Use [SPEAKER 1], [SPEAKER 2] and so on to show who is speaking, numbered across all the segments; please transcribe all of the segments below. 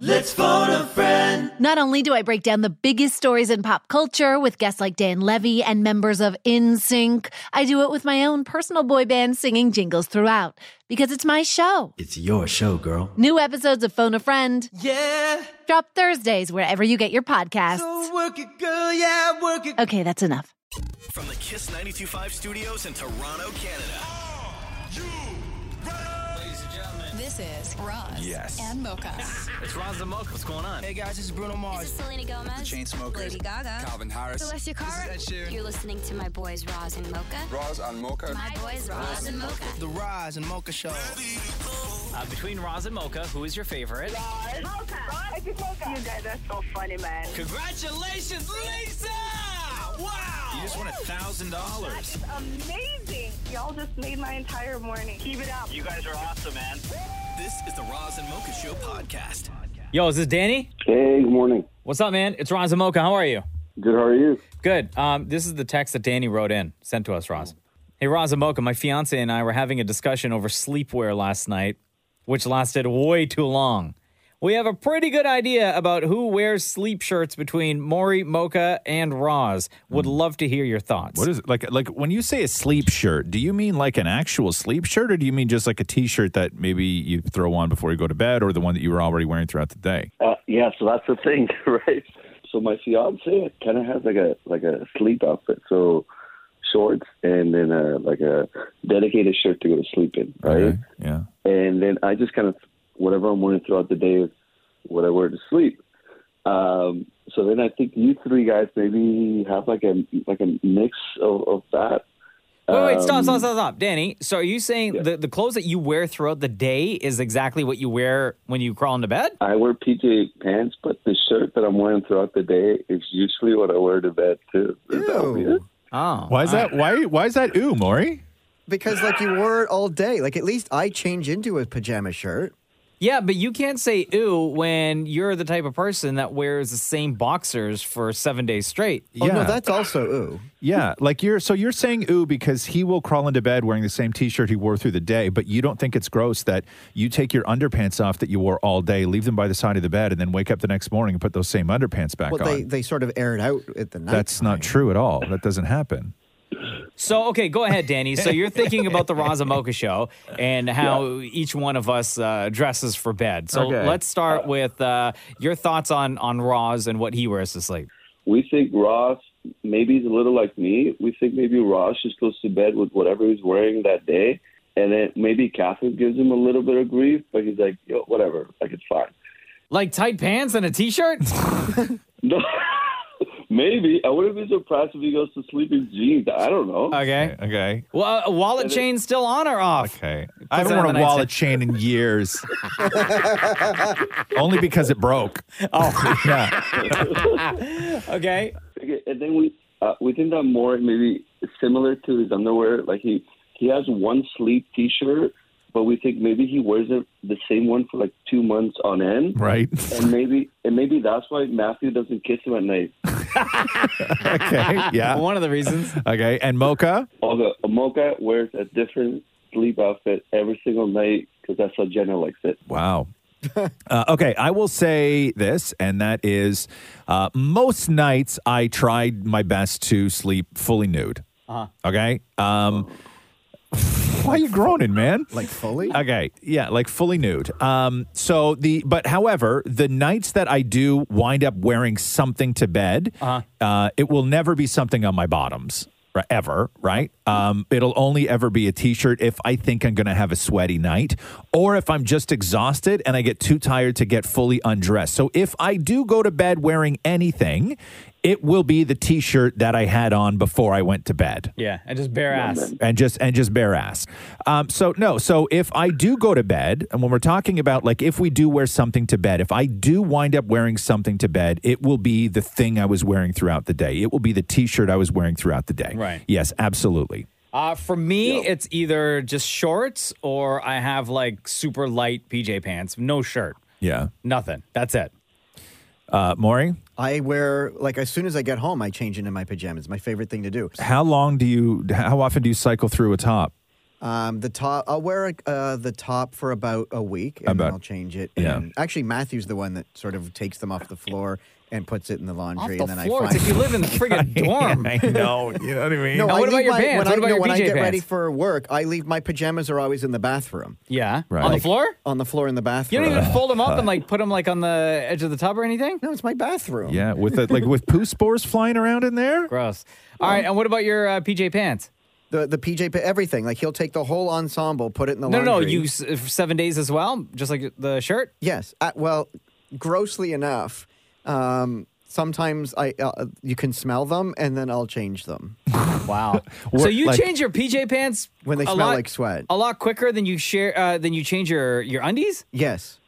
[SPEAKER 1] let's phone a friend.
[SPEAKER 2] Not only do I break down the biggest stories in pop culture with guests like Dan Levy and members of InSync, I do it with my own personal boy band singing jingles throughout because it's my show.
[SPEAKER 1] It's your show, girl.
[SPEAKER 2] New episodes of Phone a Friend
[SPEAKER 1] Yeah.
[SPEAKER 2] drop Thursdays wherever you get your podcasts.
[SPEAKER 1] So work it, girl. Yeah, work it.
[SPEAKER 2] okay, that's enough.
[SPEAKER 3] From the Kiss 925 studios in Toronto, Canada.
[SPEAKER 4] This is Roz yes. and Mocha.
[SPEAKER 3] It's Roz the Mocha. What's going on? Hey, guys.
[SPEAKER 4] This is Selena Gomez,
[SPEAKER 5] Chainsmokers.
[SPEAKER 4] Lady Gaga,
[SPEAKER 5] Calvin Harris.
[SPEAKER 4] Celestia Cara.
[SPEAKER 5] This is Ed Sheeran.
[SPEAKER 4] You're listening to my boys Roz and Mocha.
[SPEAKER 5] Roz and Mocha.
[SPEAKER 4] My boys Roz and Mocha.
[SPEAKER 6] The Rise and Mocha Show.
[SPEAKER 3] Uh, between Roz and Mocha, who is your favorite?
[SPEAKER 7] Mocha. You guys are so funny, man.
[SPEAKER 3] Congratulations, Lisa! Wow! You just won a thousand dollars.
[SPEAKER 7] Amazing. Y'all just made my entire morning. Keep it up.
[SPEAKER 3] You guys are awesome, man. This is the Roz and Mocha Show podcast. Yo, is this Danny?
[SPEAKER 8] Hey, good morning.
[SPEAKER 3] What's up, man? It's Roz and Mocha. How are you?
[SPEAKER 8] Good, how are you?
[SPEAKER 3] Good. Um, this is the text that Danny wrote in, sent to us, Roz. Hey, Roz and Mocha, my fiance and I were having a discussion over sleepwear last night, which lasted way too long. We have a pretty good idea about who wears sleep shirts between Maury, Mocha, and Roz.
[SPEAKER 8] Hmm.
[SPEAKER 3] Would love to hear your thoughts.
[SPEAKER 9] What is it? Like, like when you say a sleep shirt, do you mean like an actual sleep shirt or do you mean just like a t shirt that maybe you throw on before you go to bed or the one that you were already wearing throughout the day?
[SPEAKER 8] Uh, yeah, so that's the thing, right? So my fiance kind of has like a like a sleep outfit, so shorts and then a, like a dedicated shirt to go to sleep in, right?
[SPEAKER 9] Okay, Yeah.
[SPEAKER 8] And then I just kind of whatever I'm wearing throughout the day is what I wear to sleep. Um, so then I think you three guys maybe have like a like a mix of, of that.
[SPEAKER 3] Wait, wait, stop,
[SPEAKER 8] Um,
[SPEAKER 3] stop, stop, stop. Danny, so are you saying the, the clothes that you wear throughout the day is exactly what you wear when you crawl into bed?
[SPEAKER 8] I wear PJ pants, but the shirt that I'm wearing throughout the day is usually what I wear to bed too. Is that weird?
[SPEAKER 3] Oh.
[SPEAKER 9] Why is that? Why? Why is that? Ooh, Maury.
[SPEAKER 6] Because like you wore it all day. Like at least I change into a pajama shirt.
[SPEAKER 3] Yeah, but you can't say ooh when you're the type of person that wears the same boxers for seven days straight.
[SPEAKER 6] Oh no, that's also ooh.
[SPEAKER 9] yeah. Like you're. So you're saying ooh because he will crawl into bed wearing the same T-shirt he wore through the day, but you don't think it's gross that you take your underpants off that you wore all day, leave them by the side of the bed, and then wake up the next morning and put those same underpants back
[SPEAKER 6] Well,
[SPEAKER 9] on.
[SPEAKER 6] they, they sort of air it out at the night.
[SPEAKER 9] that's not true at all. That doesn't happen.
[SPEAKER 3] So, okay, go ahead, Danny. So you're thinking about the Raza Mocha show and how each one of us uh, dresses for bed. So
[SPEAKER 9] Okay.
[SPEAKER 3] let's start with uh, your thoughts on, on Roz and what he wears to sleep.
[SPEAKER 8] We think Ross maybe he's a little like me. We think maybe Ross just goes to bed with whatever he's wearing that day, and then maybe Catherine gives him a little bit of grief, but he's like, Yo, whatever, like it's fine.
[SPEAKER 3] Like tight pants and a t-shirt?
[SPEAKER 8] No, maybe I wouldn't be surprised if he goes to sleep in jeans. I don't know.
[SPEAKER 3] Okay.
[SPEAKER 9] Okay.
[SPEAKER 3] Well, a wallet chain still on or off?
[SPEAKER 9] Okay. I
[SPEAKER 3] it
[SPEAKER 9] haven't
[SPEAKER 3] on
[SPEAKER 9] worn
[SPEAKER 3] the
[SPEAKER 9] a
[SPEAKER 3] nightstand.
[SPEAKER 9] wallet chain in years. Only because it broke. Oh, yeah.
[SPEAKER 3] Okay.
[SPEAKER 8] Okay, and then we uh, we think that more maybe similar to his underwear. Like he he has one sleeve T-shirt, but we think maybe he wears it the same one for like two months on end,
[SPEAKER 9] Right.
[SPEAKER 8] and maybe and maybe that's why Matthew doesn't kiss him at night.
[SPEAKER 9] Okay. Yeah.
[SPEAKER 3] One of the reasons.
[SPEAKER 9] Okay. And mocha.
[SPEAKER 8] Although Mocha wears a different sleep outfit every single night because that's how Jenna likes it.
[SPEAKER 9] Wow. Uh, okay, I will say this, and that is, uh, most nights I tried my best to sleep fully nude. Uh-huh. Okay. Um, why are you groaning, man?
[SPEAKER 6] like fully.
[SPEAKER 9] Okay, yeah, like fully nude. Um, so the but however, the nights that I do wind up wearing something to bed,
[SPEAKER 6] Uh-huh.
[SPEAKER 9] uh it will never be something on my bottoms. ri- Ever, right? Um, it'll only ever be a t shirt if I think I'm going to have a sweaty night or if I'm just exhausted and I get too tired to get fully undressed. So if I do go to bed wearing anything, it will be the t shirt that I had on before I went to bed
[SPEAKER 3] Yeah, and just bare ass.
[SPEAKER 9] and just and just bare ass. Um, so no, so if I do go to bed, and when we're talking about like if we do wear something to bed, if I do wind up wearing something to bed, it will be the thing I was wearing throughout the day. It will be the T-shirt I was wearing throughout the day.
[SPEAKER 3] Right.
[SPEAKER 9] Yes, absolutely.
[SPEAKER 3] Uh, for me, it's either just shorts or I have like super light PJ pants, no shirt,
[SPEAKER 9] Yeah.
[SPEAKER 3] nothing. That's it.
[SPEAKER 9] Uh, Maury.
[SPEAKER 6] I wear like as soon as I get home, I change into my pajamas. My favorite thing to do.
[SPEAKER 9] How long do you? How often do you cycle through a top?
[SPEAKER 6] Um, the top. I'll wear uh, the top for about a week, and
[SPEAKER 9] About-
[SPEAKER 6] then I'll change it.
[SPEAKER 9] yeah.
[SPEAKER 6] And actually, Matthew's the one that sort of takes them off the floor and puts it in the
[SPEAKER 3] Off
[SPEAKER 6] laundry,
[SPEAKER 3] the
[SPEAKER 6] and then
[SPEAKER 3] floor.
[SPEAKER 6] I
[SPEAKER 3] It's
[SPEAKER 6] find.
[SPEAKER 3] like you live in the friggin' dorm.
[SPEAKER 9] I know. You know what I mean?
[SPEAKER 6] no,
[SPEAKER 3] Now,
[SPEAKER 6] I
[SPEAKER 3] what about
[SPEAKER 6] leave
[SPEAKER 3] your
[SPEAKER 6] my,
[SPEAKER 3] pants?
[SPEAKER 6] When
[SPEAKER 3] What
[SPEAKER 6] I,
[SPEAKER 3] about
[SPEAKER 6] no,
[SPEAKER 3] your
[SPEAKER 6] when I
[SPEAKER 3] PJ
[SPEAKER 6] get ready
[SPEAKER 3] pants?
[SPEAKER 6] for work, I leave my pajamas are always in the bathroom,
[SPEAKER 3] Yeah.
[SPEAKER 9] Right.
[SPEAKER 3] On the
[SPEAKER 9] Like-
[SPEAKER 3] floor?
[SPEAKER 6] on the floor in the
[SPEAKER 3] You
[SPEAKER 6] bathroom.
[SPEAKER 3] don't even fold them up and like put them like on the edge of the tub or anything?
[SPEAKER 6] no, it's my bathroom.
[SPEAKER 9] Yeah, with the, like with poo spores flying around in there.
[SPEAKER 3] Gross. All right. And what about your uh, PJ pants?
[SPEAKER 6] The the PJ, pa- everything. Like he'll take the whole ensemble, put it in the
[SPEAKER 3] No,
[SPEAKER 6] laundry.
[SPEAKER 3] no, no. You s- for seven days as well, just like the shirt.
[SPEAKER 6] Yes. Uh, well, grossly enough, um, sometimes I uh, you can smell them, and then I'll change them.
[SPEAKER 3] Wow. so
[SPEAKER 9] What-
[SPEAKER 3] you
[SPEAKER 9] like-
[SPEAKER 3] change your PJ pants
[SPEAKER 6] When they
[SPEAKER 3] a
[SPEAKER 6] smell
[SPEAKER 3] lot-
[SPEAKER 6] like sweat.
[SPEAKER 3] a lot quicker than you share uh, than you change your your undies.
[SPEAKER 6] Yes.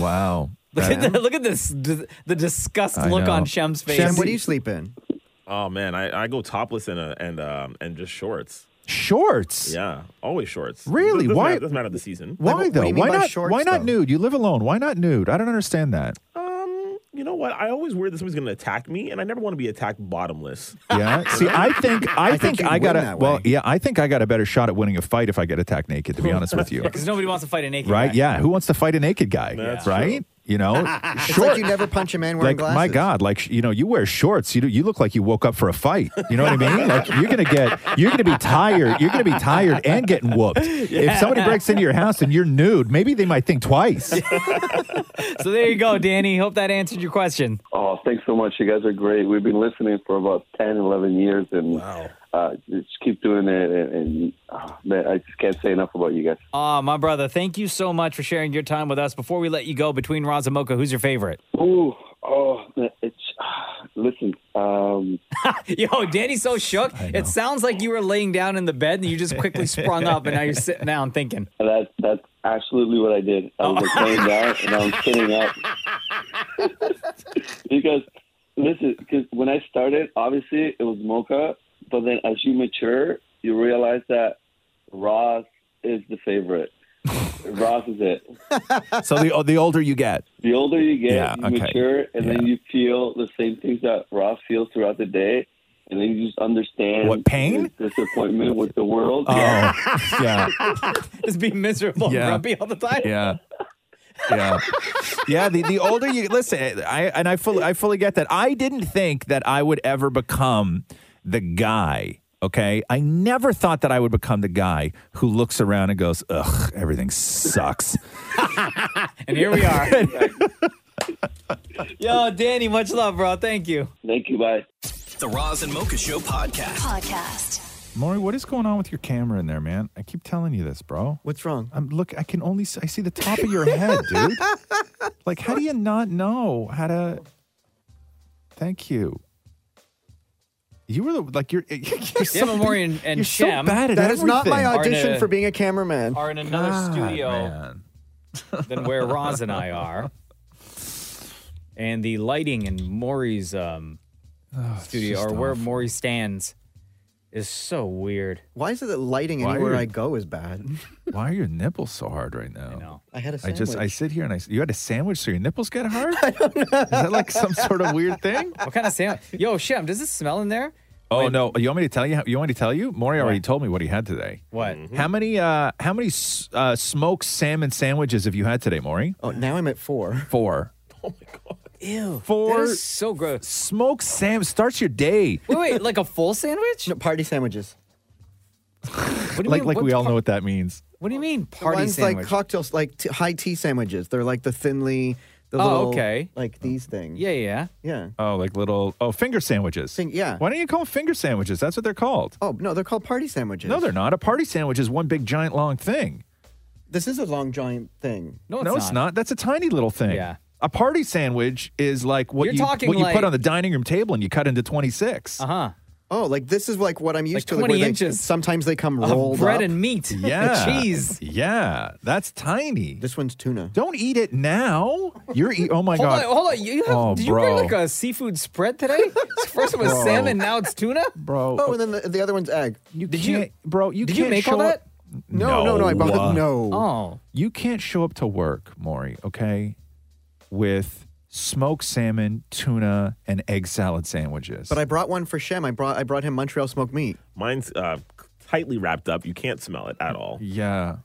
[SPEAKER 9] Wow.
[SPEAKER 3] Look, at, the, look at this d- the disgust
[SPEAKER 9] I
[SPEAKER 3] look
[SPEAKER 9] know.
[SPEAKER 3] on Shem's face.
[SPEAKER 6] Shem, what do you sleep in?
[SPEAKER 5] Oh man, I, I go topless and uh and um and just shorts.
[SPEAKER 9] Shorts.
[SPEAKER 5] Yeah, always shorts.
[SPEAKER 9] Really?
[SPEAKER 5] Doesn't
[SPEAKER 9] Why-
[SPEAKER 5] Matter, doesn't matter the season.
[SPEAKER 9] Why
[SPEAKER 6] Like, what do
[SPEAKER 9] though?
[SPEAKER 6] you mean
[SPEAKER 9] Why
[SPEAKER 6] by
[SPEAKER 9] not?
[SPEAKER 6] shorts,
[SPEAKER 9] why not
[SPEAKER 6] though?
[SPEAKER 9] nude? You live alone. Why not nude? I don't understand that.
[SPEAKER 5] Um, you know what? I always worry that somebody's gonna attack me, and I never want to be attacked bottomless.
[SPEAKER 9] Yeah. See, I think I, think,
[SPEAKER 6] think you'd
[SPEAKER 9] I got
[SPEAKER 6] win
[SPEAKER 9] a
[SPEAKER 6] that
[SPEAKER 9] well.
[SPEAKER 6] way.
[SPEAKER 9] Yeah, I think I got a better shot at winning a fight if I get attacked naked. To be honest with you,
[SPEAKER 3] Because nobody wants to fight a naked
[SPEAKER 9] right?
[SPEAKER 3] guy.
[SPEAKER 9] Yeah. Who wants to fight a naked guy?
[SPEAKER 5] That's
[SPEAKER 9] right. You know,
[SPEAKER 6] It's
[SPEAKER 9] short.
[SPEAKER 6] like you never punch a man wearing
[SPEAKER 9] like
[SPEAKER 6] glasses.
[SPEAKER 9] my god like sh- you know you wear shorts you do, you look like you woke up for a fight you know what i mean like you're gonna get you're gonna be tired you're gonna be tired and getting whooped if somebody breaks into your house and you're nude maybe they might think twice
[SPEAKER 3] So there you go, Danny. Hope that answered your question.
[SPEAKER 8] Oh, thanks so much. You guys are great. We've been listening for about 10, 11 years, and uh, just keep doing it. And, and oh, man, I just can't say enough about you guys.
[SPEAKER 3] Ah, my brother, thank you so much for sharing your time with us. Before we let you go, between Roz and Mocha, who's your favorite?
[SPEAKER 8] Ooh, oh, man, it's ah, listen. Um,
[SPEAKER 3] Yo, Danny's so shook. It sounds like you were laying down in the bed and you just quickly sprung up and now you're sitting down thinking.
[SPEAKER 8] that that's absolutely what I did. I was like, laying down and I was sitting up because listen, because when I started, obviously it was Mocha, but then as you mature, you realize that Ross is the favorite. Ross is it.
[SPEAKER 9] so the, the older you get
[SPEAKER 8] The older you get,
[SPEAKER 9] Yeah,
[SPEAKER 8] you
[SPEAKER 9] okay.
[SPEAKER 8] mature, and then you feel the same things that Ross feels throughout the day, and then you just understand
[SPEAKER 9] What, pain?
[SPEAKER 8] his disappointment with the world.
[SPEAKER 9] oh yeah
[SPEAKER 3] Just be miserable
[SPEAKER 9] Yeah.
[SPEAKER 3] and grumpy all the time.
[SPEAKER 9] yeah yeah yeah the, the older you listen i and i fully i fully get that i didn't think that i would ever become the guy okay i never thought that i would become the guy who looks around and goes ugh everything sucks
[SPEAKER 3] And here we are. Yo, Oh, Danny, much love, bro. Thank you.
[SPEAKER 8] Thank you, bye.
[SPEAKER 1] The Roz and Mocha Show podcast.
[SPEAKER 4] Podcast.
[SPEAKER 9] Maury, what is going on with your camera in there, man? I keep telling you this, bro.
[SPEAKER 6] What's wrong?
[SPEAKER 9] I'm look. I can only see, I see the top of your head, dude. like, how do you not know how to? Thank you. You were the, like you're. you're so-
[SPEAKER 3] Maury and- and
[SPEAKER 9] you're
[SPEAKER 3] Shem.
[SPEAKER 9] so bad at
[SPEAKER 6] That is not my
[SPEAKER 9] everything.
[SPEAKER 6] audition
[SPEAKER 3] Arna-
[SPEAKER 6] for being a cameraman.
[SPEAKER 3] Are in another
[SPEAKER 9] God,
[SPEAKER 3] studio
[SPEAKER 9] man.
[SPEAKER 3] than where Roz and I are. And the lighting in Maury's um, studio,
[SPEAKER 9] Oh, just
[SPEAKER 3] or where
[SPEAKER 9] awful.
[SPEAKER 3] Maury stands, is so weird.
[SPEAKER 6] Why is it that lighting
[SPEAKER 9] Why
[SPEAKER 6] anywhere
[SPEAKER 9] are-
[SPEAKER 6] I go is bad?
[SPEAKER 9] Why are your nipples so hard right now?
[SPEAKER 3] You know?
[SPEAKER 6] I had a
[SPEAKER 9] I
[SPEAKER 6] sandwich.
[SPEAKER 9] just I sit here and I s- you had a sandwich so your nipples get hard. Is that like some sort of weird thing?
[SPEAKER 3] What kind of sound? Yo, Shem, does this smell in there?
[SPEAKER 9] Oh no! You want me to tell you? how- You want me to tell you? Maury already told me what he had today.
[SPEAKER 3] What?
[SPEAKER 6] Mm-hmm.
[SPEAKER 9] How many? Uh, how many s- uh, smoked salmon sandwiches have you had today, Maury?
[SPEAKER 6] oh, now I'm at four.
[SPEAKER 9] Four.
[SPEAKER 3] Ew. That
[SPEAKER 9] Four-
[SPEAKER 3] is so gross.
[SPEAKER 9] Smoked sam starts your day.
[SPEAKER 3] Wait, wait, like a full sandwich?
[SPEAKER 6] No, party sandwiches.
[SPEAKER 3] What do you
[SPEAKER 9] Like
[SPEAKER 3] mean?
[SPEAKER 9] like
[SPEAKER 3] What
[SPEAKER 9] we all
[SPEAKER 3] par-
[SPEAKER 9] know what that means.
[SPEAKER 3] What do you mean
[SPEAKER 6] The
[SPEAKER 3] party
[SPEAKER 6] ones
[SPEAKER 3] sandwich?
[SPEAKER 6] like cocktails, like t- high tea sandwiches. They're like the thinly, the
[SPEAKER 3] Oh,
[SPEAKER 6] little,
[SPEAKER 3] okay.
[SPEAKER 6] like these things.
[SPEAKER 3] yeah, yeah.
[SPEAKER 6] yeah.
[SPEAKER 9] Oh, like little oh finger sandwiches.
[SPEAKER 6] Thing- yeah.
[SPEAKER 9] Why don't you call them finger sandwiches? That's what they're called.
[SPEAKER 6] Oh no, they're called party sandwiches.
[SPEAKER 9] No, they're not. A party sandwich is one big giant long thing.
[SPEAKER 6] This is a long giant thing.
[SPEAKER 3] No, it's
[SPEAKER 9] no,
[SPEAKER 3] not.
[SPEAKER 9] it's not. That's a tiny little thing.
[SPEAKER 3] Yeah.
[SPEAKER 9] A party sandwich is like what
[SPEAKER 3] You're
[SPEAKER 9] you
[SPEAKER 3] talking
[SPEAKER 9] what you
[SPEAKER 3] like-
[SPEAKER 9] put on the dining room table and you cut into twenty six.
[SPEAKER 3] Uh huh.
[SPEAKER 6] Oh, like this is like what I'm used to.
[SPEAKER 3] 20
[SPEAKER 6] like, where they-
[SPEAKER 3] inches
[SPEAKER 6] sometimes they come
[SPEAKER 3] Of
[SPEAKER 6] rolled
[SPEAKER 3] bread
[SPEAKER 6] up.
[SPEAKER 3] and meat.
[SPEAKER 9] Yeah.
[SPEAKER 3] Cheese.
[SPEAKER 9] Yeah. That's tiny.
[SPEAKER 6] This one's tuna.
[SPEAKER 9] Don't eat it now. You're eat. Oh my
[SPEAKER 3] Hold
[SPEAKER 9] god.
[SPEAKER 3] on, hold on. You have,
[SPEAKER 9] Oh,
[SPEAKER 3] did you bring
[SPEAKER 9] bro.
[SPEAKER 3] like a seafood spread today? First it was
[SPEAKER 9] Bro.
[SPEAKER 3] salmon, now it's tuna?
[SPEAKER 9] bro.
[SPEAKER 6] Oh, and then the, the other one's egg.
[SPEAKER 9] you
[SPEAKER 3] did you-
[SPEAKER 9] can't, bro. You
[SPEAKER 3] did you
[SPEAKER 9] can't
[SPEAKER 3] make all
[SPEAKER 9] show
[SPEAKER 3] that?
[SPEAKER 9] up-
[SPEAKER 6] No, no, no. I bought
[SPEAKER 9] uh,
[SPEAKER 6] no.
[SPEAKER 3] Oh.
[SPEAKER 9] You can't show up to work, Maury. Okay, with smoked salmon, tuna, and egg salad sandwiches.
[SPEAKER 6] But I brought one for Shem. I brought I brought him Montreal smoked meat.
[SPEAKER 5] Mine's uh, tightly wrapped up. You can't smell it at all.
[SPEAKER 9] yeah.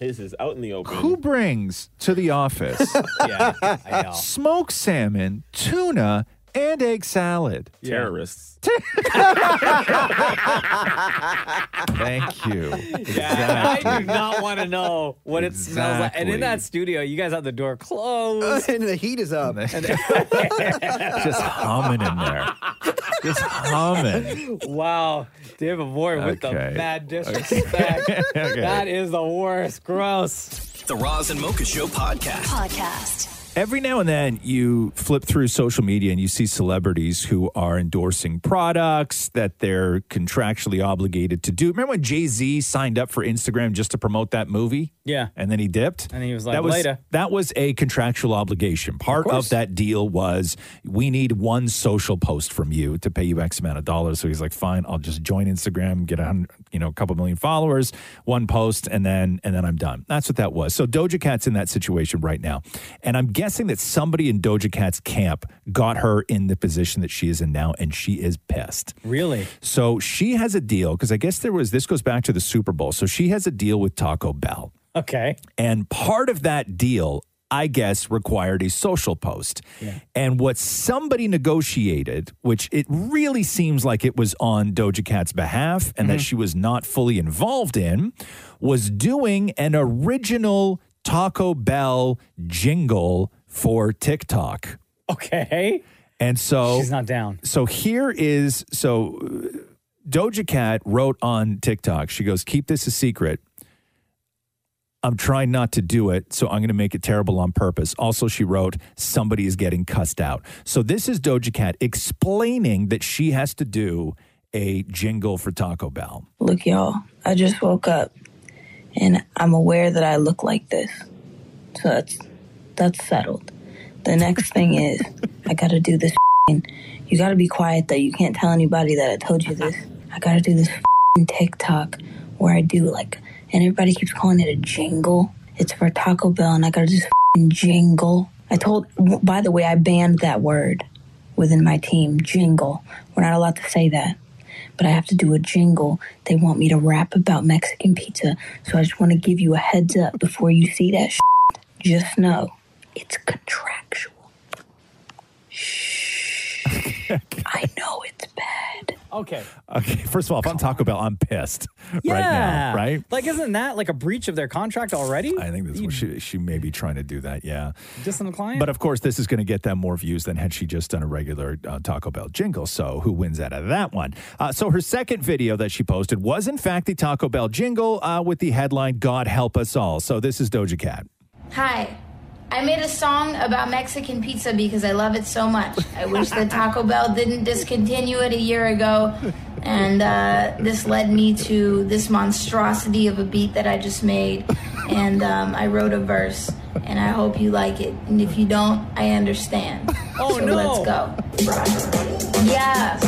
[SPEAKER 5] His is out in the open.
[SPEAKER 9] Who brings to the office
[SPEAKER 3] Yeah, I know.
[SPEAKER 9] smoked salmon, tuna, and egg salad?
[SPEAKER 5] Terrorists.
[SPEAKER 9] Thank you.
[SPEAKER 3] Yeah, I do not want to know what it smells like. And in
[SPEAKER 9] Exactly.
[SPEAKER 3] that studio, you guys have the door closed.
[SPEAKER 6] and the heat is up.
[SPEAKER 9] Just humming in there. Just humming.
[SPEAKER 3] Wow, David Moore with the
[SPEAKER 9] Okay.
[SPEAKER 3] mad disrespect.
[SPEAKER 9] Okay.
[SPEAKER 3] That is the worst. Gross.
[SPEAKER 1] The Roz and Mocha Show podcast.
[SPEAKER 10] Podcast.
[SPEAKER 9] Every now and then you flip through social media and you see celebrities who are endorsing products that they're contractually obligated to do. Remember when Jay-Z signed up for Instagram just to promote that movie?
[SPEAKER 3] Yeah.
[SPEAKER 9] And then he dipped.
[SPEAKER 3] And he was like,
[SPEAKER 9] that was,
[SPEAKER 3] "Later."
[SPEAKER 9] That was a contractual obligation. Part of,
[SPEAKER 3] course.
[SPEAKER 9] that deal was we need one social post from you to pay you X amount of dollars. So he's like, fine, I'll just join Instagram, get a hundred, you know, a couple million followers, one post, and then and then I'm done. That's what that was. So Doja Cat's in that situation right now, and I'm guessing that somebody in Doja Cat's camp got her in the position that she is in now, and she is pissed.
[SPEAKER 3] Really?
[SPEAKER 9] So she has a deal because I guess there was this goes back to the Super Bowl. So she has a deal with Taco Bell.
[SPEAKER 3] Okay.
[SPEAKER 9] And part of that deal, I guess, required a social post. And what somebody negotiated, which it really seems like it was on Doja Cat's behalf
[SPEAKER 3] Mm-hmm.
[SPEAKER 9] and that she was not fully involved in, was doing an original Taco Bell jingle for TikTok.
[SPEAKER 3] Okay.
[SPEAKER 9] And so
[SPEAKER 3] Oh, She's not down.
[SPEAKER 9] so here is so uh, Doja Cat wrote on TikTok. She goes, "Keep this a secret. I'm trying not to do it, so I'm going to make it terrible on purpose." Also, she wrote, "Somebody is getting cussed out." So this is Doja Cat explaining that she has to do a jingle for Taco Bell.
[SPEAKER 11] Look, y'all, I just woke up and I'm aware that I look like this. So that's that's settled. The next thing is I gotta do this and you gotta be quiet though. You can't tell anybody that I told you this. I gotta do this TikTok where I do like and everybody keeps calling it a jingle. It's for Taco Bell and I gotta do this jingle. I told by the way, I banned that word within my team, jingle. We're not allowed to say that but I have to do a jingle. They want me to rap about Mexican pizza. So I just want to give you a heads up before you see that shit. Just know it's contractual. Shh. I know it's bad.
[SPEAKER 3] Okay.
[SPEAKER 9] Okay, first of all, if I'm Taco Bell, I'm pissed right now, right?
[SPEAKER 3] Like, isn't that like a breach of their contract already?
[SPEAKER 9] I think that's what she she may be trying to do that. Yeah.
[SPEAKER 3] Dissing the client?
[SPEAKER 9] But of course, this is going to get them more views than had she just done a regular uh, Taco Bell jingle. So, who wins out of that one? Uh, so, her second video that she posted was, in fact, the Taco Bell jingle uh, with the headline, God Help Us All. So, this is Doja Cat.
[SPEAKER 12] Hi. I made a song about Mexican pizza because I love it so much. I wish that Taco Bell didn't discontinue it a year ago. And uh, this led me to this monstrosity of a beat that I just made. And um, I wrote a verse. And I hope you like it. And if you don't, I understand.
[SPEAKER 3] Oh,
[SPEAKER 12] so
[SPEAKER 3] no.
[SPEAKER 12] let's go. Yeah.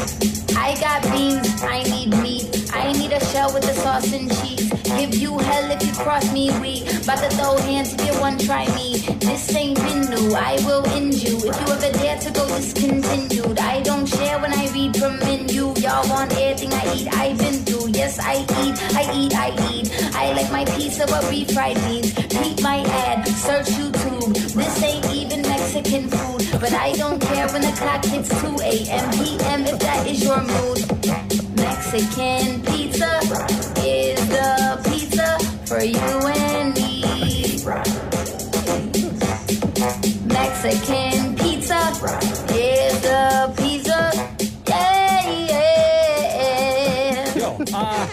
[SPEAKER 12] I got beans, I need meat. I need a shell with the sauce and cheese. Give you hell if you cross me, we. About to throw hands if you want try me. This ain't been new, I will end you. If you ever dare to go discontinued, I don't share when I read from menu. Y'all want everything I eat, I've been through. Yes, I eat, I eat, I eat. I like my pizza, but refried beans. Peep my ad, search YouTube. This ain't even Mexican food. But I don't care when the clock hits 2 a.m. p.m. if that is your mood. Mexican pizza is the pizza for you and me. Mexican pizza is the pizza. Yeah, yeah.
[SPEAKER 3] Yo, uh,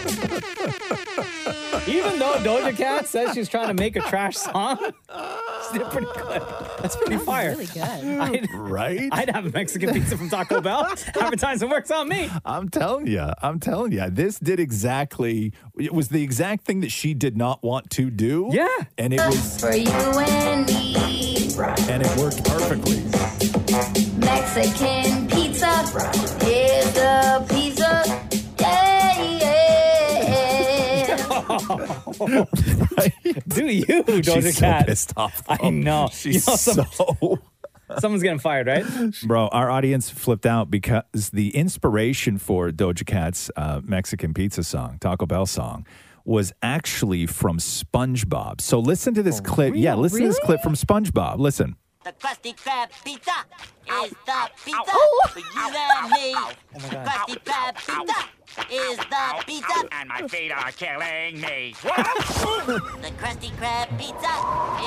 [SPEAKER 3] even though Doja Cat says she's trying to make a trash song, she did pretty good. That's pretty fire.
[SPEAKER 13] Really good.
[SPEAKER 3] I'd,
[SPEAKER 9] Right?
[SPEAKER 3] I'd have a Mexican pizza from Taco Bell. Advertising works on me.
[SPEAKER 9] I'm telling you. I'm telling you. This did exactly, it was the exact thing that she did not want to do.
[SPEAKER 3] Yeah.
[SPEAKER 9] And it was,
[SPEAKER 12] For you and me.
[SPEAKER 9] and it worked perfectly.
[SPEAKER 12] Mexican pizza is the pizza. Yeah, yeah.
[SPEAKER 3] Do you, Doja
[SPEAKER 9] She's so
[SPEAKER 3] Cat?
[SPEAKER 9] pissed off.
[SPEAKER 3] I
[SPEAKER 9] though.
[SPEAKER 3] know.
[SPEAKER 9] She's
[SPEAKER 3] You know, some-
[SPEAKER 9] so.
[SPEAKER 3] Someone's getting fired, right?
[SPEAKER 9] Bro, our audience flipped out because the inspiration for Doja Cat's uh, Mexican pizza song, Taco Bell song, was actually from SpongeBob. So listen to this clip. Yeah, listen to this clip from SpongeBob. Listen.
[SPEAKER 14] The Krusty Krab pizza is the pizza for you and me.
[SPEAKER 3] Oh
[SPEAKER 14] the Krusty Krab pizza is the pizza. and my feet are killing me. the Krusty Krab pizza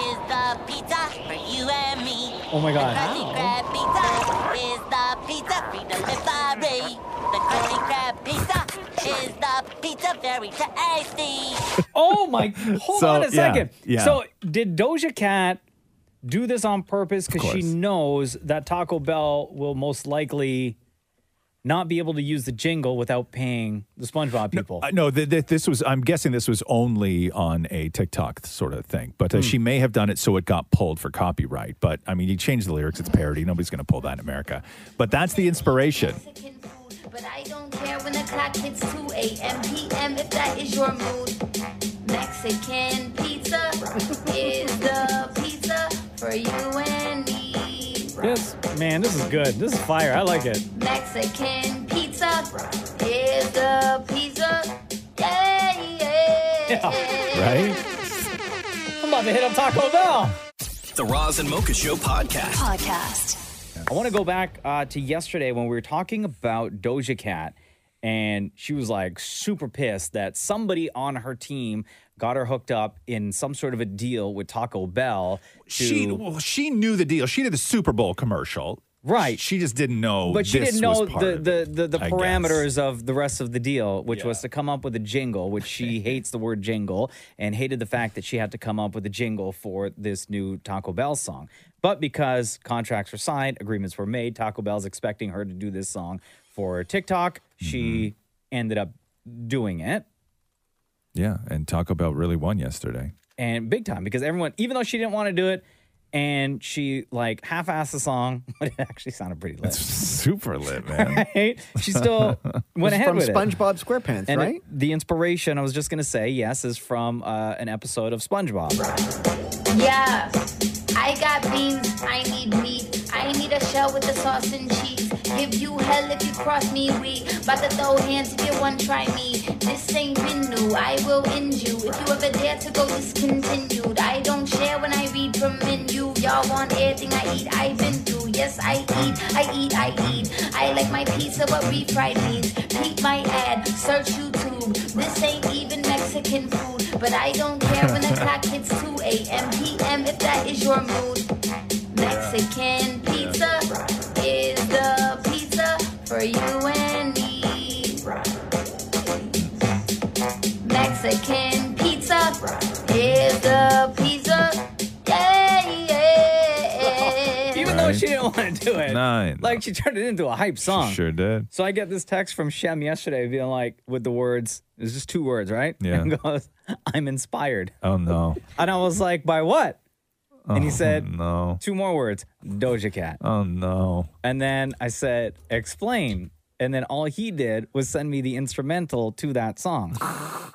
[SPEAKER 14] is the pizza for you and me.
[SPEAKER 3] Oh my
[SPEAKER 14] The Krusty Krab pizza is the pizza for delivery. The Krusty Krab pizza is the pizza very tasty.
[SPEAKER 3] Oh my! Hold
[SPEAKER 9] So,
[SPEAKER 3] on a
[SPEAKER 9] yeah,
[SPEAKER 3] second.
[SPEAKER 9] yeah.
[SPEAKER 3] So, did Doja Cat do this on purpose because she knows that Taco Bell will most likely not be able to use the jingle without paying the SpongeBob people?
[SPEAKER 9] Uh, no, th- th- this was, I'm guessing this was only on a TikTok sort of thing, but uh,
[SPEAKER 3] Hmm.
[SPEAKER 9] she may have done it so it got pulled for copyright. But I mean, you change the lyrics, it's parody. Nobody's going to pull that in America. But that's the inspiration.
[SPEAKER 12] But I don't care when the clock hits 2 a.m. p.m. if that is your mood. Mexican pizza is the pizza for you and me.
[SPEAKER 3] Yes, man, this is good. This is fire. I like it.
[SPEAKER 12] Mexican pizza is the pizza. Yeah, yeah.
[SPEAKER 9] Right?
[SPEAKER 3] I'm about to hit up Taco Bell.
[SPEAKER 1] The Roz and Mocha Show podcast.
[SPEAKER 15] Podcast.
[SPEAKER 3] I want to go back uh, to yesterday when we were talking about Doja Cat, and she was like super pissed that somebody on her team got her hooked up in some sort of a deal with Taco Bell. To,
[SPEAKER 9] She well, she knew the deal. She did the Super Bowl commercial.
[SPEAKER 3] Right.
[SPEAKER 9] She just didn't know.
[SPEAKER 3] but she
[SPEAKER 9] Oh, this
[SPEAKER 3] didn't
[SPEAKER 9] was
[SPEAKER 3] know
[SPEAKER 9] part
[SPEAKER 3] the,
[SPEAKER 9] of
[SPEAKER 3] the, the, the
[SPEAKER 9] I
[SPEAKER 3] parameters of the rest of the deal, which was to come up with a jingle, which she hates the word jingle and hated the fact that she had to come up with a jingle for this new Taco Bell song. But because contracts were signed, agreements were made, Taco Bell's expecting her to do this song for TikTok. She
[SPEAKER 9] Mm-hmm.
[SPEAKER 3] ended up doing it
[SPEAKER 9] Yeah, and Taco Bell really won yesterday.
[SPEAKER 3] and big time because everyone, even though she didn't want to do it, and she like half-assed the song, but it actually soundunded pretty lit.
[SPEAKER 9] Super lit, man.
[SPEAKER 3] right? She still
[SPEAKER 16] It's
[SPEAKER 3] went ahead
[SPEAKER 16] from
[SPEAKER 3] with it.
[SPEAKER 16] SpongeBob SquarePants,
[SPEAKER 3] And it-
[SPEAKER 16] right?
[SPEAKER 3] the inspiration I was just gonna say, yes, is from uh, an episode of SpongeBob.
[SPEAKER 12] Yeah, I got beans, I need meat. I need a shell with the sauce and cheese. Give you hell if you cross me, we. About to throw hands if you want try me. This ain't been new, I will end you. If you ever dare to go discontinued, I don't share when I read from menu. Y'all want everything I eat, I've been through. Yes, I eat, I eat, I eat. I like my pizza, but refried means. Peep my ad, search YouTube. This ain't even Mexican food, but I don't care when the clock hits 2 a.m. p.m. if that is your mood. Mexican pizza is the pizza for you and me. Mexican pizza is the pizza. Yeah, yeah.
[SPEAKER 3] Even though she didn't want to do it,
[SPEAKER 9] Nine.
[SPEAKER 3] like she turned it into a hype song.
[SPEAKER 9] Sure did.
[SPEAKER 3] So I get this text from Shem yesterday, being like, with the words, it's just two words, right?
[SPEAKER 9] Yeah.
[SPEAKER 3] And goes, I'm inspired,
[SPEAKER 9] Oh no.
[SPEAKER 3] and I was like, by what? And he
[SPEAKER 9] Oh,
[SPEAKER 3] said,
[SPEAKER 9] no.
[SPEAKER 3] two more words, Doja Cat.
[SPEAKER 9] Oh no.
[SPEAKER 3] And then I said, explain. And then all he did was send me the instrumental to that song.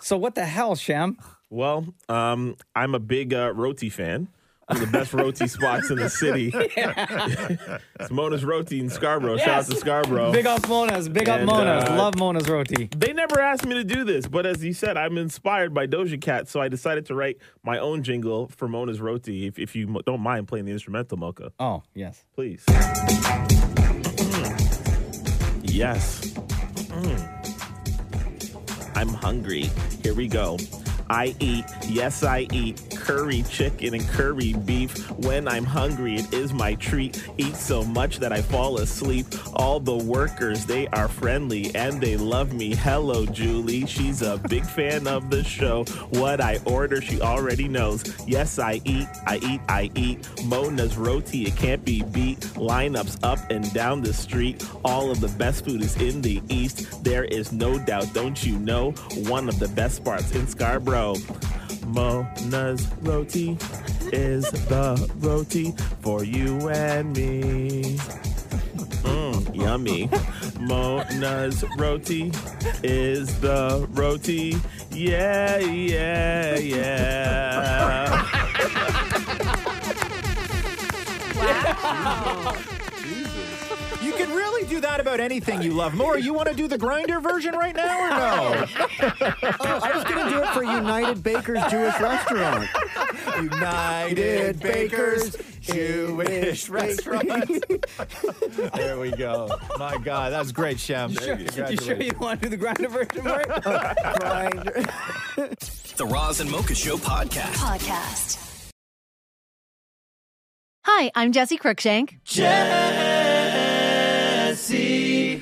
[SPEAKER 3] so what the hell, Shem?
[SPEAKER 5] Well, um, I'm a big uh, roti fan. One of the best roti spots in the city. it's Mona's Roti in Scarborough. Shout out to
[SPEAKER 3] Yes.
[SPEAKER 5] Scarboro's.
[SPEAKER 3] Big up Mona's. Big up
[SPEAKER 5] And,
[SPEAKER 3] Mona's.
[SPEAKER 5] uh,
[SPEAKER 3] Love Mona's roti.
[SPEAKER 5] They never asked me to do this, but as you said, I'm inspired by Doja Cat, so I decided to write my own jingle for Mona's Roti. If, if you mo- don't mind playing the instrumental, Mocha.
[SPEAKER 3] Oh, yes.
[SPEAKER 5] Please. Yes. Mm. I'm hungry. Here we go. I eat, yes, I eat curry chicken and curry beef. When I'm hungry, it is my treat. Eat so much that I fall asleep. All the workers, they are friendly and they love me. Hello, Julie. She's a big fan of the show. What I order, she already knows. Yes, I eat, I eat, I eat. Mona's roti, it can't be beat. Lineups up and down the street. All of the best food is in the east. There is no doubt, don't you know? One of the best spots in Scarborough. Mona's roti is the roti for you and me. Mm, yummy. Mona's roti is the roti. Yeah, yeah, yeah.
[SPEAKER 9] You can really do that about anything you love. More, you want to do the grinder version right now or no?
[SPEAKER 3] Oh,
[SPEAKER 6] I was going to do it for United Baker's Jewish Restaurant.
[SPEAKER 9] United Bakers Jewish Restaurant. there we go. My God, that was great, Shem.
[SPEAKER 3] You sure, you sure you want to do the grinder version, Mark?
[SPEAKER 1] The Roz and Mocha Show podcast.
[SPEAKER 2] Podcast. Hi, I'm Jesse Cruikshank.
[SPEAKER 1] Jesse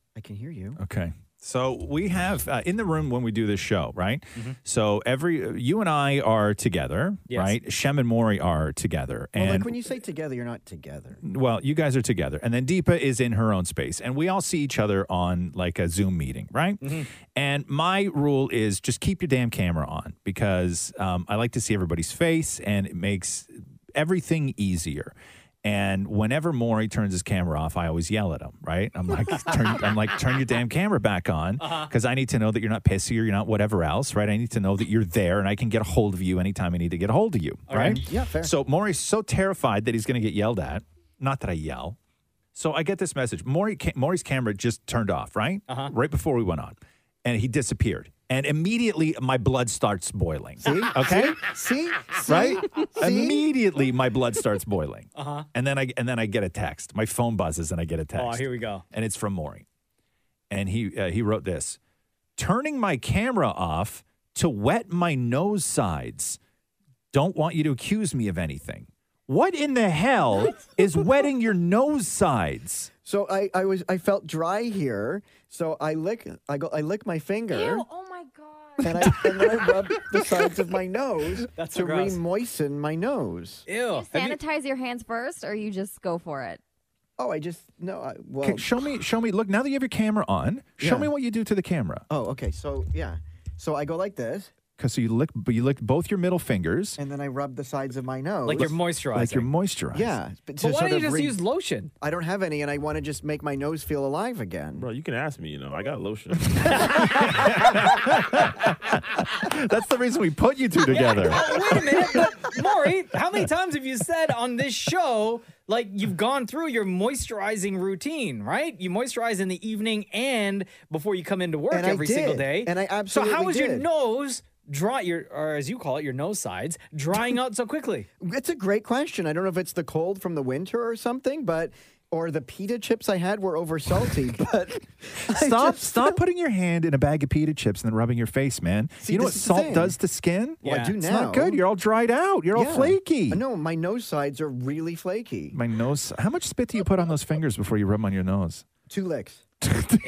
[SPEAKER 6] I can hear you.
[SPEAKER 9] Okay. So we have uh, in the room when we do this show, right? So every you and I are together,
[SPEAKER 6] Mm-hmm. Yes.
[SPEAKER 9] right? Shem and Maury are together,
[SPEAKER 6] Well,
[SPEAKER 9] and
[SPEAKER 6] like when you say together, you're not together.
[SPEAKER 9] well, you guys are together, and then Deepa is in her own space, and we all see each other on like a Zoom meeting, right? And my rule is just keep your damn camera on because um, I like to see everybody's face, and it makes everything easier. And whenever Maury turns his camera off, I always yell at him. Right? I'm like, turn, I'm like, turn your damn camera back on
[SPEAKER 1] Uh-huh.
[SPEAKER 9] because I need to know that you're not pissy or you're not whatever else. Right? I need to know that you're there, and I can get a hold of you anytime I need to get a hold of you.
[SPEAKER 1] All
[SPEAKER 9] right?
[SPEAKER 1] right. Yeah, fair.
[SPEAKER 9] So Maury's so terrified that he's going to get yelled at. Not that I yell. So I get this message. Maury, ca- Maury's camera just turned off, right? Uh-huh. Right before we went on, and he disappeared. And immediately my blood starts boiling.
[SPEAKER 6] See?
[SPEAKER 9] Okay.
[SPEAKER 6] See? See?
[SPEAKER 9] Right?
[SPEAKER 6] See?
[SPEAKER 9] Immediately my blood starts boiling.
[SPEAKER 3] Uh-huh.
[SPEAKER 9] And then I and then I get a text. My phone buzzes and I get a text.
[SPEAKER 3] Oh, here we go.
[SPEAKER 9] And it's from Maury. And he uh, he wrote this. Turning my camera off to wet my nose sides. Don't want you to accuse me of anything. What in the hell is wetting your nose sides?
[SPEAKER 6] So I, I was I felt dry here, so I lick I go I lick my finger. oh my god. And I and then I rub the sides of my nose
[SPEAKER 3] That's so
[SPEAKER 6] to
[SPEAKER 3] gross.
[SPEAKER 6] re-moisten my nose.
[SPEAKER 3] Ew.
[SPEAKER 17] Sanitize your hands first, or you just go for it.
[SPEAKER 6] Oh, I just no. I, well,
[SPEAKER 9] Okay, show me show me look now that you have your camera on, show
[SPEAKER 6] Yeah.
[SPEAKER 9] me what you do to the camera.
[SPEAKER 6] Oh, okay. So yeah. So I go like this,
[SPEAKER 9] Cuz so you lick you licked both your middle fingers.
[SPEAKER 6] and then I rub the sides of my nose.
[SPEAKER 9] Like you're moisturizing. Like you're moisturizing.
[SPEAKER 6] Yeah.
[SPEAKER 9] But why don't you just use
[SPEAKER 6] lotion? I don't have any, and I want to just make my nose feel alive again. Bro, you can ask me. You know, I got lotion.
[SPEAKER 9] That's the reason we put you two together.
[SPEAKER 3] Wait a minute, but Maury, how many times have you said on this show, like you've gone through your moisturizing routine, right? You moisturize in the evening and before you come into work
[SPEAKER 6] And I
[SPEAKER 3] every single
[SPEAKER 6] did,
[SPEAKER 3] day.
[SPEAKER 6] and I
[SPEAKER 3] So
[SPEAKER 6] absolutely
[SPEAKER 3] how is your
[SPEAKER 6] did.
[SPEAKER 3] nose dry your or as you call it, your nose sides drying out so quickly?
[SPEAKER 6] It's a great question. I don't know if it's the cold from the winter or something, but or the pita chips I had were over salty. but
[SPEAKER 9] Stop! Stop putting your hand in a bag of pita chips and then rubbing your face, man.
[SPEAKER 6] See,
[SPEAKER 9] you know what
[SPEAKER 6] this is the
[SPEAKER 9] salt
[SPEAKER 6] thing.
[SPEAKER 9] does to skin?
[SPEAKER 6] Well, I do now.
[SPEAKER 9] It's not good. You're all dried out. You're all
[SPEAKER 6] Yeah. Uh,
[SPEAKER 9] flaky.
[SPEAKER 6] No, my nose sides are really flaky.
[SPEAKER 9] My nose. How much spit do you put on those fingers before you rub 'em on your nose?
[SPEAKER 6] Two licks.
[SPEAKER 1] The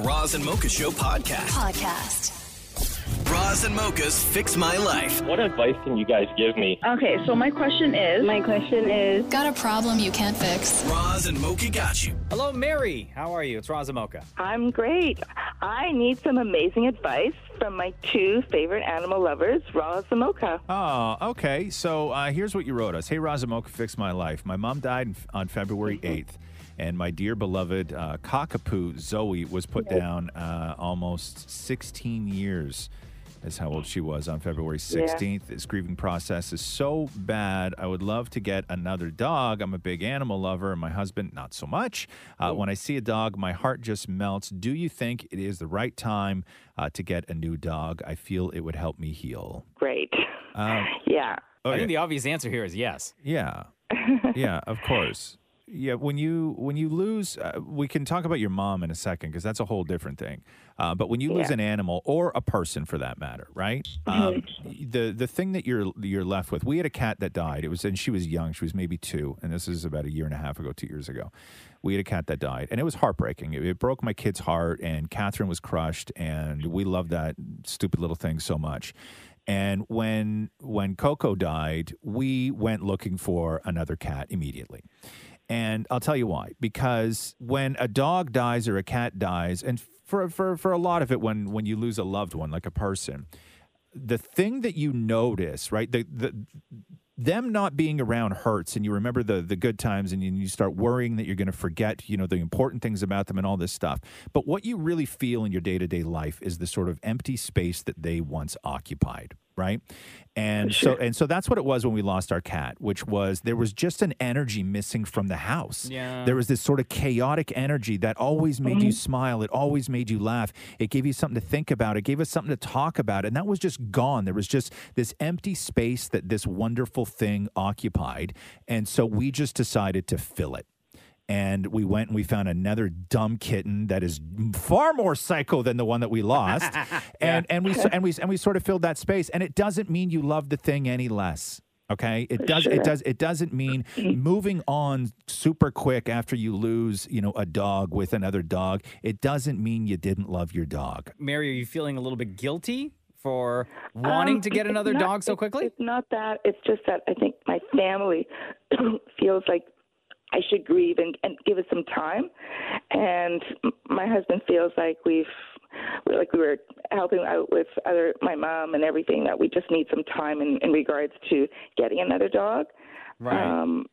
[SPEAKER 1] Roz and Mocha Show podcast.
[SPEAKER 4] Podcast.
[SPEAKER 1] Roz and Mocha's Fix My Life.
[SPEAKER 15] What advice can you guys give me?
[SPEAKER 4] Okay, so my question is. My question is. Got a problem you can't fix?
[SPEAKER 1] Roz and Mocha got you.
[SPEAKER 3] Hello, Mary. How are you? It's Razamoka.
[SPEAKER 7] I'm great. I need some amazing advice from my two favorite animal lovers, Roz and Mocha.
[SPEAKER 9] Oh, okay. So uh, here's what you wrote us. Hey, Razamoka, fix my life. My mom died in- on February 8th, and my dear beloved uh, cockapoo, Zoe, was put down uh, almost 16 years. Is how old she was on February
[SPEAKER 1] Yeah.
[SPEAKER 9] 16th. This grieving process is so bad. I would love to get another dog. I'm a big animal lover, and my husband, not so much. Uh, when I see a dog, my heart just melts. Do you think it is the right time uh, to get a new dog? I feel it would help me heal.
[SPEAKER 7] Great.
[SPEAKER 9] Um,
[SPEAKER 7] Yeah.
[SPEAKER 3] Oh. I
[SPEAKER 9] Okay.
[SPEAKER 3] think the obvious answer here is yes.
[SPEAKER 9] Yeah. yeah, of course. Yeah, when you when you lose, uh, we can talk about your mom in a second because that's a whole different thing. Uh, but when you lose
[SPEAKER 1] Yeah.
[SPEAKER 9] an animal or a person for that matter, right? Um, the the thing that you're you're left with. We had a cat that died. It was and she was young. She was maybe two, and this is about a year and a half ago, two years ago. We had a cat that died, and it was heartbreaking. It, it broke my kid's heart, and Catherine was crushed, and we loved that stupid little thing so much. And when when Coco died, we went looking for another cat immediately. And I'll tell you why. Because when a dog dies or a cat dies, and for for, for a lot of it when when you lose a loved one, like a person, the thing that you notice, right? The the them not being around hurts and you remember the the good times and you, you start worrying that you're going to forget you know the important things about them and all this stuff but what you really feel in your day-to-day life is the sort of empty space that they once occupied right and so and so that's what it was when we lost our cat which was there was just an energy missing from the house
[SPEAKER 18] Yeah.
[SPEAKER 9] there was this sort of chaotic energy that always made you smile it always made you laugh it gave you something to think about it gave us something to talk about and that was just gone there was just this empty space that this wonderful thing occupied and so we just decided to fill it and we went and we found another dumb kitten that is far more psycho than the one that we lost and and we and we and we sort of filled that space and it doesn't mean you love the thing any less okay it does
[SPEAKER 18] Sure.
[SPEAKER 9] it does it doesn't mean moving on super quick after you lose you know a dog with another dog it doesn't mean you didn't love your dog
[SPEAKER 3] Mary, are you feeling a little bit guilty for wanting
[SPEAKER 7] Um,
[SPEAKER 3] to get
[SPEAKER 7] it's
[SPEAKER 3] another
[SPEAKER 7] not-
[SPEAKER 3] dog so
[SPEAKER 7] it's-
[SPEAKER 3] quickly?
[SPEAKER 7] It's not that. It's just that I think my family feels like I should grieve and, and give it some time, and m- my husband feels like we've we're like we were helping out with other my mom and everything that we just need some time in, in regards to getting another dog.
[SPEAKER 3] Right.
[SPEAKER 7] Um,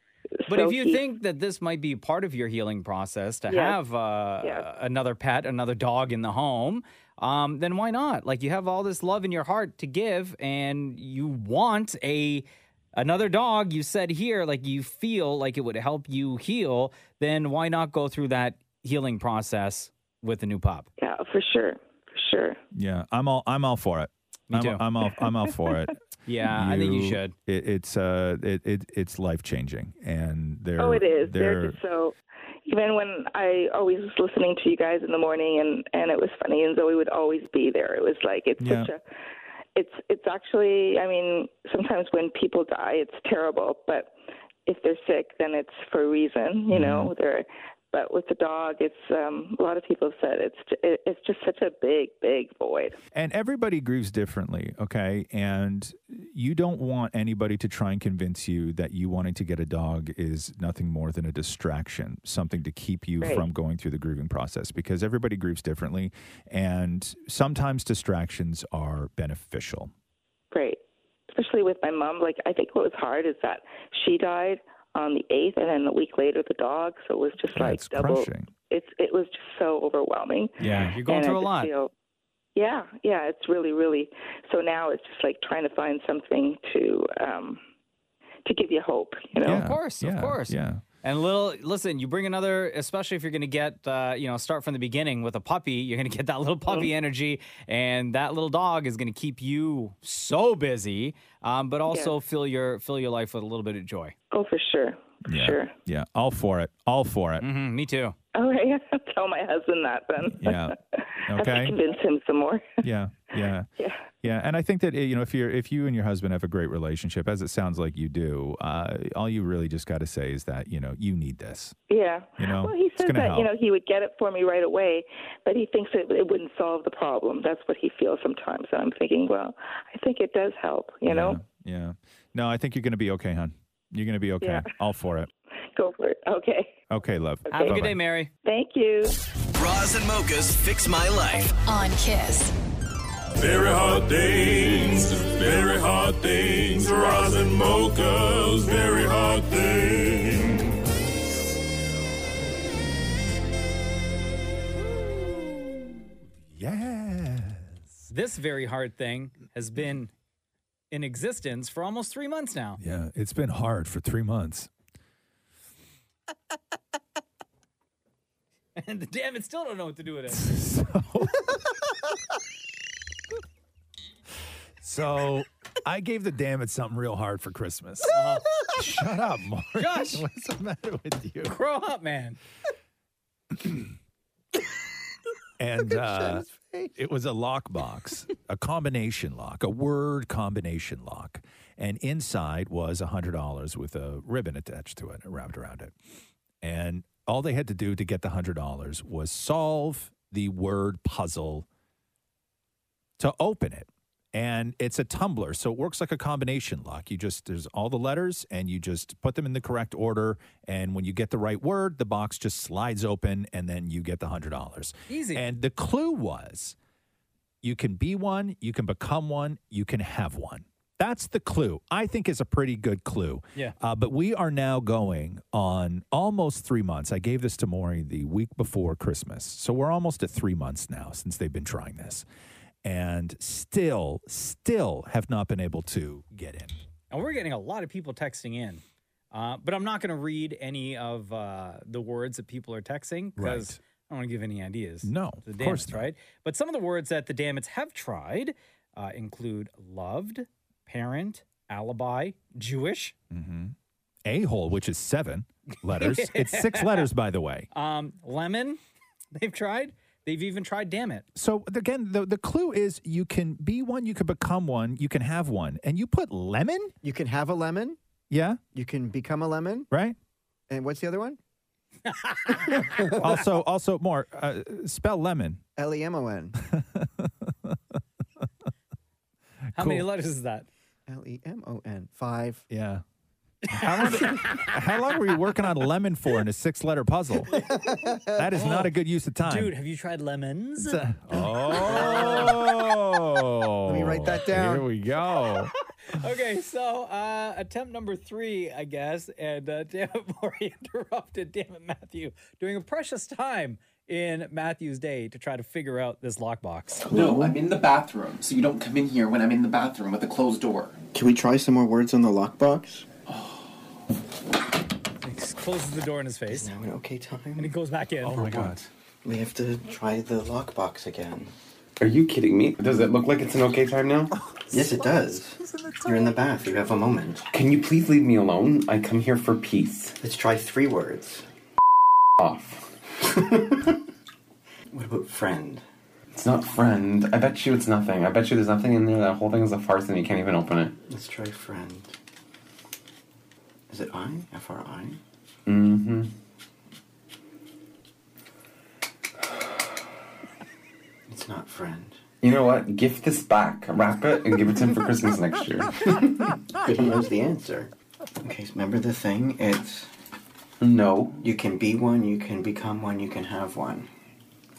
[SPEAKER 3] But
[SPEAKER 7] so
[SPEAKER 3] if you
[SPEAKER 7] he-
[SPEAKER 3] think that this might be part of your healing process to
[SPEAKER 7] Yes.
[SPEAKER 3] have uh, another pet, another dog in the home, um, then why not? Like you have all this love in your heart to give, and you want a another dog. You said here, like you feel like it would help you heal. Then why not go through that healing process with a new pop?
[SPEAKER 7] Yeah, for sure, for sure.
[SPEAKER 9] yeah i'm all i'm all for it
[SPEAKER 3] Me
[SPEAKER 9] I'm,
[SPEAKER 3] too.
[SPEAKER 9] I'm all i'm all for it
[SPEAKER 3] Yeah, I think you should.
[SPEAKER 9] it, it's uh it, it it's life changing and they're
[SPEAKER 7] oh, it is. They're,
[SPEAKER 9] they're
[SPEAKER 7] just so. Even when I always was listening to you guys in the morning, and and it was funny, and Zoe would always be there. It was like it's
[SPEAKER 9] Yeah.
[SPEAKER 7] such a. It's it's actually. I mean, sometimes when people die, it's terrible, but if they're sick, then it's for a reason.
[SPEAKER 9] Mm-hmm.
[SPEAKER 7] You know, they're. But with the dog, it's um, a lot of people have said it's it, it's just such a big big void.
[SPEAKER 9] And everybody grieves differently, okay? And you don't want anybody to try and convince you that you wanting to get a dog is nothing more than a distraction, something to keep you
[SPEAKER 18] Right.
[SPEAKER 9] from going through the grieving process because everybody grieves differently. And sometimes distractions are beneficial.
[SPEAKER 7] Great. Especially with my mom, like I think what was hard is that she died on the eighth, and then a week later the dog. So it was just like
[SPEAKER 9] That's
[SPEAKER 7] double.
[SPEAKER 9] crushing.
[SPEAKER 7] It's it was just so overwhelming.
[SPEAKER 9] Yeah, you're going
[SPEAKER 7] And I
[SPEAKER 9] through a
[SPEAKER 7] just
[SPEAKER 9] lot.
[SPEAKER 7] feel- yeah, yeah, it's really, really. So now it's just like trying to find something to um to give you hope. You know,
[SPEAKER 3] of course, of course.
[SPEAKER 9] Yeah.
[SPEAKER 3] And little, listen, you bring another, especially if you're going to get, uh, you know, start from the beginning with a puppy, you're going to get that little puppy energy. And that little dog is going to keep you so busy, um, but also fill your fill your life with a little bit of joy.
[SPEAKER 7] Oh, for sure.
[SPEAKER 9] Yeah.
[SPEAKER 7] Sure.
[SPEAKER 9] Yeah. All for it. All for it.
[SPEAKER 3] Mm-hmm, me too.
[SPEAKER 7] All right, I'll tell my husband that then.
[SPEAKER 9] Yeah.
[SPEAKER 7] Have to
[SPEAKER 9] Okay.
[SPEAKER 7] convince him some more.
[SPEAKER 9] Yeah. Yeah.
[SPEAKER 7] Yeah.
[SPEAKER 9] Yeah, and I think that eh, you know if you're if you and your husband have a great relationship, as it sounds like you do, uh, all you really just got to say is that you know you need this.
[SPEAKER 7] Yeah.
[SPEAKER 9] You know,
[SPEAKER 7] well, he
[SPEAKER 9] it's
[SPEAKER 7] says
[SPEAKER 9] gonna
[SPEAKER 7] that you
[SPEAKER 9] help.
[SPEAKER 7] know he would get it for me right away, but he thinks it, it wouldn't solve the problem. That's what he feels sometimes. And I'm thinking, well, I think it does help. You know,
[SPEAKER 9] Yeah. No, I think you're going to be okay, hon. You're going to be okay.
[SPEAKER 7] Yeah.
[SPEAKER 9] All for it.
[SPEAKER 7] go for it. Okay.
[SPEAKER 9] Okay, love.
[SPEAKER 7] Have a good
[SPEAKER 9] Bye-bye.
[SPEAKER 3] day, Mary.
[SPEAKER 7] Thank you.
[SPEAKER 1] Bras and mochas fix my life.
[SPEAKER 19] On Kiss.
[SPEAKER 20] Very hard things, very hard things, Roz and mochas, very hard things.
[SPEAKER 3] This very hard thing has been in existence for almost three months now.
[SPEAKER 9] Yeah, it's been hard for three months.
[SPEAKER 3] And damn it, still don't know what to do with it.
[SPEAKER 9] So I gave the damn it something real hard for Christmas. Shut up, Mark.
[SPEAKER 3] Josh.
[SPEAKER 9] What's the matter with you?
[SPEAKER 3] Grow up, man.
[SPEAKER 9] And
[SPEAKER 18] Look at
[SPEAKER 9] uh,
[SPEAKER 18] Shannon's
[SPEAKER 9] it was a lockbox, a combination lock, a word combination lock. And inside was $100 with a ribbon attached to it, wrapped around it. And all they had to do to get the $100 was solve the word puzzle to open it. and it's a tumbler. So it works like a combination lock. You just, there's all the letters and you just put them in the correct order. And when you get the right word, the box just slides open and then you get the $100.
[SPEAKER 3] Easy.
[SPEAKER 9] And the clue was you can be one, you can become one, you can have one. That's the clue. I think is a pretty good clue.
[SPEAKER 3] Yeah.
[SPEAKER 9] Uh, but we are now going on almost three months. I gave this to Maury the week before Christmas. So we're almost at three months now since they've been trying this and still, still have not been able to get in.
[SPEAKER 3] And we're getting a lot of people texting in. Uh, but I'm not going to read any of uh, the words that people are texting because I don't want to give any ideas.
[SPEAKER 9] No,
[SPEAKER 3] to the
[SPEAKER 9] of
[SPEAKER 3] Dammits,
[SPEAKER 9] course
[SPEAKER 3] right? But some of the words that the Dammits have tried uh, include loved, parent, alibi, Jewish.
[SPEAKER 9] A hole, mm-hmm, which is seven letters. it's six letters, by the way.
[SPEAKER 3] Um, lemon, they've tried. They've even tried damn it.
[SPEAKER 9] So again, the, the clue is you can be one, you can become one, you can have one. And you put lemon?
[SPEAKER 6] You can have a lemon.
[SPEAKER 9] Yeah.
[SPEAKER 6] You can become a lemon.
[SPEAKER 9] Right.
[SPEAKER 6] And what's the other one?
[SPEAKER 9] also, also more, uh, spell lemon.
[SPEAKER 6] L E M O N.
[SPEAKER 3] How many letters is that?
[SPEAKER 6] L E M O N. Five.
[SPEAKER 9] Yeah. How long, how long were you working on lemon for in a six letter puzzle? That is not a good use of time.
[SPEAKER 3] Dude, have you tried lemons?
[SPEAKER 9] It's a- oh.
[SPEAKER 3] Let me write that down.
[SPEAKER 9] Here we go.
[SPEAKER 3] okay, so uh, attempt number three, I guess, and uh, damn it, Maury interrupted. Damn it, Matthew, doing a precious time in Matthew's day to try to figure out this lockbox.
[SPEAKER 18] No, I'm in the bathroom, so you don't come in here when I'm in the bathroom with a closed door.
[SPEAKER 6] Can we try some more words on the lockbox?
[SPEAKER 3] closes the door in his face. Now
[SPEAKER 18] an okay time,
[SPEAKER 3] and he goes back in. Oh my god.
[SPEAKER 18] We have to try the lockbox again.
[SPEAKER 19] Are you kidding me? Does it look like it's an okay time now?
[SPEAKER 18] Yes, it does. You're in the bath. You have a moment.
[SPEAKER 19] Can you please leave me alone? I come here for peace.
[SPEAKER 18] Let's try three words.
[SPEAKER 19] Off.
[SPEAKER 18] What about friend?
[SPEAKER 19] It's not friend. I bet you it's nothing. I bet you there's nothing in there. That whole thing is a farce and you can't even open it.
[SPEAKER 18] Let's try friend. Is it I? F R I?
[SPEAKER 19] Mm-hmm.
[SPEAKER 18] It's not friend.
[SPEAKER 19] You know what? Gift this back. Wrap it and give it to him for Christmas next year.
[SPEAKER 18] But he knows the answer. Okay, so remember the thing? It's.
[SPEAKER 19] No.
[SPEAKER 18] You can be one, you can become one, you can have one.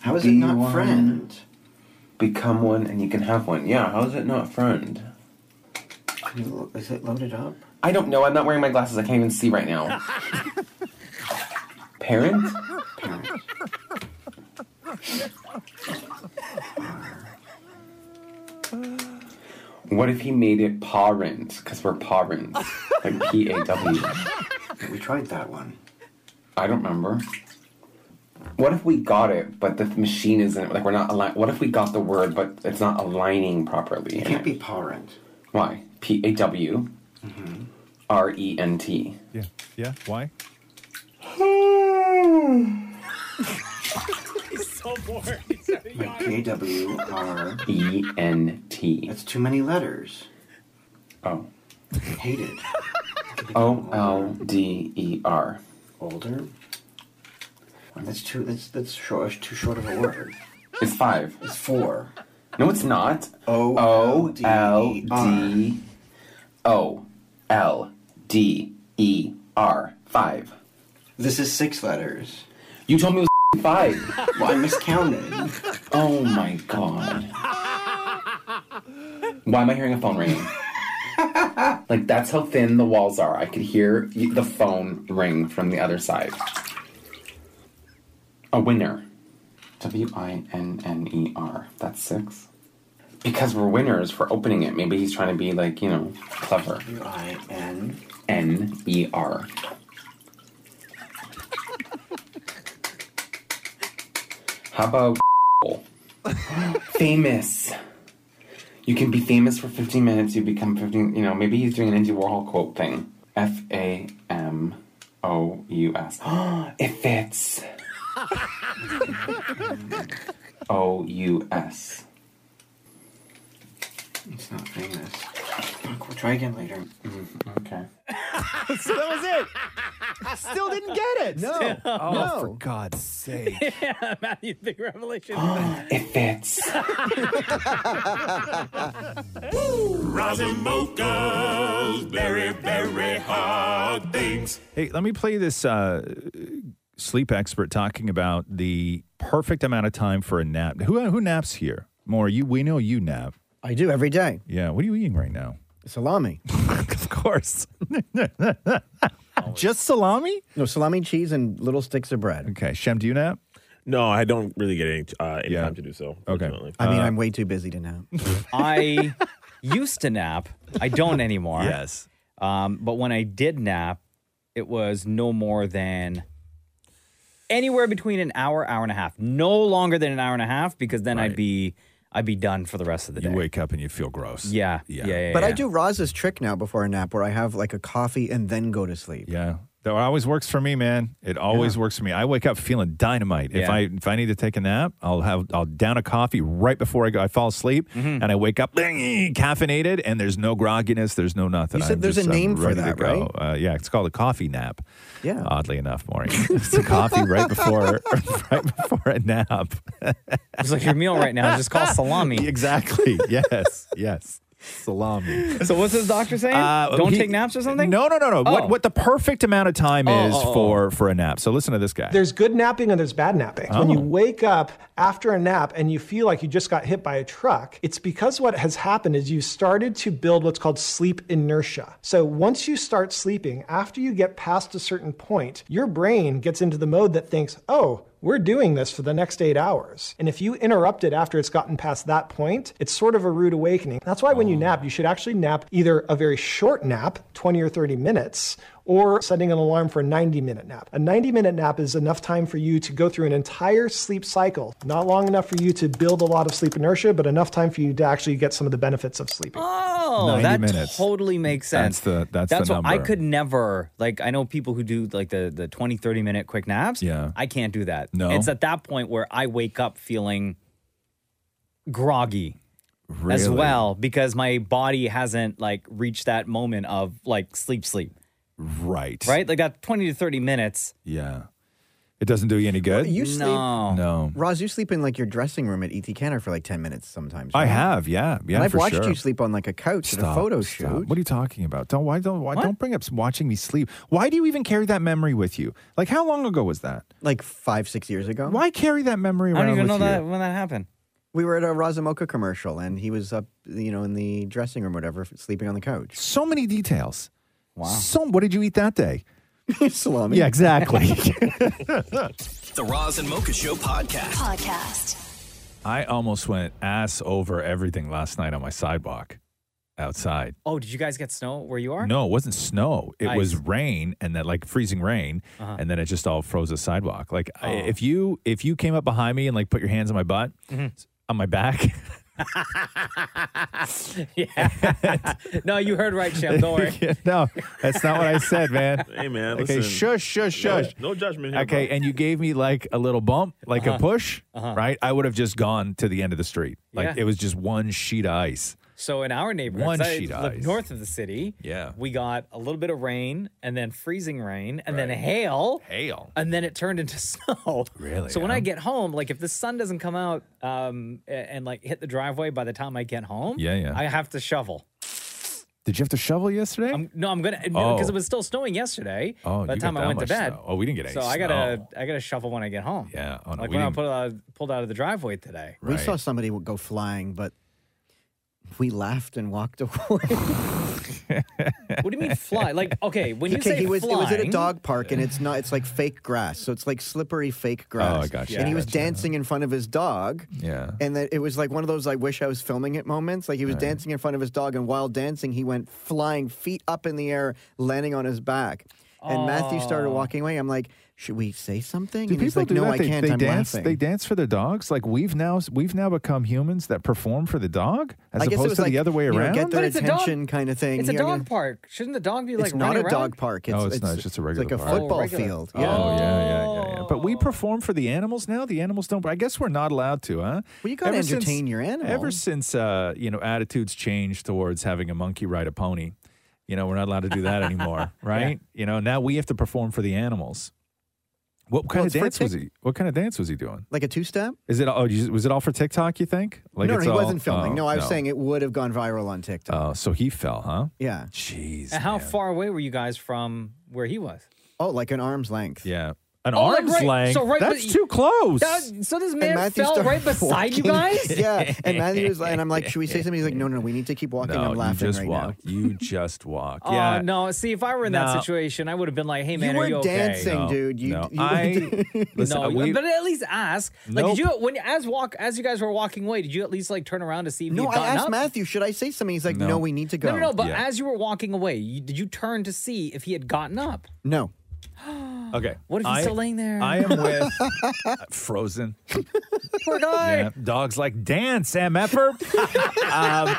[SPEAKER 18] How is it
[SPEAKER 19] Be
[SPEAKER 18] not
[SPEAKER 19] one,
[SPEAKER 18] friend?
[SPEAKER 19] Become one and you can have one. Yeah, how is it not friend?
[SPEAKER 18] Can you lo- Is it loaded up?
[SPEAKER 19] I don't know. I'm not wearing my glasses. I can't even see right now. Parent?
[SPEAKER 18] Parent.
[SPEAKER 19] What if he made it parent? Because we're parent. Like P A W.
[SPEAKER 18] We tried that one.
[SPEAKER 19] I don't remember. What if we got it, but the machine isn't like we're not aligned? What if we got the word, but it's not aligning properly? It can't
[SPEAKER 18] be parent. Mm-hmm.
[SPEAKER 19] Why? P A W R E N T.
[SPEAKER 9] Yeah. Yeah. Why?
[SPEAKER 3] He's so bored.
[SPEAKER 18] K W R
[SPEAKER 19] E N T.
[SPEAKER 18] That's too many letters.
[SPEAKER 19] Oh.
[SPEAKER 18] Hated.
[SPEAKER 19] O L D E R.
[SPEAKER 18] Older. That's too. That's that's short. Too short of a word.
[SPEAKER 19] It's five.
[SPEAKER 18] It's four.
[SPEAKER 19] No, it's not.
[SPEAKER 18] O E
[SPEAKER 19] O L
[SPEAKER 18] L
[SPEAKER 19] D O L D E R. Five.
[SPEAKER 18] This is six letters.
[SPEAKER 19] You told me it was five.
[SPEAKER 18] Well, I miscounted.
[SPEAKER 19] Oh my god. Why am I hearing a phone ringing? like, that's how thin the walls are. I could hear y- the phone ring from the other side. A winner. W I N N E R. That's six. Because we're winners for opening it. Maybe he's trying to be, like, you know, clever.
[SPEAKER 18] U I N
[SPEAKER 19] N E R. How about famous? You can be famous for 15 minutes, you become 15, you know, maybe he's doing an Andy Warhol quote thing. F A M O U S. It fits. O U S.
[SPEAKER 18] It's not famous.
[SPEAKER 19] Fuck, we'll try again later. Mm, okay.
[SPEAKER 6] so that was it. Still didn't get it. No.
[SPEAKER 9] Still. Oh,
[SPEAKER 6] no.
[SPEAKER 9] for God's sake.
[SPEAKER 3] yeah, Matthew, big revelation.
[SPEAKER 19] It fits.
[SPEAKER 20] Rosin mochas, very, very hard things.
[SPEAKER 9] Hey, let me play this uh, sleep expert talking about the perfect amount of time for a nap. Who who naps here? More you? We know you nap.
[SPEAKER 6] I do every day.
[SPEAKER 9] Yeah. What are you eating right now?
[SPEAKER 6] Salami.
[SPEAKER 9] of course. Just salami?
[SPEAKER 6] No, salami, cheese, and little sticks of bread.
[SPEAKER 9] Okay. Shem, do you nap?
[SPEAKER 5] No, I don't really get any, uh, any
[SPEAKER 9] Yeah.
[SPEAKER 5] time to do so.
[SPEAKER 9] Okay.
[SPEAKER 5] unfortunately.
[SPEAKER 6] I
[SPEAKER 9] Uh,
[SPEAKER 6] mean, I'm way too busy to nap.
[SPEAKER 3] I used to nap. I don't anymore.
[SPEAKER 9] Yes.
[SPEAKER 3] Um, but when I did nap, it was no more than anywhere between an hour, hour and a half. No longer than an hour and a half because then I'd be I'd be done for the rest of the day. You
[SPEAKER 9] wake up and you feel gross.
[SPEAKER 3] Yeah. Yeah. yeah,
[SPEAKER 6] but I
[SPEAKER 3] yeah.
[SPEAKER 6] do Roz's trick now before a nap where I have like a coffee and then go to sleep.
[SPEAKER 9] Yeah. That always works for me, man. It always works for me. I wake up feeling dynamite. If
[SPEAKER 6] Yeah.
[SPEAKER 9] I if I need to take a nap, I'll have I'll down a coffee right before I go. I fall asleep
[SPEAKER 6] Mm-hmm.
[SPEAKER 9] and I wake up bing, caffeinated, and there's no grogginess, there's no nothing.
[SPEAKER 6] You said
[SPEAKER 9] I'm
[SPEAKER 6] there's
[SPEAKER 9] just-
[SPEAKER 6] a
[SPEAKER 9] I'm
[SPEAKER 6] name for
[SPEAKER 9] ready to
[SPEAKER 6] that,
[SPEAKER 9] go. Uh, yeah, it's called a coffee nap.
[SPEAKER 6] Yeah.
[SPEAKER 9] Oddly enough, Maureen, it's a coffee right before right before a nap.
[SPEAKER 3] It's like your meal right now is just called salami.
[SPEAKER 9] Exactly. Yes. yes. Salami.
[SPEAKER 3] So what's this doctor saying?
[SPEAKER 9] Uh,
[SPEAKER 3] Don't
[SPEAKER 9] he-
[SPEAKER 3] take naps or something?
[SPEAKER 9] No, no, no, no.
[SPEAKER 3] Oh.
[SPEAKER 9] What what the perfect amount of time
[SPEAKER 3] Oh,
[SPEAKER 9] is
[SPEAKER 3] oh, oh.
[SPEAKER 9] for for a nap? So listen to this guy.
[SPEAKER 21] There's good napping and there's bad napping. When you
[SPEAKER 5] Oh.
[SPEAKER 21] wake up after a nap and you feel like you just got hit by a truck, it's because what has happened is you started to build what's called sleep inertia. So once you start sleeping, after you get past a certain point, your brain gets into the mode that thinks, oh, we're doing this for the next eight hours. And if you interrupt it after it's gotten past that point, it's sort of a rude awakening. That's why when
[SPEAKER 5] Oh.
[SPEAKER 21] you nap, you should actually nap either a very short nap, 20 or 30 minutes, or setting an alarm for a 90 minute nap. A 90 minute nap is enough time for you to go through an entire sleep cycle. Not long enough for you to build a lot of sleep inertia, but enough time for you to actually get some of the benefits of sleeping.
[SPEAKER 3] Oh,
[SPEAKER 21] 90
[SPEAKER 3] that
[SPEAKER 21] minutes.
[SPEAKER 3] totally makes
[SPEAKER 21] That's the-
[SPEAKER 3] sense.
[SPEAKER 21] that's the
[SPEAKER 3] what I
[SPEAKER 21] number.
[SPEAKER 3] could never like I know people who do like the the 20 30 minute quick naps. Yeah. I can't do that.
[SPEAKER 9] No.
[SPEAKER 3] It's at that point where I wake up feeling groggy as
[SPEAKER 9] Really?
[SPEAKER 3] well because my body hasn't like reached that moment of like sleep sleep.
[SPEAKER 9] Right.
[SPEAKER 3] Right? Like that 20 to 30 minutes.
[SPEAKER 9] Yeah. It doesn't do you any good.
[SPEAKER 6] You sleep.
[SPEAKER 9] No.
[SPEAKER 6] Roz, you sleep in like your dressing room at ET Canner for like 10 minutes sometimes.
[SPEAKER 9] I
[SPEAKER 6] right?
[SPEAKER 9] have, yeah, yeah.
[SPEAKER 6] and I've
[SPEAKER 9] for
[SPEAKER 6] watched
[SPEAKER 9] sure.
[SPEAKER 6] you sleep on like a couch at a
[SPEAKER 9] Stop,
[SPEAKER 6] photo
[SPEAKER 9] stop.
[SPEAKER 6] shoot.
[SPEAKER 9] What are you talking about? Don't why don't why don't bring up s- watching me sleep. Why do you even carry that memory with you? Like how long ago was that?
[SPEAKER 6] Like five six years ago.
[SPEAKER 9] Why carry that memory around with you?
[SPEAKER 3] when that happened.
[SPEAKER 6] We were at a Razamoka commercial and he was up, you know, in the dressing room or whatever, sleeping on the couch.
[SPEAKER 9] So many details. Wow. So what did you eat that day?
[SPEAKER 6] Salami.
[SPEAKER 9] Yeah, exactly.
[SPEAKER 1] The Roz and Mocha Show podcast. Podcast.
[SPEAKER 9] I almost went ass over everything last night on my sidewalk outside.
[SPEAKER 3] Oh, did you guys get snow where you are?
[SPEAKER 9] No, it wasn't snow. It was
[SPEAKER 3] Ice.
[SPEAKER 9] rain, and then like freezing rain,
[SPEAKER 3] Uh-huh.
[SPEAKER 9] and then it just all froze the sidewalk. Like I, if you if you came up behind me and like put your hands on my butt,
[SPEAKER 3] Mm-hmm.
[SPEAKER 9] on my back.
[SPEAKER 3] yeah. no, you heard right, Shem. Don't worry.
[SPEAKER 9] Yeah, no, that's not what I said, man.
[SPEAKER 5] Hey, man,
[SPEAKER 9] Okay,
[SPEAKER 5] listen.
[SPEAKER 9] shush, shush,
[SPEAKER 5] No-
[SPEAKER 9] shush.
[SPEAKER 5] No, judgment here.
[SPEAKER 9] okay,
[SPEAKER 5] bro.
[SPEAKER 9] and you gave me like a little bump, like
[SPEAKER 3] Uh-huh.
[SPEAKER 9] a push,
[SPEAKER 3] Uh-huh.
[SPEAKER 9] right? I would have just gone to the end of the street. Like
[SPEAKER 3] Yeah.
[SPEAKER 9] it was just one sheet of ice.
[SPEAKER 3] So in our neighborhood,
[SPEAKER 9] One
[SPEAKER 3] so I
[SPEAKER 9] sheet of
[SPEAKER 3] live
[SPEAKER 9] ice.
[SPEAKER 3] north of the city,
[SPEAKER 9] Yeah.
[SPEAKER 3] we got a little bit of rain and then freezing rain and then hail.
[SPEAKER 9] Hail.
[SPEAKER 3] And then it turned into snow.
[SPEAKER 9] Really, Um,
[SPEAKER 3] So when
[SPEAKER 9] huh?
[SPEAKER 3] I get home, like if the sun doesn't come out um, a- and like hit the driveway by the time I get home,
[SPEAKER 9] Yeah, yeah.
[SPEAKER 3] I have to shovel.
[SPEAKER 9] Did you have to shovel yesterday?
[SPEAKER 3] No, I'm gonna no because it
[SPEAKER 9] Oh.
[SPEAKER 3] was still snowing yesterday.
[SPEAKER 9] Oh,
[SPEAKER 3] by
[SPEAKER 9] you
[SPEAKER 3] the time
[SPEAKER 9] got
[SPEAKER 3] I
[SPEAKER 9] that
[SPEAKER 3] went to
[SPEAKER 9] much
[SPEAKER 3] bed.
[SPEAKER 9] snow. Oh, we didn't get any
[SPEAKER 3] So I gotta I gotta shovel when I get home.
[SPEAKER 9] Yeah. Oh, no,
[SPEAKER 3] like
[SPEAKER 9] we
[SPEAKER 3] when I
[SPEAKER 9] didn't-
[SPEAKER 3] pulled out, pulled out of the driveway today.
[SPEAKER 6] We saw somebody w- go flying, but we laughed and walked away.
[SPEAKER 3] what do you mean fly? Like okay, when you
[SPEAKER 6] Okay,
[SPEAKER 3] say
[SPEAKER 6] he was, it was at a
[SPEAKER 3] flying-
[SPEAKER 6] dog park, and it's not. It's like fake grass, so it's like slippery fake grass.
[SPEAKER 9] Oh, I gotcha,
[SPEAKER 6] And he was
[SPEAKER 9] gotcha.
[SPEAKER 6] dancing in front of his dog,
[SPEAKER 9] Yeah.
[SPEAKER 6] and that it was like one of those "I wish I was filming it" moments. Like he was dancing in front of his dog, and while dancing, he went flying, feet up in the air, landing on his back. And Matthew started
[SPEAKER 3] Oh.
[SPEAKER 6] walking away. I'm like, should we say something?
[SPEAKER 9] Do
[SPEAKER 6] and he's
[SPEAKER 9] people
[SPEAKER 6] like,
[SPEAKER 9] do
[SPEAKER 6] no,
[SPEAKER 9] that?
[SPEAKER 6] I
[SPEAKER 9] they,
[SPEAKER 6] can't.
[SPEAKER 9] they
[SPEAKER 6] I'm
[SPEAKER 9] dance.
[SPEAKER 6] laughing.
[SPEAKER 9] They dance for their dogs. Like we've now we've now become humans that perform for the dog, as
[SPEAKER 6] I guess it
[SPEAKER 9] opposed
[SPEAKER 6] was
[SPEAKER 9] to
[SPEAKER 6] like,
[SPEAKER 9] the other way
[SPEAKER 6] you know,
[SPEAKER 9] around.
[SPEAKER 6] get their But it's a dog- attention kind of thing.
[SPEAKER 3] It's a
[SPEAKER 6] Here,
[SPEAKER 3] dog
[SPEAKER 6] yeah.
[SPEAKER 3] park. Shouldn't the dog be like
[SPEAKER 6] it's not
[SPEAKER 3] running
[SPEAKER 6] a dog
[SPEAKER 3] around?
[SPEAKER 6] park. It's,
[SPEAKER 9] No, it's not. It's just a regular
[SPEAKER 6] It's like a
[SPEAKER 9] park.
[SPEAKER 6] football
[SPEAKER 3] Oh, regular. Oh.
[SPEAKER 6] field.
[SPEAKER 9] Oh,
[SPEAKER 6] Yeah.
[SPEAKER 9] yeah, yeah, yeah, yeah. But we perform for the animals now. The animals don't. I guess we're not allowed to, huh?
[SPEAKER 6] Well, you gotta
[SPEAKER 9] Ever since-
[SPEAKER 6] entertain your animal.
[SPEAKER 9] Ever since uh, you know attitudes changed towards having a monkey ride a pony, you know we're not allowed to do that anymore, right? You know now we have to perform for the animals. What kind
[SPEAKER 6] Well,
[SPEAKER 9] of
[SPEAKER 6] it's for
[SPEAKER 9] dance was
[SPEAKER 6] tic-
[SPEAKER 9] he? What kind of dance was he doing?
[SPEAKER 6] Like a two step?
[SPEAKER 9] Is it? Oh, you- was it all for TikTok? You think?
[SPEAKER 6] no, no,
[SPEAKER 9] it's
[SPEAKER 6] he
[SPEAKER 9] all-
[SPEAKER 6] wasn't filming.
[SPEAKER 9] oh,
[SPEAKER 6] no, I was saying it would have gone viral on TikTok.
[SPEAKER 9] Oh, so he fell, huh?
[SPEAKER 6] Yeah.
[SPEAKER 9] Jeez.
[SPEAKER 3] And how far away were you guys from where he was?
[SPEAKER 6] Oh, like an arm's length.
[SPEAKER 9] Yeah. An
[SPEAKER 3] Oh, like right- so right
[SPEAKER 6] That's
[SPEAKER 3] be-
[SPEAKER 6] too close.
[SPEAKER 3] That- so this man
[SPEAKER 6] Matthew
[SPEAKER 3] fell
[SPEAKER 6] started
[SPEAKER 3] right beside you
[SPEAKER 6] walking.
[SPEAKER 3] guys.
[SPEAKER 6] yeah. And Matthew was like, and I'm like, should we say something? He's like, no, no, no, we need to keep walking.
[SPEAKER 9] No,
[SPEAKER 6] I'm laughing
[SPEAKER 9] you just
[SPEAKER 6] right
[SPEAKER 9] walk. You just walk.
[SPEAKER 3] Oh
[SPEAKER 9] yeah.
[SPEAKER 3] no! See, if I were in
[SPEAKER 9] No.
[SPEAKER 3] that situation, I would have been like, "Hey man,
[SPEAKER 9] You
[SPEAKER 3] are you
[SPEAKER 9] were
[SPEAKER 3] okay?"
[SPEAKER 9] dancing, No, dude. You- Oh, no. you were I- da- listen, uh,
[SPEAKER 3] no,
[SPEAKER 9] we-
[SPEAKER 3] but at least ask. Like,
[SPEAKER 9] Nope.
[SPEAKER 3] did you when as walk as you guys were walking away? Did you at least like turn around to see if
[SPEAKER 6] now. No,
[SPEAKER 3] you
[SPEAKER 6] I asked
[SPEAKER 3] up?
[SPEAKER 6] Matthew, should I say something? He's like, no, we need to go.
[SPEAKER 3] No, no, no. But as you were walking away, you, did you turn to see if he had gotten up?
[SPEAKER 6] No.
[SPEAKER 9] Okay.
[SPEAKER 3] What if he's
[SPEAKER 9] I-
[SPEAKER 3] still laying there?
[SPEAKER 9] I am with Frozen.
[SPEAKER 3] Poor guy.
[SPEAKER 9] Yeah, dogs like dance, M. Effer. um,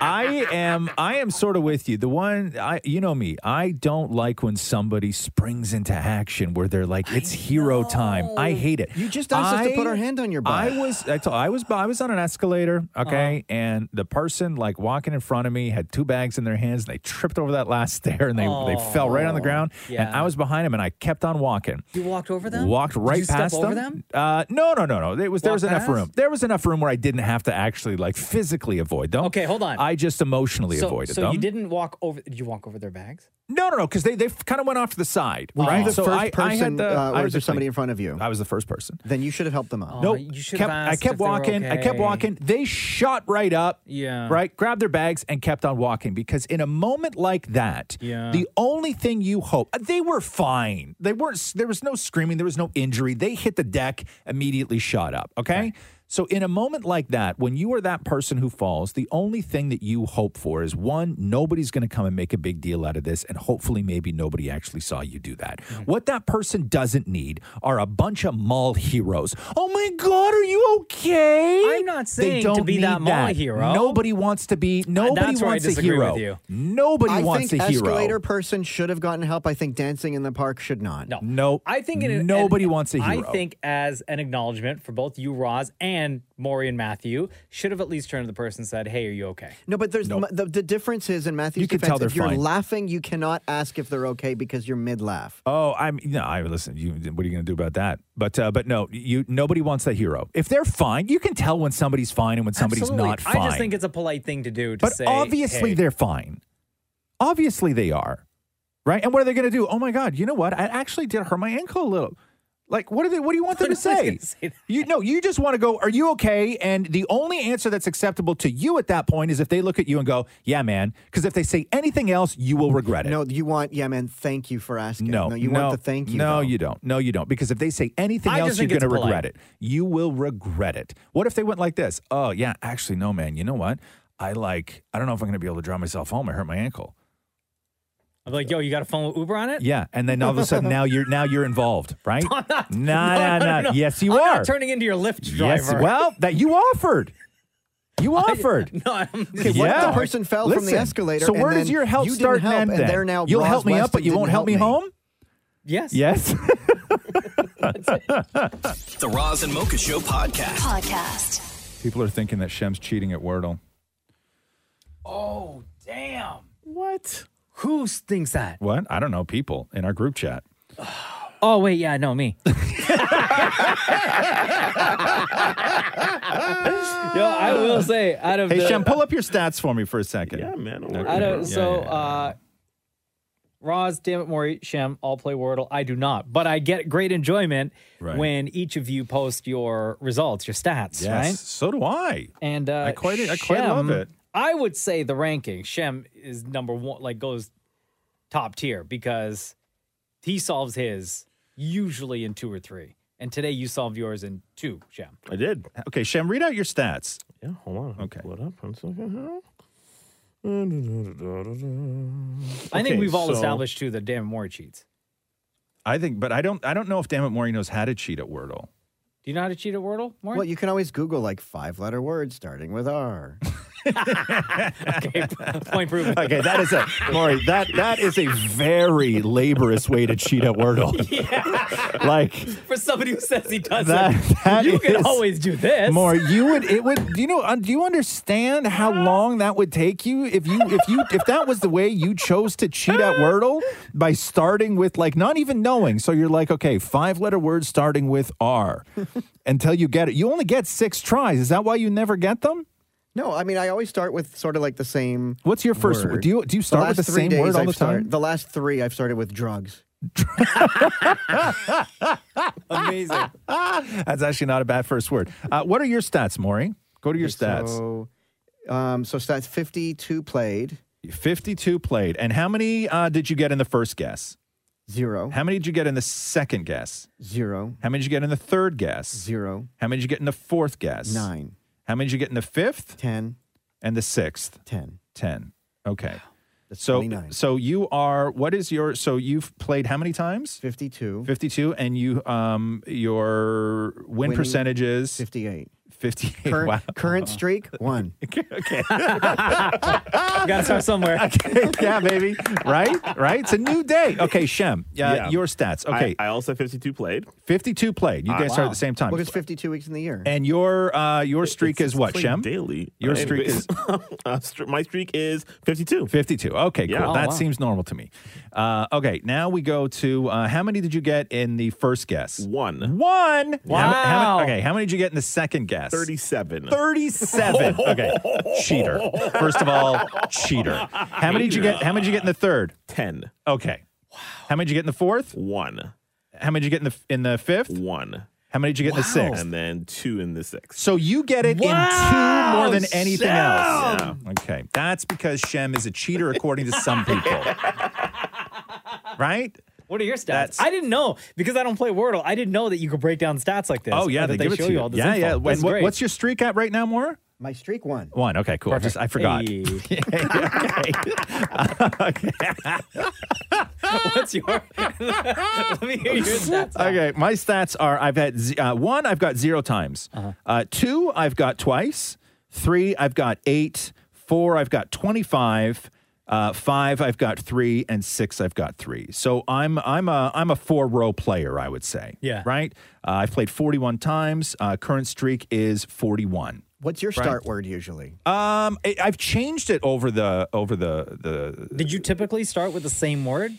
[SPEAKER 9] I am. I am sort of with you. The one, I, you know me. I don't like when somebody springs into action where they're like, "It's hero time." I hate it.
[SPEAKER 6] You just asked us to put our hand on your Uh-huh. butt.
[SPEAKER 9] I was. I, told, I was. I was on an escalator. Okay, and the person like walking in front of me had two bags in their hands. And they tripped over that last stair and they they fell right on the ground. And
[SPEAKER 3] Yeah.
[SPEAKER 9] I was behind him, and I kept on walking.
[SPEAKER 3] You walked over them.
[SPEAKER 9] Walked right
[SPEAKER 3] did you
[SPEAKER 9] past
[SPEAKER 3] step over them.
[SPEAKER 9] Uh, no, no, no, no. There was there
[SPEAKER 3] Walk
[SPEAKER 9] was enough
[SPEAKER 3] past?
[SPEAKER 9] room. There was enough room where I didn't have to actually like physically avoid them. Okay,
[SPEAKER 3] hold on.
[SPEAKER 9] I just emotionally
[SPEAKER 3] so,
[SPEAKER 9] avoided
[SPEAKER 3] so
[SPEAKER 9] them.
[SPEAKER 3] you didn't walk over. Did you walk over their bags?
[SPEAKER 9] No, no, no, because they they kind of went off to the side.
[SPEAKER 6] Were you
[SPEAKER 9] right?
[SPEAKER 6] the
[SPEAKER 9] so
[SPEAKER 6] first
[SPEAKER 9] I, I
[SPEAKER 6] person,
[SPEAKER 9] had the,
[SPEAKER 6] uh, or
[SPEAKER 9] I
[SPEAKER 6] was
[SPEAKER 9] was
[SPEAKER 6] there
[SPEAKER 9] just
[SPEAKER 6] somebody
[SPEAKER 9] like-
[SPEAKER 6] in front of you?
[SPEAKER 9] I was the first person.
[SPEAKER 6] Then you should have helped them up.
[SPEAKER 9] No,
[SPEAKER 3] you should have
[SPEAKER 9] kept, I
[SPEAKER 3] asked
[SPEAKER 9] kept
[SPEAKER 3] if they were
[SPEAKER 9] walking. I kept
[SPEAKER 3] okay.
[SPEAKER 9] walking. They shot right up.
[SPEAKER 3] Yeah.
[SPEAKER 9] Right? Grabbed their bags and kept on walking because in a moment like that,
[SPEAKER 3] Yeah.
[SPEAKER 9] the only thing you hope, uh, they were fine. They weren't, there was no screaming, there was no injury. They hit the deck, immediately shot up. Okay. So in a moment like that, when you are that person who falls, the only thing that you hope for is one, nobody's going to come and make a big deal out of this, and hopefully, maybe nobody actually saw you do that. What that person doesn't need are a bunch of mall heroes. Oh my God, are you okay?
[SPEAKER 3] I'm not
[SPEAKER 9] They
[SPEAKER 3] saying to
[SPEAKER 9] don't
[SPEAKER 3] be that
[SPEAKER 9] need
[SPEAKER 3] mall hero.
[SPEAKER 9] Nobody wants to be. Nobody
[SPEAKER 3] that's where I
[SPEAKER 9] wants a
[SPEAKER 3] disagree
[SPEAKER 9] hero.
[SPEAKER 3] with you.
[SPEAKER 9] Nobody
[SPEAKER 6] I
[SPEAKER 9] wants
[SPEAKER 6] think
[SPEAKER 9] a hero.
[SPEAKER 6] escalator person should have gotten help. I think dancing in the park should not. No.
[SPEAKER 9] Nope.
[SPEAKER 3] I think it,
[SPEAKER 9] nobody
[SPEAKER 3] and
[SPEAKER 9] wants a hero.
[SPEAKER 3] I think as an acknowledgement for both you, Roz, and Maury and Matthew, should have at least turned to the person and said, "Hey, are you okay?"
[SPEAKER 6] No, but there's mu- the, the difference is in Matthew's
[SPEAKER 3] You can
[SPEAKER 6] defense.
[SPEAKER 3] tell they're
[SPEAKER 6] if you're
[SPEAKER 9] fine.
[SPEAKER 6] laughing, you cannot ask if they're okay because you're mid laugh.
[SPEAKER 9] Oh, I'm no. I listen. You, what are you going to do about that? But uh, but no, you nobody wants that hero. If they're fine, you can tell when somebody's fine and when somebody's
[SPEAKER 3] Absolutely.
[SPEAKER 9] not fine.
[SPEAKER 3] I just think it's a polite thing to do. To
[SPEAKER 9] but
[SPEAKER 3] say,
[SPEAKER 9] obviously
[SPEAKER 3] "Hey."
[SPEAKER 9] they're fine. Obviously they are, right? And what are they going to do? Oh my God! You know what? I actually did hurt my ankle a little. Like what do they? What do you want them to say? you no. You just want to go. Are you okay? And the only answer that's acceptable to you at that point is if they look at you and go, "Yeah, man." Because if they say anything else, you will regret it.
[SPEAKER 6] No, you want, yeah, man, thank you for asking.
[SPEAKER 9] No,
[SPEAKER 6] you want the thank you.
[SPEAKER 9] No,
[SPEAKER 6] though.
[SPEAKER 9] you don't. No, you don't. Because if they say anything
[SPEAKER 6] I just
[SPEAKER 9] else, you're
[SPEAKER 6] think
[SPEAKER 9] going
[SPEAKER 6] it's
[SPEAKER 9] to
[SPEAKER 6] polite.
[SPEAKER 9] regret it. You will regret it. What if they went like this? Oh, yeah, actually, no, man. You know what? I like. I don't know if I'm going to be able to drive myself home. I hurt my ankle.
[SPEAKER 3] I'm like, "Yo, you got a phone with Uber on it?"
[SPEAKER 9] Yeah, and then all of a sudden now you're now you're involved, right? No, no, no, Yes, you
[SPEAKER 3] I'm
[SPEAKER 9] are.
[SPEAKER 3] Not turning into your Lyft driver.
[SPEAKER 9] yes, well, that you offered. You offered.
[SPEAKER 3] no, I'm
[SPEAKER 6] Okay, what if the person fell from the
[SPEAKER 9] Listen,
[SPEAKER 6] escalator?
[SPEAKER 9] So
[SPEAKER 6] and
[SPEAKER 9] where
[SPEAKER 6] then
[SPEAKER 9] does your help
[SPEAKER 6] you
[SPEAKER 9] start
[SPEAKER 6] didn't help,
[SPEAKER 9] and end?
[SPEAKER 6] And
[SPEAKER 9] then?
[SPEAKER 6] they're now
[SPEAKER 9] You'll
[SPEAKER 6] Ross
[SPEAKER 9] help me up,
[SPEAKER 6] Weston
[SPEAKER 9] but you
[SPEAKER 6] didn't
[SPEAKER 9] won't help me home.
[SPEAKER 3] Yes.
[SPEAKER 9] Yes.
[SPEAKER 1] The Roz and Mocha Show podcast.
[SPEAKER 22] Podcast.
[SPEAKER 9] People are thinking that Shem's cheating at Wordle.
[SPEAKER 3] Oh damn!
[SPEAKER 9] What?
[SPEAKER 3] Who thinks that?
[SPEAKER 9] What? I don't know. People in our group chat.
[SPEAKER 3] Oh wait, yeah, no, me. Yo, I will say, out of
[SPEAKER 9] hey,
[SPEAKER 3] the,
[SPEAKER 9] Shem, pull up your stats for me for a second. Yeah,
[SPEAKER 5] man.
[SPEAKER 3] I don't. so, uh, Roz, damn it, Maury, Shem, all play Wordle. I do not, but I get great enjoyment
[SPEAKER 9] Right.
[SPEAKER 3] when each of you post your results, your stats.
[SPEAKER 9] Yes,
[SPEAKER 3] right?
[SPEAKER 9] so do I.
[SPEAKER 3] And uh,
[SPEAKER 9] I quite- I quite love
[SPEAKER 3] Shem,
[SPEAKER 9] it.
[SPEAKER 3] I would say the ranking Shem is number one, like goes top tier because he solves his usually in two or three, and today you solved yours in two, Shem.
[SPEAKER 9] I did. Okay, Shem, read out your stats.
[SPEAKER 5] Yeah, hold on. Okay. Pull it up one second.
[SPEAKER 3] I think
[SPEAKER 5] Okay,
[SPEAKER 3] we've all
[SPEAKER 5] so-
[SPEAKER 3] established too that damn Maury cheats.
[SPEAKER 9] I think, but I don't. I don't know if Dammit Maury knows how to cheat at Wordle.
[SPEAKER 3] Do you know how to cheat at Wordle, Maury?
[SPEAKER 6] Well, you can always Google like five letter words starting with R.
[SPEAKER 3] Point proven.
[SPEAKER 9] Okay, that is a Maury. That that is a very laborious way to cheat at Wordle. like
[SPEAKER 3] For somebody who says he doesn't,
[SPEAKER 9] That- that
[SPEAKER 3] you can
[SPEAKER 9] is-
[SPEAKER 3] always do this.
[SPEAKER 9] More, you would it would do you know uh, do you understand how
[SPEAKER 3] Uh.
[SPEAKER 9] long that would take you if you if you if that was the way you chose to cheat
[SPEAKER 3] Uh.
[SPEAKER 9] at Wordle by starting with like not even knowing. So you're like, okay, five letter words starting with R until you get it. You only get six tries. Is that why you never get them?
[SPEAKER 6] No, I mean I always start with sort of like the same.
[SPEAKER 9] What's your first word? Do you- do you start with
[SPEAKER 6] last
[SPEAKER 9] the
[SPEAKER 6] three
[SPEAKER 9] same
[SPEAKER 6] days
[SPEAKER 9] word all
[SPEAKER 6] I've
[SPEAKER 9] the time?
[SPEAKER 6] start- the last three I've started with drugs.
[SPEAKER 3] Amazing.
[SPEAKER 9] That's actually not a bad first word. Uh, what are your stats, Maury? Go to your stats.
[SPEAKER 6] So, um, so stats fifty two played.
[SPEAKER 9] 52 played. And how many uh, did you get in the first guess?
[SPEAKER 6] Zero.
[SPEAKER 9] How many did you get in the second guess?
[SPEAKER 6] Zero.
[SPEAKER 9] How many did you get in the third guess?
[SPEAKER 6] Zero.
[SPEAKER 9] How many did you get in the fourth guess?
[SPEAKER 6] Nine.
[SPEAKER 9] How many did you get in the fifth?
[SPEAKER 6] Ten.
[SPEAKER 9] And the sixth?
[SPEAKER 6] Ten.
[SPEAKER 9] Ten. Okay. so,
[SPEAKER 6] 29.
[SPEAKER 9] so you are. What is your? So you've played how many times?
[SPEAKER 6] Fifty-two.
[SPEAKER 9] Fifty-two, and you, um, your win
[SPEAKER 6] Winning-
[SPEAKER 9] percentage is
[SPEAKER 6] fifty-eight.
[SPEAKER 9] Fifty-eight.
[SPEAKER 6] Current,
[SPEAKER 9] wow.
[SPEAKER 6] current streak one.
[SPEAKER 9] okay.
[SPEAKER 3] Gotta start somewhere.
[SPEAKER 9] Okay, yeah, baby. Right, right. It's a new day. Okay, Shem. Yeah,
[SPEAKER 5] Yeah.
[SPEAKER 9] your stats.
[SPEAKER 5] I-
[SPEAKER 9] Okay,
[SPEAKER 5] I, also 52 played.
[SPEAKER 9] fifty-two played. You guys started at the same time.
[SPEAKER 6] Well, it's fifty-two weeks in the year.
[SPEAKER 9] and your uh, your streak is what,
[SPEAKER 5] played
[SPEAKER 9] Shem?
[SPEAKER 5] daily.
[SPEAKER 9] Your
[SPEAKER 5] right?
[SPEAKER 9] streak is
[SPEAKER 5] Uh, str- my streak is 52.
[SPEAKER 9] 52. Okay, cool.
[SPEAKER 5] Yeah. Oh,
[SPEAKER 9] that
[SPEAKER 5] wow.
[SPEAKER 9] seems normal to me. Uh, okay, now we go to uh, how many did you get in the first guess?
[SPEAKER 5] One.
[SPEAKER 9] One. How, how
[SPEAKER 5] Wow.
[SPEAKER 9] many, okay, how many did you get in the second guess?
[SPEAKER 5] 37.
[SPEAKER 9] 37. Okay. cheater. First of all, cheater. How many did you get? How many did you get in the third?
[SPEAKER 5] 10.
[SPEAKER 9] Okay. How many did you get in the fourth?
[SPEAKER 5] One.
[SPEAKER 9] How many did you get in the in the fifth?
[SPEAKER 5] One.
[SPEAKER 9] How many did you get in the
[SPEAKER 5] Wow.
[SPEAKER 9] sixth?
[SPEAKER 5] And then two in the sixth.
[SPEAKER 9] So you get it
[SPEAKER 5] Wow,
[SPEAKER 9] in two more than anything else.
[SPEAKER 5] Shem!
[SPEAKER 9] Okay. That's because Shem is a cheater according to some people. right?
[SPEAKER 3] What are your stats? I didn't know because I don't play Wordle. I didn't know that you could break down stats like this.
[SPEAKER 9] Oh yeah,
[SPEAKER 3] or that
[SPEAKER 9] they, give
[SPEAKER 3] show
[SPEAKER 9] it to you.
[SPEAKER 3] all this
[SPEAKER 9] yeah,
[SPEAKER 3] info.
[SPEAKER 9] yeah.
[SPEAKER 3] That's
[SPEAKER 9] And what,
[SPEAKER 3] great.
[SPEAKER 9] what's your streak at right now, Maura?
[SPEAKER 6] My streak one.
[SPEAKER 9] One. Okay, cool. I Just, I forgot.
[SPEAKER 3] What's your? Let me hear your stats.
[SPEAKER 9] Okay, my stats are: I've had z- uh, one, I've got zero times.
[SPEAKER 6] Uh-huh.
[SPEAKER 9] uh two, I've got twice. Three, I've got eight. Four, I've got twenty-five. Uh, five, I've got three, and six, I've got three. So I'm I'm a I'm a four row player, I would say.
[SPEAKER 6] Yeah.
[SPEAKER 9] Right. Uh, I've played forty-one times. Uh, current streak is forty-one.
[SPEAKER 6] What's your
[SPEAKER 9] Right.
[SPEAKER 6] start word usually?
[SPEAKER 9] Um, I- I've changed it over the over the the.
[SPEAKER 3] Did you typically start with the same word?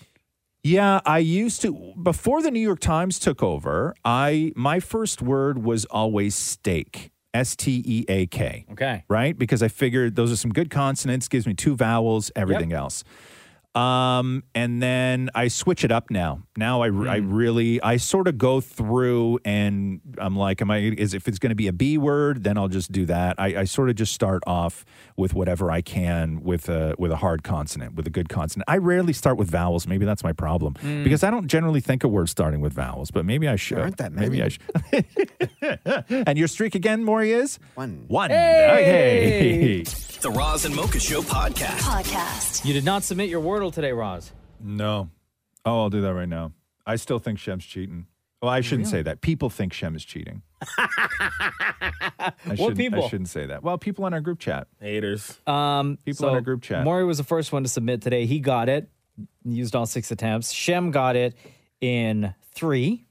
[SPEAKER 9] Yeah, I used to before the New York Times took over. I my first word was always steak, S T E A K.
[SPEAKER 3] Okay.
[SPEAKER 9] Right, because I figured those are some good consonants. Gives me two vowels. Everything else. Um, and then I switch it up now. Now I, I
[SPEAKER 20] Hmm.
[SPEAKER 9] really, I sort of go through and I'm like, am I, is if it's going to be a B word, then I'll just do that. I, I sort of just start off with whatever I can with a, with a hard consonant, with a good consonant. I rarely start with vowels. Maybe that's my problem
[SPEAKER 20] Mm.
[SPEAKER 9] because I don't generally think of words starting with vowels, but maybe I should.
[SPEAKER 20] aren't that
[SPEAKER 9] Maybe
[SPEAKER 20] many.
[SPEAKER 9] I should. and your streak again, Maury, is?
[SPEAKER 6] One.
[SPEAKER 9] One.
[SPEAKER 3] Hey!
[SPEAKER 9] Okay.
[SPEAKER 1] The Roz and Mocha Show podcast.
[SPEAKER 3] Podcast. You did not submit your Wordle today, Roz.
[SPEAKER 9] No. Oh, I'll do that right now. I still think Shem's cheating. Well, I shouldn't say that. People think Shem is cheating. I
[SPEAKER 3] What
[SPEAKER 9] shouldn't-
[SPEAKER 3] people?
[SPEAKER 9] I shouldn't say that. Well, people on our group chat.
[SPEAKER 5] Haters.
[SPEAKER 3] Um,
[SPEAKER 9] People in our group chat.
[SPEAKER 3] Maury was the first one to submit today. He got it, used all six attempts. Shem got it in three.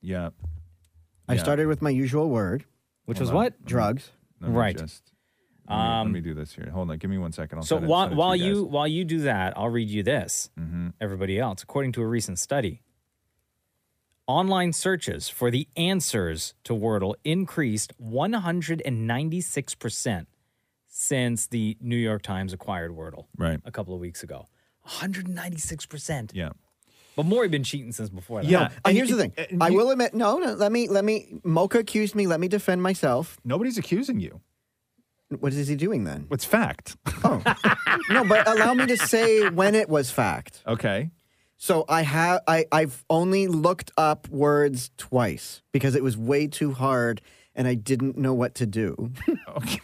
[SPEAKER 9] Yeah.
[SPEAKER 6] I
[SPEAKER 3] Yeah.
[SPEAKER 6] started with my usual word,
[SPEAKER 3] Which was what?
[SPEAKER 6] Drugs.
[SPEAKER 9] Let me
[SPEAKER 3] Right.
[SPEAKER 9] just- let, me, let me do this here. Hold on. Give me one second. I'll
[SPEAKER 3] Um, So
[SPEAKER 9] send it-
[SPEAKER 3] while,
[SPEAKER 9] send it to
[SPEAKER 3] while
[SPEAKER 9] you,
[SPEAKER 3] you
[SPEAKER 9] guys. Mm-hmm.
[SPEAKER 3] while you do that, I'll read you this. Everybody else, according to a recent study, online searches for the answers to Wordle increased 196% since the New York Times acquired Wordle
[SPEAKER 9] Right.
[SPEAKER 3] a couple of weeks ago. 196%.
[SPEAKER 9] Yeah.
[SPEAKER 3] But Maury been cheating since before that.
[SPEAKER 6] Yeah, and here's the thing. I will admit, no, no. Let me, let me. Mocha accused me. Let me defend myself.
[SPEAKER 9] Nobody's accusing you.
[SPEAKER 6] What is he doing then? Oh.
[SPEAKER 9] It's fact.
[SPEAKER 6] no, but allow me to say when it was fact.
[SPEAKER 9] Okay.
[SPEAKER 6] So I have, I, I've only looked up words twice because it was way too hard and I didn't know what to do.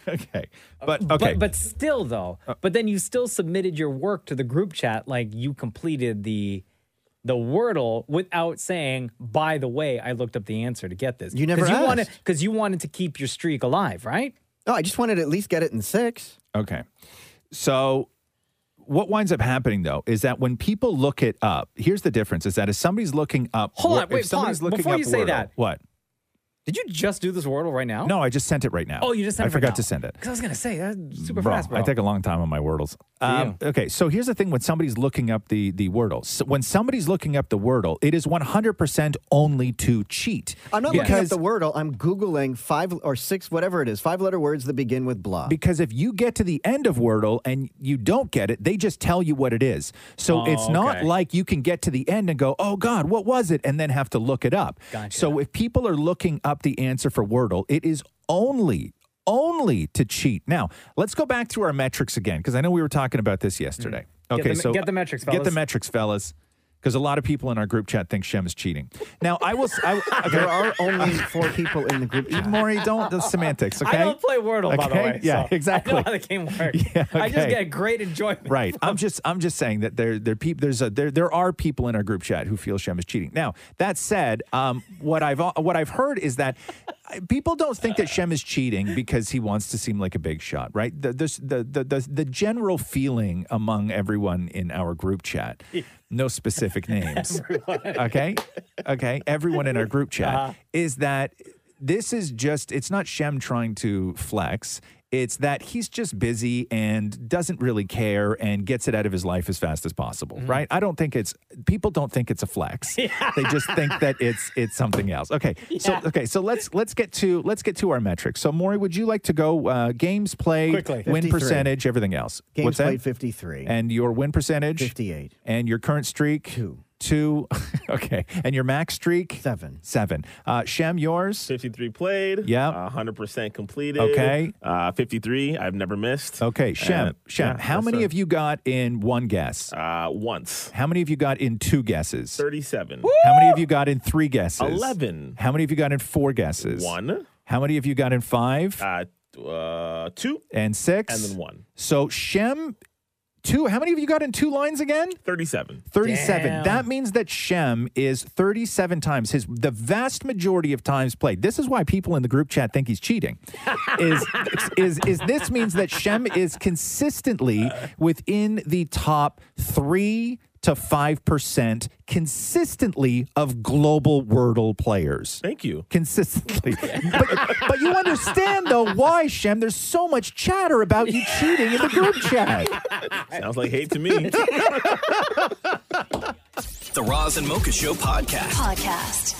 [SPEAKER 9] okay, but
[SPEAKER 3] But, but still,
[SPEAKER 6] Uh,
[SPEAKER 3] though, but then you still submitted your work to the group chat, like you completed the the Wordle without saying, by the way, I looked up the answer to get this.
[SPEAKER 6] You never
[SPEAKER 3] Cause
[SPEAKER 6] asked.
[SPEAKER 3] wanted Because you wanted to keep your streak alive, right?
[SPEAKER 6] Oh, I just wanted to at least get it in six.
[SPEAKER 9] Okay. So what winds up happening though is that when people look it up, here's the difference: is that if somebody's looking up,
[SPEAKER 3] Hold
[SPEAKER 9] Wor-
[SPEAKER 3] on, wait,
[SPEAKER 9] if somebody's
[SPEAKER 3] pause.
[SPEAKER 9] looking
[SPEAKER 3] Before
[SPEAKER 9] up
[SPEAKER 3] you say
[SPEAKER 9] Wordle-
[SPEAKER 3] that-
[SPEAKER 9] what?
[SPEAKER 3] Did you just do this Wordle right now?
[SPEAKER 9] No, I just sent it right now.
[SPEAKER 3] Oh, you just sent
[SPEAKER 9] I
[SPEAKER 3] it right
[SPEAKER 9] forgot
[SPEAKER 3] now.
[SPEAKER 9] to send it. Mm,
[SPEAKER 3] Because I was going to say, that's super
[SPEAKER 9] Bro,
[SPEAKER 3] fast, bro.
[SPEAKER 9] I take a long time on my wordles. Um, okay, so here's the thing: when somebody's looking up the the wordle, so when somebody's looking up the wordle, it is 100 percent only to cheat.
[SPEAKER 6] I'm not looking at the Wordle. I'm Googling five or six, whatever it is, five letter words that begin with blah.
[SPEAKER 9] Because if you get to the end of Wordle and you don't get it, they just tell you what it is. So
[SPEAKER 22] Oh,
[SPEAKER 9] it's not
[SPEAKER 22] okay.
[SPEAKER 9] like you can get to the end and go, oh God, what was it? And then have to look it up. So if people are looking up the answer for Wordle, it is only. Only to cheat. Now, let's go back to our metrics again, because I know we were talking about this yesterday.
[SPEAKER 3] Mm. Get
[SPEAKER 9] Okay,
[SPEAKER 3] the-
[SPEAKER 9] so
[SPEAKER 3] get the metrics,
[SPEAKER 9] Get the
[SPEAKER 3] fellas.
[SPEAKER 9] metrics, fellas, because a lot of people in our group chat think Shem is cheating. Now, I will. s- I, okay.
[SPEAKER 6] There are only four people in the group chat.
[SPEAKER 9] Maury, don't the semantics. Okay,
[SPEAKER 3] I don't play Wordle, by the
[SPEAKER 9] Okay?
[SPEAKER 3] way.
[SPEAKER 9] Yeah,
[SPEAKER 3] so I
[SPEAKER 9] exactly.
[SPEAKER 3] know how the game works.
[SPEAKER 9] Yeah,
[SPEAKER 3] I just
[SPEAKER 9] okay.
[SPEAKER 3] get great enjoyment.
[SPEAKER 9] Right. I'm just I'm just saying that there there peop, there's a there there are people in our group chat who feel Shem is cheating. Now that said, um, what I've what I've heard is that uh, people don't think that Shem is cheating because he wants to seem like a big shot, right? The this, the, the the the general feeling among everyone in our group chat, no specific names, okay, okay, everyone in our group chat is that this is just it's not Shem trying to flex. It's that he's just busy and doesn't really care and gets it out of his life as fast as possible, right? I don't think it's people don't think it's a flex. They just think that it's it's something else. Okay, so okay, so let's let's get to let's get to our metrics. So Maury, would you like to go uh, games played,
[SPEAKER 6] Quickly.
[SPEAKER 9] win
[SPEAKER 6] 53.
[SPEAKER 9] percentage, everything else?
[SPEAKER 6] Games
[SPEAKER 9] What's that?
[SPEAKER 6] played 53.
[SPEAKER 9] And your win percentage?
[SPEAKER 6] 58.
[SPEAKER 9] And your current streak? Two. Two. okay. And your max streak?
[SPEAKER 6] Seven.
[SPEAKER 9] Seven. Uh, Shem, yours?
[SPEAKER 5] 53 played.
[SPEAKER 9] Yeah.
[SPEAKER 5] Uh, 100% completed.
[SPEAKER 9] Okay.
[SPEAKER 5] Uh, 53. I've never missed.
[SPEAKER 9] Okay, Shem,
[SPEAKER 5] And-
[SPEAKER 9] Shem,
[SPEAKER 5] yeah,
[SPEAKER 9] how
[SPEAKER 5] that's
[SPEAKER 9] many
[SPEAKER 5] a-
[SPEAKER 9] have you got in one guess?
[SPEAKER 5] Uh, once.
[SPEAKER 9] How many have you got in two guesses?
[SPEAKER 5] 37.
[SPEAKER 9] How many have you got in three guesses?
[SPEAKER 5] 11.
[SPEAKER 9] How many have you got in four guesses?
[SPEAKER 5] One.
[SPEAKER 9] How many have you got in five?
[SPEAKER 5] Uh, uh, two.
[SPEAKER 9] and six?
[SPEAKER 5] And then one.
[SPEAKER 9] So Shem, two. How many have you got in two lines again?
[SPEAKER 5] 37.
[SPEAKER 9] 37.
[SPEAKER 5] Damn.
[SPEAKER 9] That means that Shem is 37 times his the vast majority of times played. This is why people in the group chat think he's cheating. is is is this means that Shem is consistently within the top 3 to 5% consistently of global Wordle players.
[SPEAKER 5] Thank you.
[SPEAKER 9] Consistently. but, but you understand though why Shem there's so much chatter about you cheating in the group chat.
[SPEAKER 5] Sounds like hate to me.
[SPEAKER 1] The Roz and Mocha Show podcast.
[SPEAKER 23] Podcast.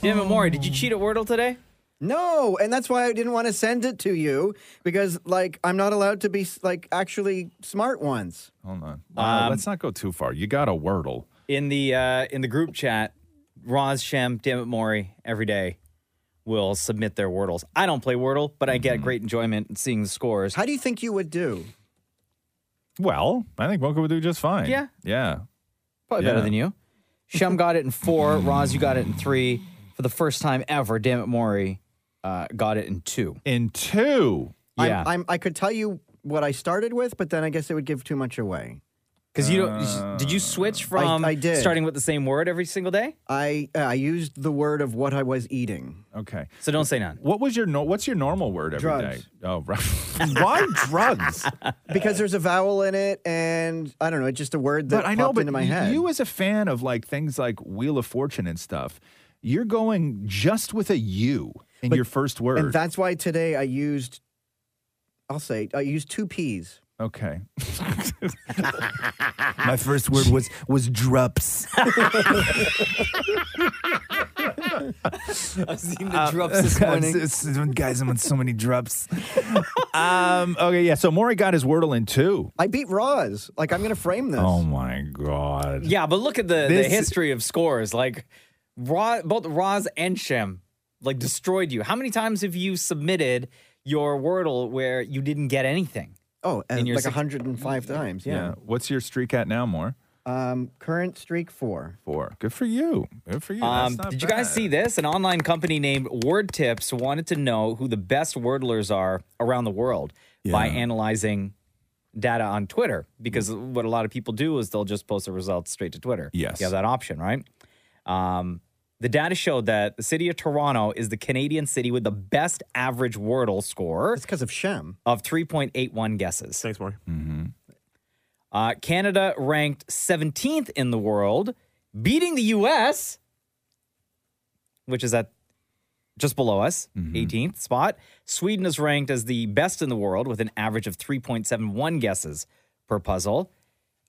[SPEAKER 3] Damn it, Maury, did you cheat at Wordle today?
[SPEAKER 6] No, and that's why I didn't want to send it to you because, like, I'm not allowed to be like actually smart ones.
[SPEAKER 9] Hold on. Uh,
[SPEAKER 3] Um,
[SPEAKER 9] let's not go too far. You got a Wordle.
[SPEAKER 3] in the uh, in the group chat, Roz Shem, Dammit Maury, every day will submit their Wordles. I don't play Wordle, but I get great enjoyment in seeing the scores. How
[SPEAKER 6] Mm-hmm. do you think you would do?
[SPEAKER 9] Well, I think Mocha would do just fine.
[SPEAKER 3] Yeah.
[SPEAKER 9] Yeah.
[SPEAKER 3] Probably
[SPEAKER 9] Yeah.
[SPEAKER 3] better than you. Shem got it in four. Roz, you got it in three. For the first time ever, Dammit Maury uh, got it in two.
[SPEAKER 9] In two?
[SPEAKER 3] Yeah.
[SPEAKER 6] I'm, I'm, I could tell you what I started with, but then I guess it would give too much away.
[SPEAKER 3] Because you
[SPEAKER 9] Uh,
[SPEAKER 3] don't. Did you switch from
[SPEAKER 6] I did.
[SPEAKER 3] starting with the same word every single day?
[SPEAKER 6] I uh, I used the word of what I was eating.
[SPEAKER 9] Okay.
[SPEAKER 3] So don't say none.
[SPEAKER 9] What was your no- what's your normal word every day?
[SPEAKER 6] Drugs.
[SPEAKER 9] Oh, right. Why drugs?
[SPEAKER 6] Because there's a vowel in it, and I don't know, it's just a word that
[SPEAKER 9] but I know,
[SPEAKER 6] popped
[SPEAKER 9] but
[SPEAKER 6] into my
[SPEAKER 9] y-
[SPEAKER 6] head.
[SPEAKER 9] you as a fan of like things like Wheel of Fortune and stuff, you're going just with a U in your first word.
[SPEAKER 6] and that's why today I used, I'll say, I used two P's.
[SPEAKER 9] okay. My first word was was drups. I've seen
[SPEAKER 3] Um,
[SPEAKER 8] the drops this morning.
[SPEAKER 9] guys, I'm on so many drops. um, okay, yeah. So Maury got his Wordle in two. I beat Roz. Like I'm gonna frame this. Oh my god.
[SPEAKER 3] Yeah, but look at the, the
[SPEAKER 9] This-
[SPEAKER 3] history of scores. Like, Ra- both Roz and Shem like destroyed you. How many times have you submitted your Wordle where you didn't get anything?
[SPEAKER 6] Oh,
[SPEAKER 3] In
[SPEAKER 6] and
[SPEAKER 3] your
[SPEAKER 6] like
[SPEAKER 3] six-
[SPEAKER 6] 105 times. Yeah.
[SPEAKER 9] What's your streak at now, Moore?
[SPEAKER 6] Um, current streak four.
[SPEAKER 9] Four. Good for you. Good for you.
[SPEAKER 3] Um,
[SPEAKER 9] That's not
[SPEAKER 3] did you guys see this? An online company named Word Tips wanted to know who the best wordlers are around the world by analyzing data on Twitter. Because
[SPEAKER 6] Mm.
[SPEAKER 3] what a lot of people do is they'll just post the results straight to Twitter.
[SPEAKER 9] Yes.
[SPEAKER 3] You have that option, right? Um, the data showed that the city of Toronto is the Canadian city with the best average Wordle score. It's
[SPEAKER 6] because of Shem. Mm-hmm.
[SPEAKER 3] Of 3.81 guesses.
[SPEAKER 5] Thanks, Mark.
[SPEAKER 3] Uh, Canada ranked 17th in the world, beating the U.S., which is at just below us,
[SPEAKER 9] Mm-hmm.
[SPEAKER 3] 18th spot. Sweden is ranked as the best in the world with an average of 3.71 guesses per puzzle.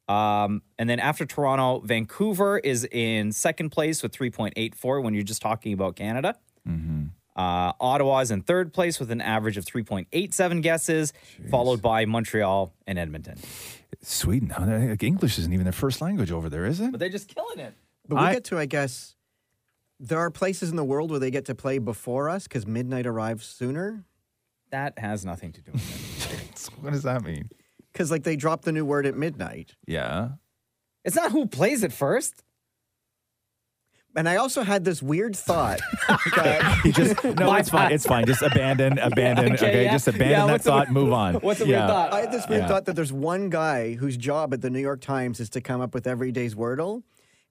[SPEAKER 3] Um, and then after Toronto, Vancouver is in second place with 3.84 when you're just talking about Canada.
[SPEAKER 9] Mm-hmm.
[SPEAKER 3] Uh, Ottawa is in third place with an average of 3.87 guesses, followed by Montreal and Edmonton.
[SPEAKER 9] Sweden. huh? Like, English isn't even their first language over there, is it?
[SPEAKER 3] But they're just killing it.
[SPEAKER 6] But we
[SPEAKER 9] I-
[SPEAKER 6] get to, I guess, there are places in the world where they get to play before us because midnight arrives sooner.
[SPEAKER 3] That has nothing to do with
[SPEAKER 6] it.
[SPEAKER 9] what does that mean?
[SPEAKER 6] Because like they drop the new word at midnight.
[SPEAKER 9] Yeah.
[SPEAKER 3] It's not who plays it first.
[SPEAKER 6] And I also had this weird thought. that-
[SPEAKER 9] You just no, it's fine. It's fine. Just abandon, abandon. okay,
[SPEAKER 6] yeah.
[SPEAKER 9] just abandon
[SPEAKER 6] Yeah,
[SPEAKER 9] that
[SPEAKER 6] what's a-
[SPEAKER 9] thought. move on. Yeah.
[SPEAKER 6] I had this weird
[SPEAKER 9] Yeah.
[SPEAKER 6] thought that there's one guy whose job at the New York Times is to come up with every day's Wordle.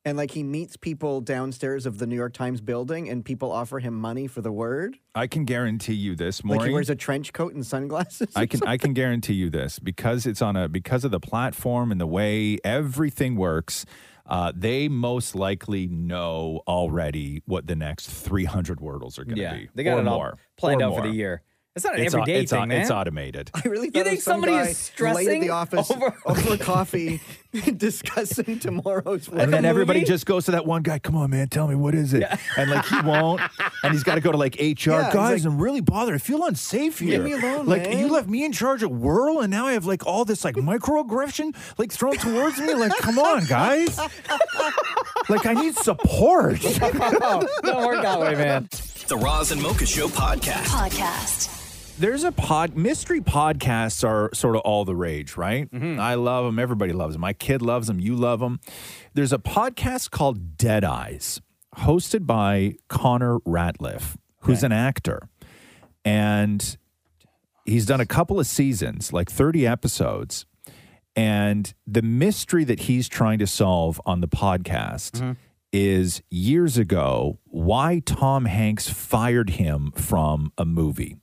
[SPEAKER 6] And like he meets people downstairs of the New York Times building and people offer him money for the word.
[SPEAKER 9] I can guarantee you this,
[SPEAKER 6] Like
[SPEAKER 9] Maury.
[SPEAKER 6] he wears a trench coat and sunglasses.
[SPEAKER 9] I can I can guarantee you this because it's on a because of the platform and the way everything works. Uh, they most likely know already what the next 300 wordles are going to
[SPEAKER 3] Yeah,
[SPEAKER 9] be.
[SPEAKER 3] they got
[SPEAKER 9] or
[SPEAKER 3] it all
[SPEAKER 9] more,
[SPEAKER 3] planned
[SPEAKER 9] or
[SPEAKER 3] out for the
[SPEAKER 9] more.
[SPEAKER 3] year. It's not an
[SPEAKER 9] au-
[SPEAKER 3] everyday
[SPEAKER 9] it's au-
[SPEAKER 3] thing, man.
[SPEAKER 9] It's automated.
[SPEAKER 6] I really
[SPEAKER 3] You
[SPEAKER 6] thought it
[SPEAKER 3] think
[SPEAKER 6] was some
[SPEAKER 3] somebody
[SPEAKER 6] guy
[SPEAKER 3] is
[SPEAKER 6] late at
[SPEAKER 3] stressing
[SPEAKER 6] the office over, coffee discussing tomorrow's
[SPEAKER 9] and then everybody just goes to that one guy. Come on, man, tell me what is it? And like he won't, and he's got to go to like HR
[SPEAKER 6] Yeah, he's
[SPEAKER 9] guys.
[SPEAKER 6] like-
[SPEAKER 9] I'm really bothered. I feel unsafe
[SPEAKER 6] Leave
[SPEAKER 9] here.
[SPEAKER 6] me alone,
[SPEAKER 9] like
[SPEAKER 6] man."
[SPEAKER 9] you left me in charge of Whirl, and now I have like all this like microaggression like thrown towards me. Like, come on, guys. like I need support.
[SPEAKER 3] Don't work that way, man.
[SPEAKER 1] The Roz and Mocha Show podcast.
[SPEAKER 22] Podcast.
[SPEAKER 9] There's a pod mystery podcasts are sort of all the rage, right? I love them. Everybody loves them. My kid loves them. You love them. There's a podcast called Dead Eyes, hosted by Connor Ratliff, who's an actor, and he's done a couple of seasons, like 30 episodes, and the mystery that he's trying to solve on the podcast. Is years ago why Tom Hanks fired him from a movie.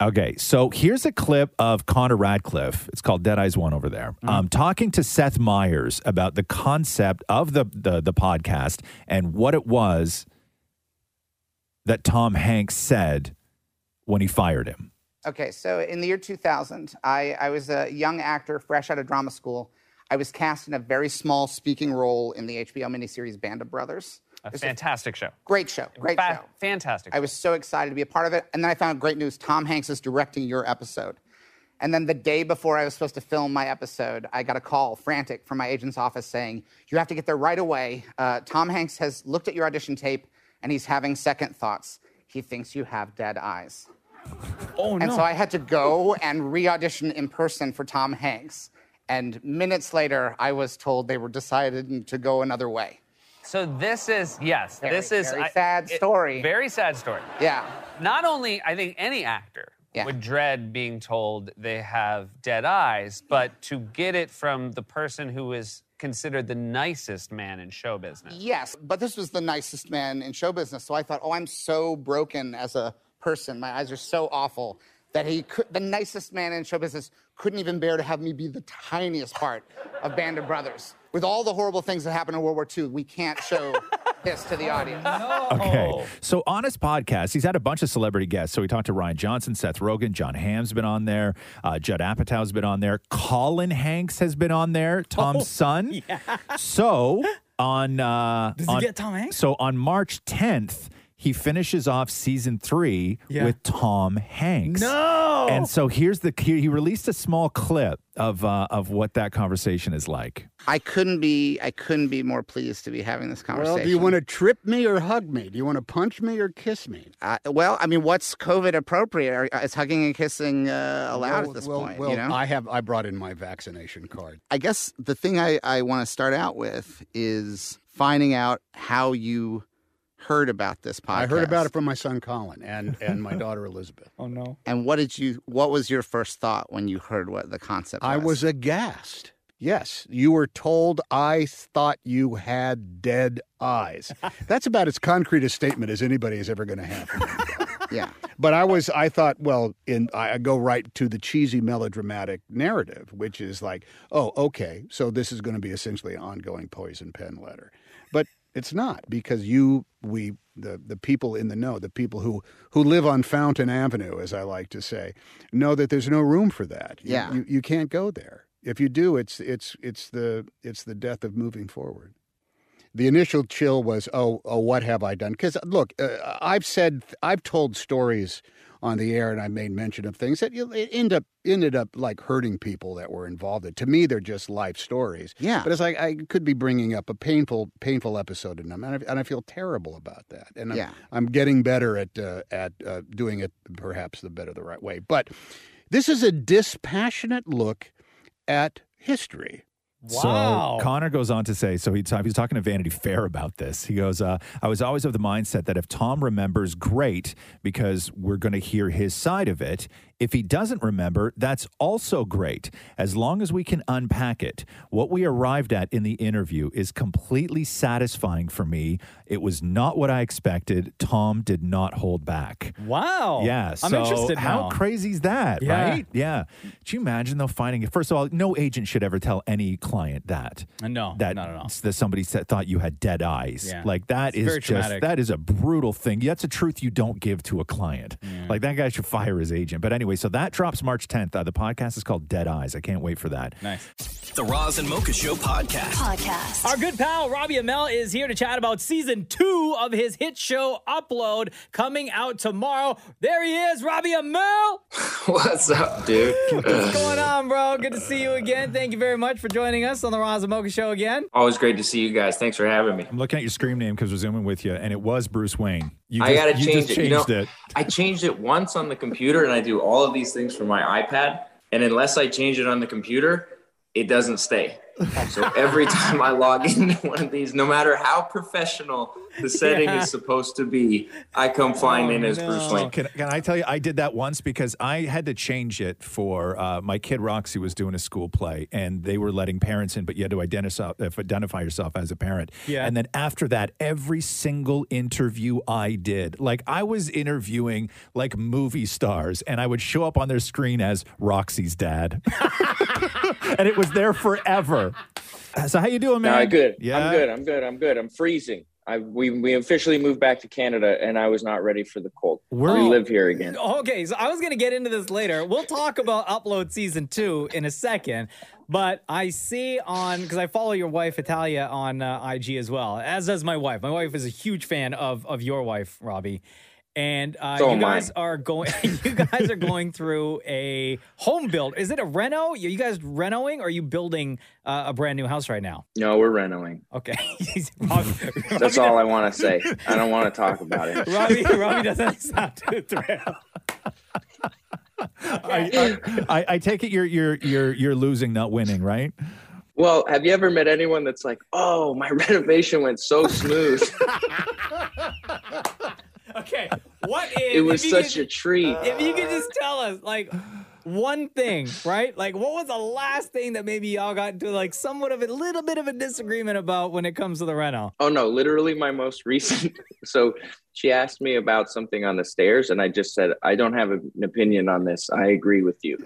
[SPEAKER 9] Okay, so here's a clip of Connor Radcliffe. It's called Dead Eyes One over there. Um, talking to Seth Meyers about the concept of the, the the podcast and what it was that Tom Hanks said when he fired him.
[SPEAKER 23] Okay, so in the year 2000, I, I was a young actor fresh out of drama school. I was cast in a very small speaking role in the HBO miniseries Band of Brothers.
[SPEAKER 24] A
[SPEAKER 23] It's
[SPEAKER 24] fantastic show.
[SPEAKER 23] Great show, great
[SPEAKER 24] Fa-
[SPEAKER 23] show.
[SPEAKER 24] Fantastic.
[SPEAKER 23] I was so excited to be a part of it. And then I found great news Tom Hanks is directing your episode. And then the day before I was supposed to film my episode, I got a call, frantic, from my agent's office saying, You have to get there right away. Uh, Tom Hanks has looked at your audition tape and he's having second thoughts. He thinks you have dead eyes.
[SPEAKER 24] Oh,
[SPEAKER 23] And so I had to go and re audition in person for Tom Hanks. And minutes later, I was told they were decided to go another way.
[SPEAKER 24] So this is yes,
[SPEAKER 23] Very,
[SPEAKER 24] this is
[SPEAKER 23] very sad
[SPEAKER 24] story. Very sad story.
[SPEAKER 23] Yeah.
[SPEAKER 24] Not only I think any actor would dread being told they have dead eyes, but to get it from the person who is considered the nicest man in show business.
[SPEAKER 23] Yes, but this was the nicest man in show business. So I thought, oh, I'm so broken as a person. My eyes are so awful that he could, the nicest man in show business couldn't even bear to have me be the tiniest part of Band of Brothers. With all the horrible things that happened in World War II, we can't show this to the audience.
[SPEAKER 9] Okay.
[SPEAKER 3] Oh.
[SPEAKER 9] So on his podcast, he's had a bunch of celebrity guests. So he talked to Ryan Johnson, Seth Rogen, John Hamm's been on there, uh, Judd
[SPEAKER 3] Oh,
[SPEAKER 9] Apatow's been on there, Colin Hanks has been on there, Tom's son. So on uh
[SPEAKER 3] Does he
[SPEAKER 9] on-
[SPEAKER 3] get Tom Hanks?
[SPEAKER 9] So on March 10th, he finishes off season 3
[SPEAKER 3] Yeah.
[SPEAKER 9] with Tom Hanks.
[SPEAKER 3] No!
[SPEAKER 9] And so here's the he, he released a small clip of uh of what that conversation is like.
[SPEAKER 23] I couldn't be I couldn't be more pleased to be having this conversation.
[SPEAKER 25] Well, do you want to trip me or hug me? Do you want to punch me or kiss me?
[SPEAKER 23] Uh, well, I mean, what's COVID appropriate? Are, is hugging and kissing uh, allowed
[SPEAKER 25] well,
[SPEAKER 23] at this
[SPEAKER 25] well,
[SPEAKER 23] point?
[SPEAKER 25] well,
[SPEAKER 23] you know?
[SPEAKER 25] I have. I brought in my vaccination card.
[SPEAKER 23] I guess the thing I, I want to start out with is finding out how you heard about this podcast.
[SPEAKER 25] I heard about it from my son Colin and and my daughter Elizabeth.
[SPEAKER 3] Oh no!
[SPEAKER 23] And what did you? What was your first thought when you heard what the concept?
[SPEAKER 25] I was aghast. Yes, you were told I thought you had dead eyes. That's about as concrete a statement as anybody is ever going to have.
[SPEAKER 23] yeah.
[SPEAKER 25] But I was, I thought, well, in I I go right to the cheesy melodramatic narrative, which is like, oh, okay, so this is going to be essentially an ongoing poison pen letter, but it's not because you, we, the the people in the know, the people who who live on Fountain Avenue, as I like to say, know that there's no room for that. You-
[SPEAKER 23] Yeah.
[SPEAKER 25] you, you can't go there. If you do, it's it's it's the it's the death of moving forward the initial chill was, oh, oh, what have I done? Because look, uh, I've said, I've told stories on the air, and I made mention of things that you know, it end up ended up like hurting people that were involved. in. To me, they're just life stories.
[SPEAKER 23] Yeah.
[SPEAKER 25] but it's like I could be bringing up a painful, painful episode in them, and I, and I feel terrible about that. And I'm,
[SPEAKER 23] Yeah.
[SPEAKER 25] I'm getting better at uh, at uh, doing it, perhaps the better the right way. But this is a dispassionate look at history.
[SPEAKER 9] So Connor goes on to say, so he, he was talking to Vanity Fair about this. He goes, uh, I was always of the mindset that if Tom remembers, great, because we're going to hear his side of it. If he doesn't remember, that's also great, as long as we can unpack it. What we arrived at in the interview is completely satisfying for me. It was not what I expected. Tom did not hold back.
[SPEAKER 3] Wow.
[SPEAKER 9] Yeah.
[SPEAKER 3] Oh, I'm
[SPEAKER 9] so
[SPEAKER 3] interested
[SPEAKER 9] How
[SPEAKER 3] now.
[SPEAKER 9] crazy is that,
[SPEAKER 3] Yeah.
[SPEAKER 9] right? Yeah. Do you imagine though finding it? First of all, no agent should ever tell any client that.
[SPEAKER 3] Uh, No,
[SPEAKER 9] that
[SPEAKER 3] not at all.
[SPEAKER 9] That somebody said, thought you had dead eyes.
[SPEAKER 3] Yeah.
[SPEAKER 9] Like that
[SPEAKER 3] It's
[SPEAKER 9] is
[SPEAKER 3] very
[SPEAKER 9] just
[SPEAKER 3] traumatic.
[SPEAKER 9] that is a brutal thing. That's a truth you don't give to a client. Like that guy should fire his agent. But anyway, so that drops March 10th. Uh, the podcast is called Dead Eyes. I can't wait for that.
[SPEAKER 3] Nice.
[SPEAKER 1] The Roz and Mocha Show podcast. Podcast.
[SPEAKER 3] Our good pal Robbie Amell is here to chat about season two of his hit show Upload coming out tomorrow. There he is, Robbie Amell.
[SPEAKER 26] What's up, dude?
[SPEAKER 3] What's going on, bro? Good to see you again. Thank you very much for joining us on the Roz and Mocha Show again.
[SPEAKER 26] Always great to see you guys. Thanks for having me.
[SPEAKER 9] I'm looking at your scream name because we're zooming with you, and it was Bruce Wayne. You
[SPEAKER 26] I gotta
[SPEAKER 9] you
[SPEAKER 26] change
[SPEAKER 9] just
[SPEAKER 26] it. You know,
[SPEAKER 9] changed it.
[SPEAKER 26] I changed it once on the computer, and I do all of these things from my iPad. And unless I change it on the computer, it doesn't stay. So every time I log into one of these, no matter how professional the setting
[SPEAKER 9] Yeah.
[SPEAKER 26] is supposed to be, I come flying in as Bruce Wayne.
[SPEAKER 9] Can, can I tell you, I did that once because I had to change it for uh, my kid Roxy was doing a school play and they were letting parents in, but you had to identify, if identify yourself as a parent.
[SPEAKER 13] Yeah.
[SPEAKER 9] And then after that, every single interview I did, like I was interviewing like movie stars and I would show up on their screen as Roxy's dad. and it was there forever. So how you doing, man?
[SPEAKER 26] No, good.
[SPEAKER 9] Yeah.
[SPEAKER 26] I'm good. I'm good. I'm good. I'm freezing. I we we officially moved back to Canada, and I was not ready for the cold.
[SPEAKER 9] Where-
[SPEAKER 26] we live here again.
[SPEAKER 3] Okay, so I was going to get into this later. We'll talk about Upload Season 2 in a second, but I see on, because I follow your wife, Italia, on uh, IG as well, as does my wife. My wife is a huge fan of, of your wife, Robbie. And uh,
[SPEAKER 26] So
[SPEAKER 3] you
[SPEAKER 26] am
[SPEAKER 3] guys
[SPEAKER 26] I.
[SPEAKER 3] are going. You guys are going through a home build. Is it a reno? Are you guys renoing? Or are you building uh, a brand new house right now?
[SPEAKER 26] No, we're renoing.
[SPEAKER 3] Okay,
[SPEAKER 26] that's all I want to say. I don't want to talk about it.
[SPEAKER 3] Robbie, Robbie doesn't sound too thrilled.
[SPEAKER 9] I, I, I take it you're, you're, you're, you're losing, not winning, right?
[SPEAKER 26] Well, have you ever met anyone that's like, "Oh, my renovation went so smooth.
[SPEAKER 3] Oh, Okay, what is?
[SPEAKER 26] it was
[SPEAKER 3] if you
[SPEAKER 26] such
[SPEAKER 3] could-
[SPEAKER 26] a treat."
[SPEAKER 3] if you could just tell us like one thing, right? Like what was the last thing that maybe y'all got into like somewhat of a little bit of a disagreement about when it comes to the reno?
[SPEAKER 26] Oh no, literally my most recent. So she asked me about something on the stairs, and I just said, I don't have an opinion on this. I agree with you.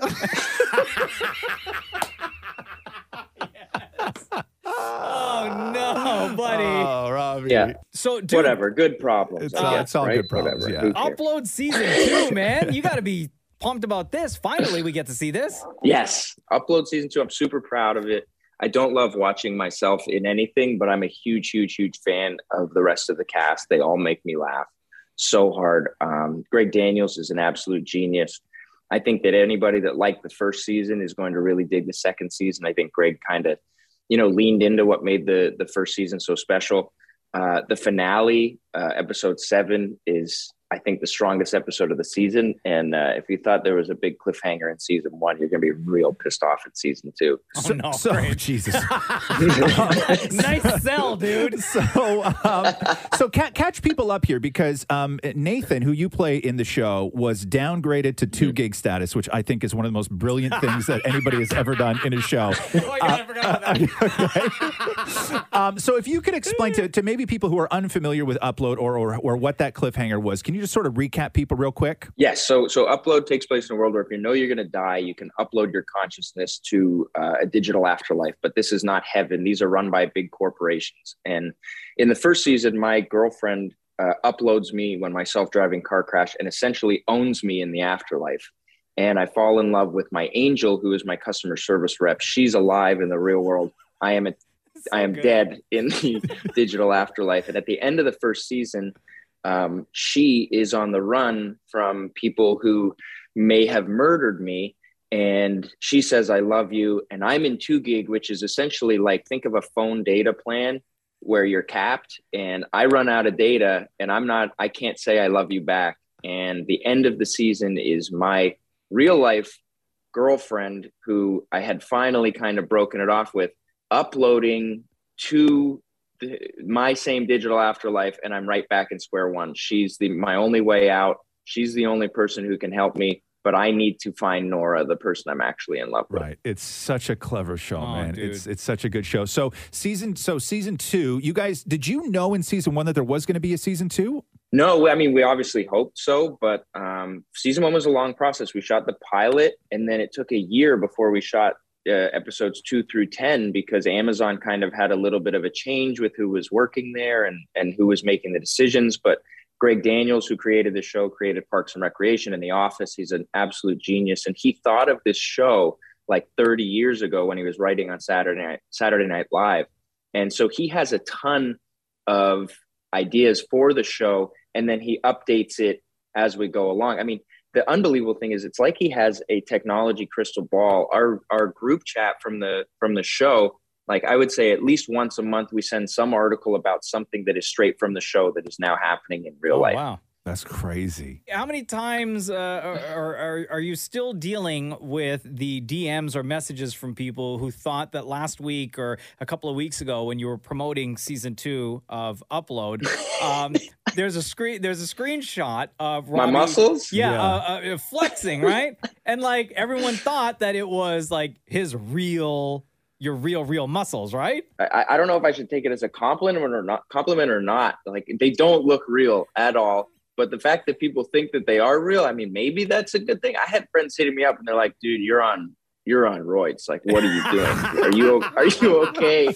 [SPEAKER 3] Oh no, buddy.
[SPEAKER 26] Oh,
[SPEAKER 9] Robbie.
[SPEAKER 26] yeah.
[SPEAKER 3] So dude,
[SPEAKER 26] whatever, good problems.
[SPEAKER 9] It's
[SPEAKER 26] I
[SPEAKER 9] all-
[SPEAKER 26] guess,
[SPEAKER 9] it's all
[SPEAKER 26] right?
[SPEAKER 9] good problems,
[SPEAKER 26] Whatever. Who
[SPEAKER 9] yeah.
[SPEAKER 26] cares?
[SPEAKER 3] Upload season two, man. You gotta be pumped about this. Finally we get to see this.
[SPEAKER 26] Yes, upload season two. I'm super proud of it. I don't love watching myself in anything, but I'm a huge, huge, huge fan of the rest of the cast. They all make me laugh so hard. Um, Greg Daniels is an absolute genius. I think that anybody that liked the first season is going to really dig the second season. I think Greg kind of, you know, leaned into what made the the first season so special. Uh, the finale, uh, episode seven, is I think the strongest episode of the season. And uh, if you thought there was a big cliffhanger in season one, you're going to be real pissed off in season two.
[SPEAKER 13] Oh,
[SPEAKER 9] so, so- Jesus.
[SPEAKER 3] nice sell, dude.
[SPEAKER 9] So, um, so ca- catch people up here because um, Nathan, who you play in the show, was downgraded to two gig status, which I think is one of the most brilliant things that anybody has ever done in a show. Uh, okay. um, so, if you could explain to, to maybe people who are unfamiliar with Upload or, or or what that cliffhanger was, can you just sort of recap people real quick?
[SPEAKER 26] Yes. so so upload takes place in a world where if you know you're going to die, you can upload your consciousness to uh, a digital afterlife. But this is not heaven. These are run by big corporations. And in the first season, my girlfriend uh, uploads me when my self-driving car crash and essentially owns me in the afterlife. And I fall in love with my angel, who is my customer service rep. She's alive in the real world. I am a, I am
[SPEAKER 2] good.
[SPEAKER 26] dead in the digital afterlife. And at the end of the first season, um, she is on the run from people who may have murdered me. And she says, I love you. And I'm in two gig, which is essentially like think of a phone data plan where you're capped. And I run out of data and I'm not, I can't say I love you back. And the end of the season is my real life girlfriend, who I had finally kind of broken it off with, uploading to th- my same digital afterlife and i'm right back in square one she's the my only way out she's the only person who can help me but i need to find nora the person i'm actually in love with
[SPEAKER 9] Right. It's such a clever show,
[SPEAKER 26] Oh,
[SPEAKER 9] man.
[SPEAKER 26] dude.
[SPEAKER 9] It's it's such a good show. So season so season two, you guys did you know in season one that there was gonna be a season two?
[SPEAKER 26] no i mean we obviously hoped so but um, season one was a long process we shot the pilot and then it took a year before we shot uh, episodes two through ten because amazon kind of had a little bit of a change with who was working there and and who was making the decisions but Greg Daniels, who created the show, created Parks and Recreation and The Office. He's an absolute genius, and he thought of this show like 30 years ago when he was writing on Saturday Night, Saturday Night Live, and so he has a ton of ideas for the show, and then he updates it as we go along. I mean, the unbelievable thing is, it's like he has a technology crystal ball. Our our group chat from the from the show. Like I would say, at least once a month, we send some article about something that is straight from the show that is now happening in real
[SPEAKER 3] Oh,
[SPEAKER 26] life.
[SPEAKER 3] wow.
[SPEAKER 9] That's crazy.
[SPEAKER 3] How many times uh, are, are are you still dealing with the DMs or messages from people who thought that last week or a couple of weeks ago when you were promoting season two of Upload, um, there's a screen there's a screenshot of
[SPEAKER 26] My
[SPEAKER 3] Robbie-
[SPEAKER 26] muscles?
[SPEAKER 3] yeah,
[SPEAKER 26] Yeah.
[SPEAKER 3] Uh, uh, flexing, right? and like everyone thought that it was like his real your real real muscles, right?
[SPEAKER 26] I, I don't know if I should take it as a compliment or not. Compliment or not, like they don't look real at all. But the fact that people think that they are real, I mean, maybe that's a good thing. I had friends hitting me up and they're like, "Dude, you're on, you're on roids. Like, what are you doing? Are you, are you okay?"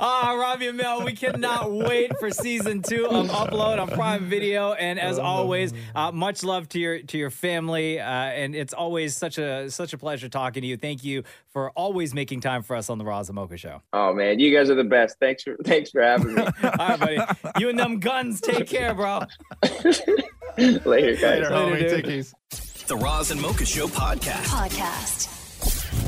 [SPEAKER 3] Ah, Robbie and Mel, we cannot wait for season two of Upload on Prime Video. And as always, uh, much love to your to your family. Uh, and it's always such a such a pleasure talking to you. Thank you for always making time for us on the Raza Mocha Show.
[SPEAKER 26] Oh man, you guys are the best. Thanks for, thanks for having me.
[SPEAKER 3] All right, buddy. You and them guns, take care, bro.
[SPEAKER 26] Later, guys.
[SPEAKER 3] Later, homie. dude. Take it easy.
[SPEAKER 1] The Roz and Mocha Show podcast.
[SPEAKER 4] Podcast.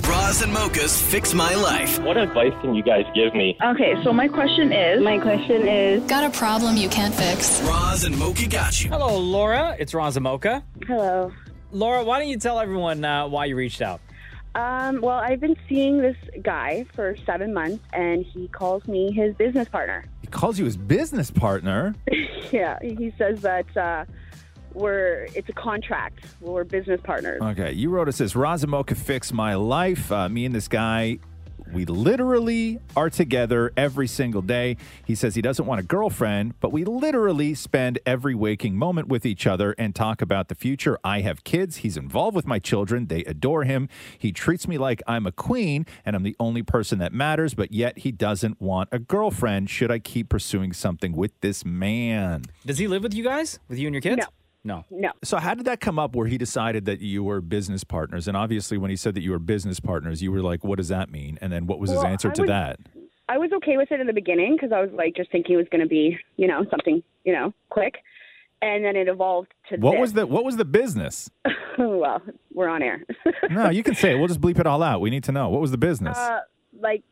[SPEAKER 1] Roz and Mocha's Fix My Life.
[SPEAKER 15] What advice can you guys give me?
[SPEAKER 4] Okay, so my question is. My question is. Got a problem you can't fix?
[SPEAKER 1] Roz and Mocha got you.
[SPEAKER 3] Hello, Laura. It's Raza Mocha.
[SPEAKER 27] Hello.
[SPEAKER 3] Laura, why don't you tell everyone uh, why you reached out?
[SPEAKER 27] Um, well, I've been seeing this guy for seven months, and he calls me his business partner.
[SPEAKER 9] He calls you his business partner.
[SPEAKER 27] yeah, he says that uh, we're it's a contract. We're business partners.
[SPEAKER 9] Okay, you wrote us this Razamoka Fix My Life. Uh, me and this guy, we literally are together every single day. He says he doesn't want a girlfriend, but we literally spend every waking moment with each other and talk about the future. I have kids. He's involved with my children. They adore him. He treats me like I'm a queen and I'm the only person that matters, but yet he doesn't want a girlfriend. Should I keep pursuing something with this man?
[SPEAKER 3] Does he live with you guys? With you and your kids? No.
[SPEAKER 27] No.
[SPEAKER 9] So how did that come up where he decided that you were business partners? And obviously when he said that you were business partners, you were like, what does that mean? And then what was his
[SPEAKER 27] Well,
[SPEAKER 9] answer
[SPEAKER 27] I
[SPEAKER 9] to
[SPEAKER 27] was-
[SPEAKER 9] that?
[SPEAKER 27] I was okay with it in the beginning because I was like just thinking it was going to be, you know, something, you know, quick. And then it evolved to
[SPEAKER 9] What
[SPEAKER 27] this.
[SPEAKER 9] was the what was the business?
[SPEAKER 27] well, we're on air.
[SPEAKER 9] No, you can say it. We'll just bleep it all out. We need to know. What was the business?
[SPEAKER 27] Uh, like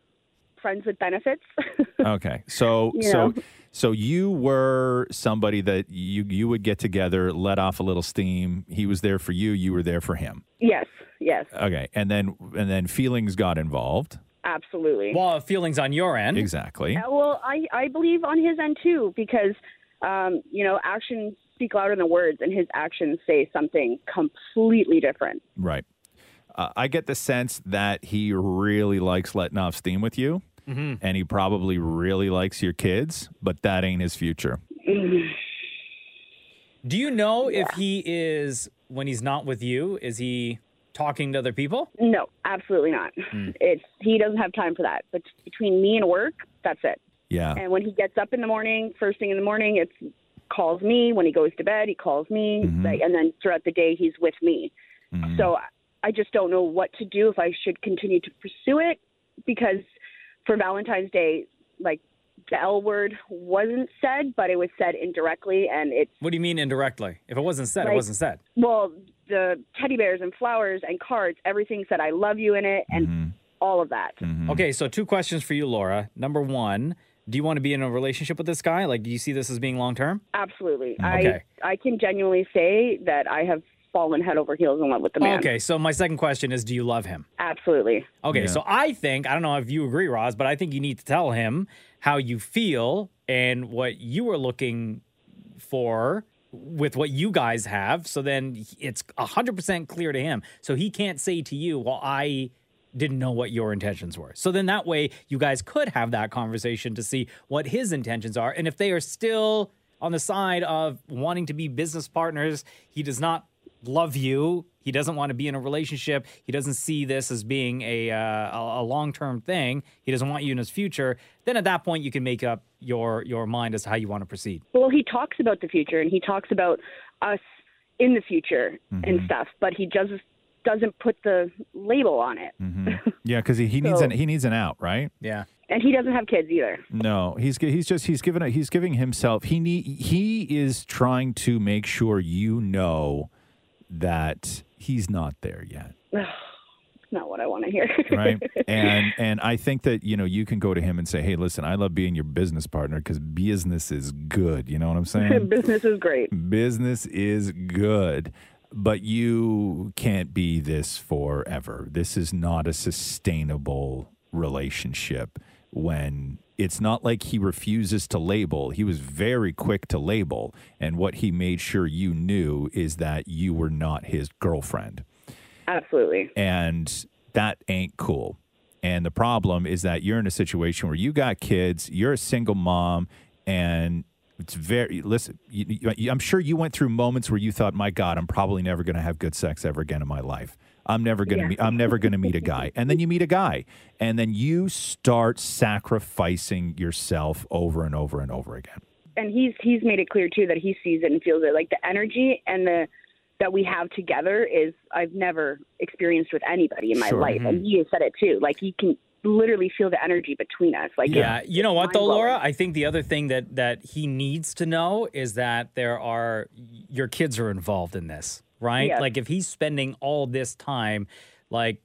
[SPEAKER 27] friends with benefits.
[SPEAKER 9] okay. So
[SPEAKER 27] you
[SPEAKER 9] so
[SPEAKER 27] know.
[SPEAKER 9] so you were somebody that you you would get together, let off a little steam. He was there for you, you were there for him.
[SPEAKER 27] yes, yes,
[SPEAKER 9] Okay. And then and then feelings got involved.
[SPEAKER 27] absolutely.
[SPEAKER 3] Well, feelings on your end.
[SPEAKER 9] Exactly.
[SPEAKER 27] Uh, well, I, I believe on his end too, because, um, you know, actions speak louder than words, and his actions say something completely different.
[SPEAKER 9] Right. Uh, I get the sense that he really likes letting off steam with you,
[SPEAKER 27] Mhm.
[SPEAKER 9] and he probably really likes your kids, but that ain't his future.
[SPEAKER 3] Do you know if he is when he's not with you? Is he talking to other people?
[SPEAKER 27] No, absolutely not. It's he doesn't have time for that. But between me and work, that's it.
[SPEAKER 9] Yeah.
[SPEAKER 27] And when he gets up in the morning, first thing in the morning, it's calls me. When he goes to bed, he calls me. Like, and then throughout the day, he's with me. So I- I just don't know what to do if I should continue to pursue it because for Valentine's Day, like the L word wasn't said, but it was said indirectly, and it
[SPEAKER 3] What do you mean indirectly? If it wasn't said, it
[SPEAKER 27] Like-
[SPEAKER 3] wasn't said.
[SPEAKER 27] well, the teddy bears and flowers and cards, everything said I love you in it and all of that.
[SPEAKER 3] Okay, so two questions for you, Laura. Number one, do you want to be in a relationship with this guy? Like, do you see this as being long term?
[SPEAKER 27] Absolutely.
[SPEAKER 3] Okay.
[SPEAKER 27] I I can genuinely say that I have fallen head over heels in love with the man.
[SPEAKER 3] Okay, so my second question is, do you love him?
[SPEAKER 27] Absolutely.
[SPEAKER 3] Okay,
[SPEAKER 27] Yeah.
[SPEAKER 3] so I think I don't know if you agree, Roz, but I think you need to tell him how you feel and what you were looking for with what you guys have. So then it's hundred percent clear to him. So he can't say to you, "Well, I." Didn't know what your intentions were. So then that way you guys could have that conversation to see what his intentions are. And if they are still on the side of wanting to be business partners, he does not love you. He doesn't want to be in a relationship. He doesn't see this as being a uh, a, a long term thing. He doesn't want you in his future. Then at that point, you can make up your your mind as to how you want to proceed.
[SPEAKER 27] Well, he talks about the future and he talks about us in the future and stuff, but he just doesn't put the label on it.
[SPEAKER 9] Yeah, because he, he needs
[SPEAKER 27] So-
[SPEAKER 9] an he needs an out, right?
[SPEAKER 3] Yeah.
[SPEAKER 27] And he doesn't have kids either.
[SPEAKER 9] No, he's gi- he's just he's giving a, he's giving himself he need, he is trying to make sure you know that he's not there yet.
[SPEAKER 27] It's not what I want to hear.
[SPEAKER 9] right and and i think that you know you can go to him and say hey listen i love being your business partner because business is good you know what i'm saying
[SPEAKER 27] Business is great.
[SPEAKER 9] business is good but you can't be this forever this is not a sustainable relationship when it's not like he refuses to label he was very quick to label and what he made sure you knew is that you were not his girlfriend
[SPEAKER 27] Absolutely.
[SPEAKER 9] and that ain't cool. And the problem is that you're in a situation where you got kids, you're a single mom, and it's very listen. You, you, I'm sure you went through moments where you thought, "My God, I'm probably never going to have good sex ever again in my life. I'm never going to
[SPEAKER 2] Yeah.
[SPEAKER 9] meet. I'm never going to meet a guy." And then you meet a guy, and then you start sacrificing yourself over and over and over again.
[SPEAKER 27] and he's he's made it clear too that he sees it and feels it. Like the energy and the that we have together is I've never experienced with anybody in my
[SPEAKER 3] Sure. Mm-hmm.
[SPEAKER 27] life, and he has said it too. Like he can literally feel the energy between us. Like
[SPEAKER 3] yeah,
[SPEAKER 27] it's-
[SPEAKER 3] you know what though,
[SPEAKER 27] mind-blowing.
[SPEAKER 3] Laura? I think the other thing that that he needs to know is that there are your kids are involved in this, right?
[SPEAKER 14] Yes.
[SPEAKER 3] Like if he's spending all this time, like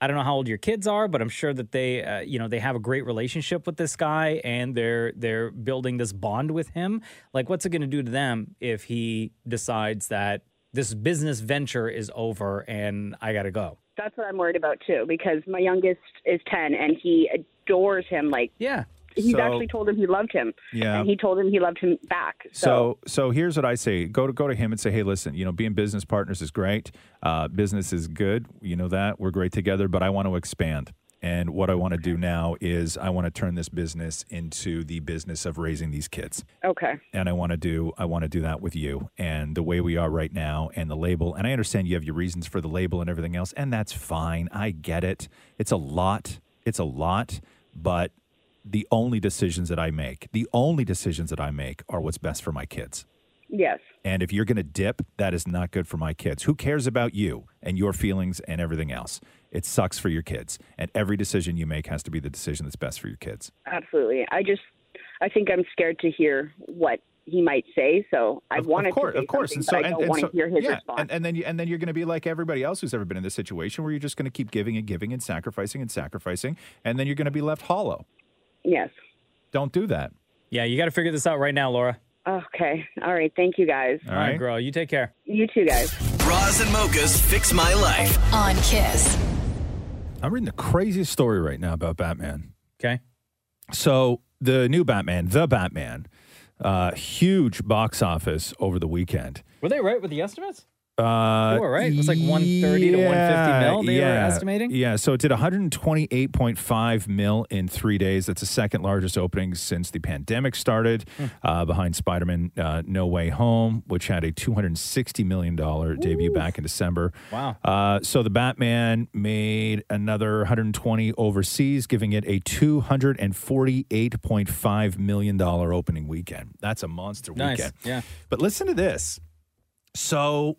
[SPEAKER 3] I don't know how old your kids are, but I'm sure that they, uh, you know, they have a great relationship with this guy, and they're they're building this bond with him. Like, what's it going to do to them if he decides that this business venture is over and I got to go?
[SPEAKER 27] That's what I'm worried about too, because my youngest is ten and he adores him. Like
[SPEAKER 3] yeah,
[SPEAKER 27] he's
[SPEAKER 9] So-
[SPEAKER 27] actually told him he loved him.
[SPEAKER 9] Yeah.
[SPEAKER 27] and he told him he loved him back.
[SPEAKER 9] So, so here's what I say: go to go to him and say, "Hey, listen, you know, being business partners is great. Uh, business is good. You know that we're great together. But I want to expand, and what I want to do now is I want to turn this business into the business of raising these kids."
[SPEAKER 27] okay,
[SPEAKER 9] and I want to do I want to do that with you and the way we are right now and the label and I understand you have your reasons for the label and everything else and that's fine. I get it. It's a lot. It's a lot, but the only decisions that I make, the only decisions that I make are what's best for my kids.
[SPEAKER 27] Yes.
[SPEAKER 9] And if you're going to dip, that is not good for my kids. Who cares about you and your feelings and everything else? It sucks for your kids. And every decision you make has to be the decision that's best for your kids.
[SPEAKER 27] Absolutely. I just, I think I'm scared to hear what he might say. So I want
[SPEAKER 9] of course,
[SPEAKER 27] to say
[SPEAKER 9] of course.
[SPEAKER 27] something, but I don't want to hear his
[SPEAKER 9] yeah,
[SPEAKER 27] response.
[SPEAKER 9] And, and then you- and then you're going to be like everybody else who's ever been in this situation, where you're just going to keep giving and giving and sacrificing and sacrificing, and then you're going to be left hollow.
[SPEAKER 27] Yes.
[SPEAKER 9] Don't do that.
[SPEAKER 3] Yeah, you got to figure this out right now, Laura.
[SPEAKER 27] Okay. All right. Thank you guys.
[SPEAKER 3] All right, girl, you take care.
[SPEAKER 27] You too, guys.
[SPEAKER 1] Roz and Mocha's Fix My Life.
[SPEAKER 2] On Kiss.
[SPEAKER 9] I'm reading the craziest story right now about Batman.
[SPEAKER 3] Okay.
[SPEAKER 9] So the new Batman, the Batman, uh, huge box office over the weekend.
[SPEAKER 3] Were they right with the estimates?
[SPEAKER 9] Uh,
[SPEAKER 3] They were right. It was like 130 to 150 mil they were estimating?
[SPEAKER 9] Yeah, so it did 128.5 mil in three days. That's the second largest opening since the pandemic started,
[SPEAKER 3] Hmm.
[SPEAKER 9] uh, behind Spider Man uh, No Way Home, which had a $260 million debut back in December.
[SPEAKER 3] Wow.
[SPEAKER 9] Uh, so the Batman made another 120 overseas, giving it a 248.5 million dollar opening weekend. That's a monster
[SPEAKER 3] Nice.
[SPEAKER 9] weekend.
[SPEAKER 3] Yeah.
[SPEAKER 9] But listen to this. So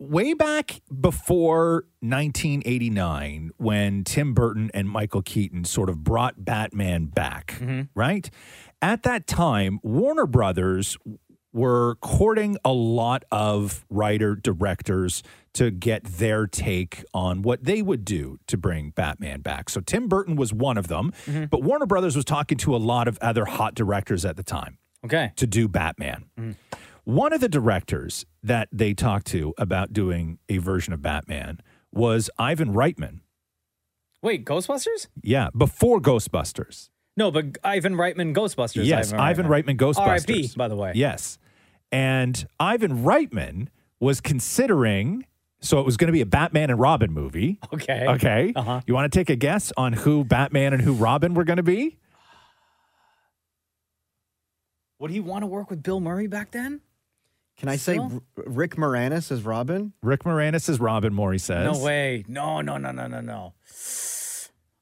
[SPEAKER 9] way back before 1989 when Tim Burton and Michael Keaton sort of brought Batman back,
[SPEAKER 13] Mm-hmm.
[SPEAKER 3] Mm-hmm.
[SPEAKER 9] right? At that time, Warner Brothers were courting a lot of writer directors to get their take on what they would do to bring Batman back. So Tim Burton was one of them,
[SPEAKER 3] Mm-hmm.
[SPEAKER 9] but Warner Brothers was talking to a lot of other hot directors at the time.
[SPEAKER 3] Okay. Mm-hmm.
[SPEAKER 9] To do Batman. One of the directors that they talked to about doing a version of Batman was Ivan Reitman.
[SPEAKER 3] Wait, Ghostbusters?
[SPEAKER 9] Yeah, before Ghostbusters.
[SPEAKER 3] No, but Ivan Reitman Ghostbusters.
[SPEAKER 9] Yes, Ivan Reitman Ghostbusters.
[SPEAKER 3] R.I.P. By the way.
[SPEAKER 9] Yes. And Ivan Reitman was considering, so it was going to be a Batman and Robin movie.
[SPEAKER 3] Okay.
[SPEAKER 9] Okay. Uh-huh. You want to take a guess on who Batman and who Robin were going to be?
[SPEAKER 3] Would he want to work with Bill Murray back then?
[SPEAKER 6] Can I say
[SPEAKER 3] Still?
[SPEAKER 6] R- Rick Moranis as Robin?
[SPEAKER 9] Rick Moranis is Robin, Maury says.
[SPEAKER 3] No way. No, no, no, no, no, no.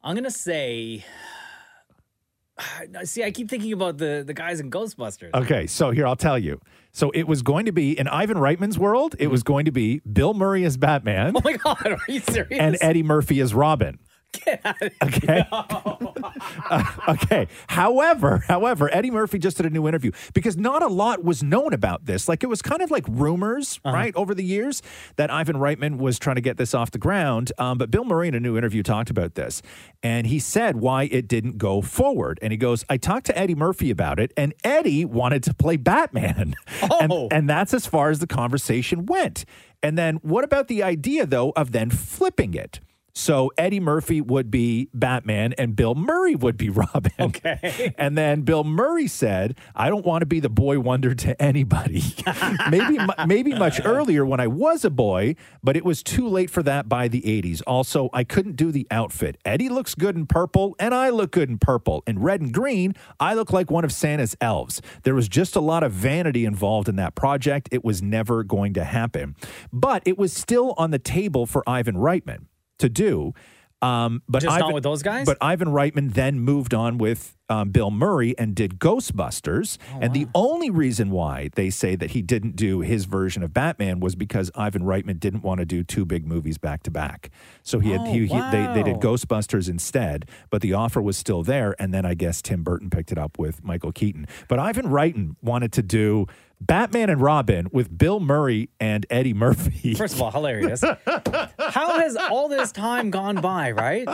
[SPEAKER 3] I'm gonna say. See, I keep thinking about the the guys in Ghostbusters.
[SPEAKER 9] Okay, so here I'll tell you. So it was going to be in Ivan Reitman's world. It was going to be Bill Murray as Batman
[SPEAKER 3] Oh my God, are you serious?
[SPEAKER 9] and Eddie Murphy as Robin.
[SPEAKER 3] Get out of
[SPEAKER 9] Okay. Uh, okay. However, however, Eddie Murphy just did a new interview because not a lot was known about this. Like it was kind of like rumors, right, over the years that Ivan Reitman was trying to get this off the ground. Um, but Bill Murray in a new interview talked about this, and he said why it didn't go forward. And he goes, "I talked to Eddie Murphy about it, and Eddie wanted to play Batman, oh. and, and that's as far as the conversation went. And then what about the idea though of then flipping it?" So Eddie Murphy would be Batman and Bill Murray would be Robin. Okay. And then Bill Murray said, "I don't want to be the boy wonder to anybody. maybe mu- maybe much earlier when I was a boy, but it was too late for that by the 80s. Also, I couldn't do the outfit. Eddie looks good in purple and I look good in purple. In red and green, I look like one of Santa's elves. There was just a lot of vanity involved in that project. It was never going to happen. But it was still on the table for Ivan Reitman to do. Um, but
[SPEAKER 3] Just not
[SPEAKER 9] Ivan,
[SPEAKER 3] with those guys?
[SPEAKER 9] But Ivan Reitman then moved on with um, Bill Murray and did Ghostbusters.
[SPEAKER 3] Oh,
[SPEAKER 9] and the only reason why they say that he didn't do his version of Batman was because Ivan Reitman didn't want to do two big movies back to back. So he had
[SPEAKER 3] Oh,
[SPEAKER 9] he, he- they they
[SPEAKER 3] wow.
[SPEAKER 9] did Ghostbusters instead. But the offer was still there, and then I guess Tim Burton picked it up with Michael Keaton. But Ivan Reitman wanted to do Batman and Robin with Bill Murray and Eddie Murphy.
[SPEAKER 3] First of all, hilarious. How has all this time gone by, right?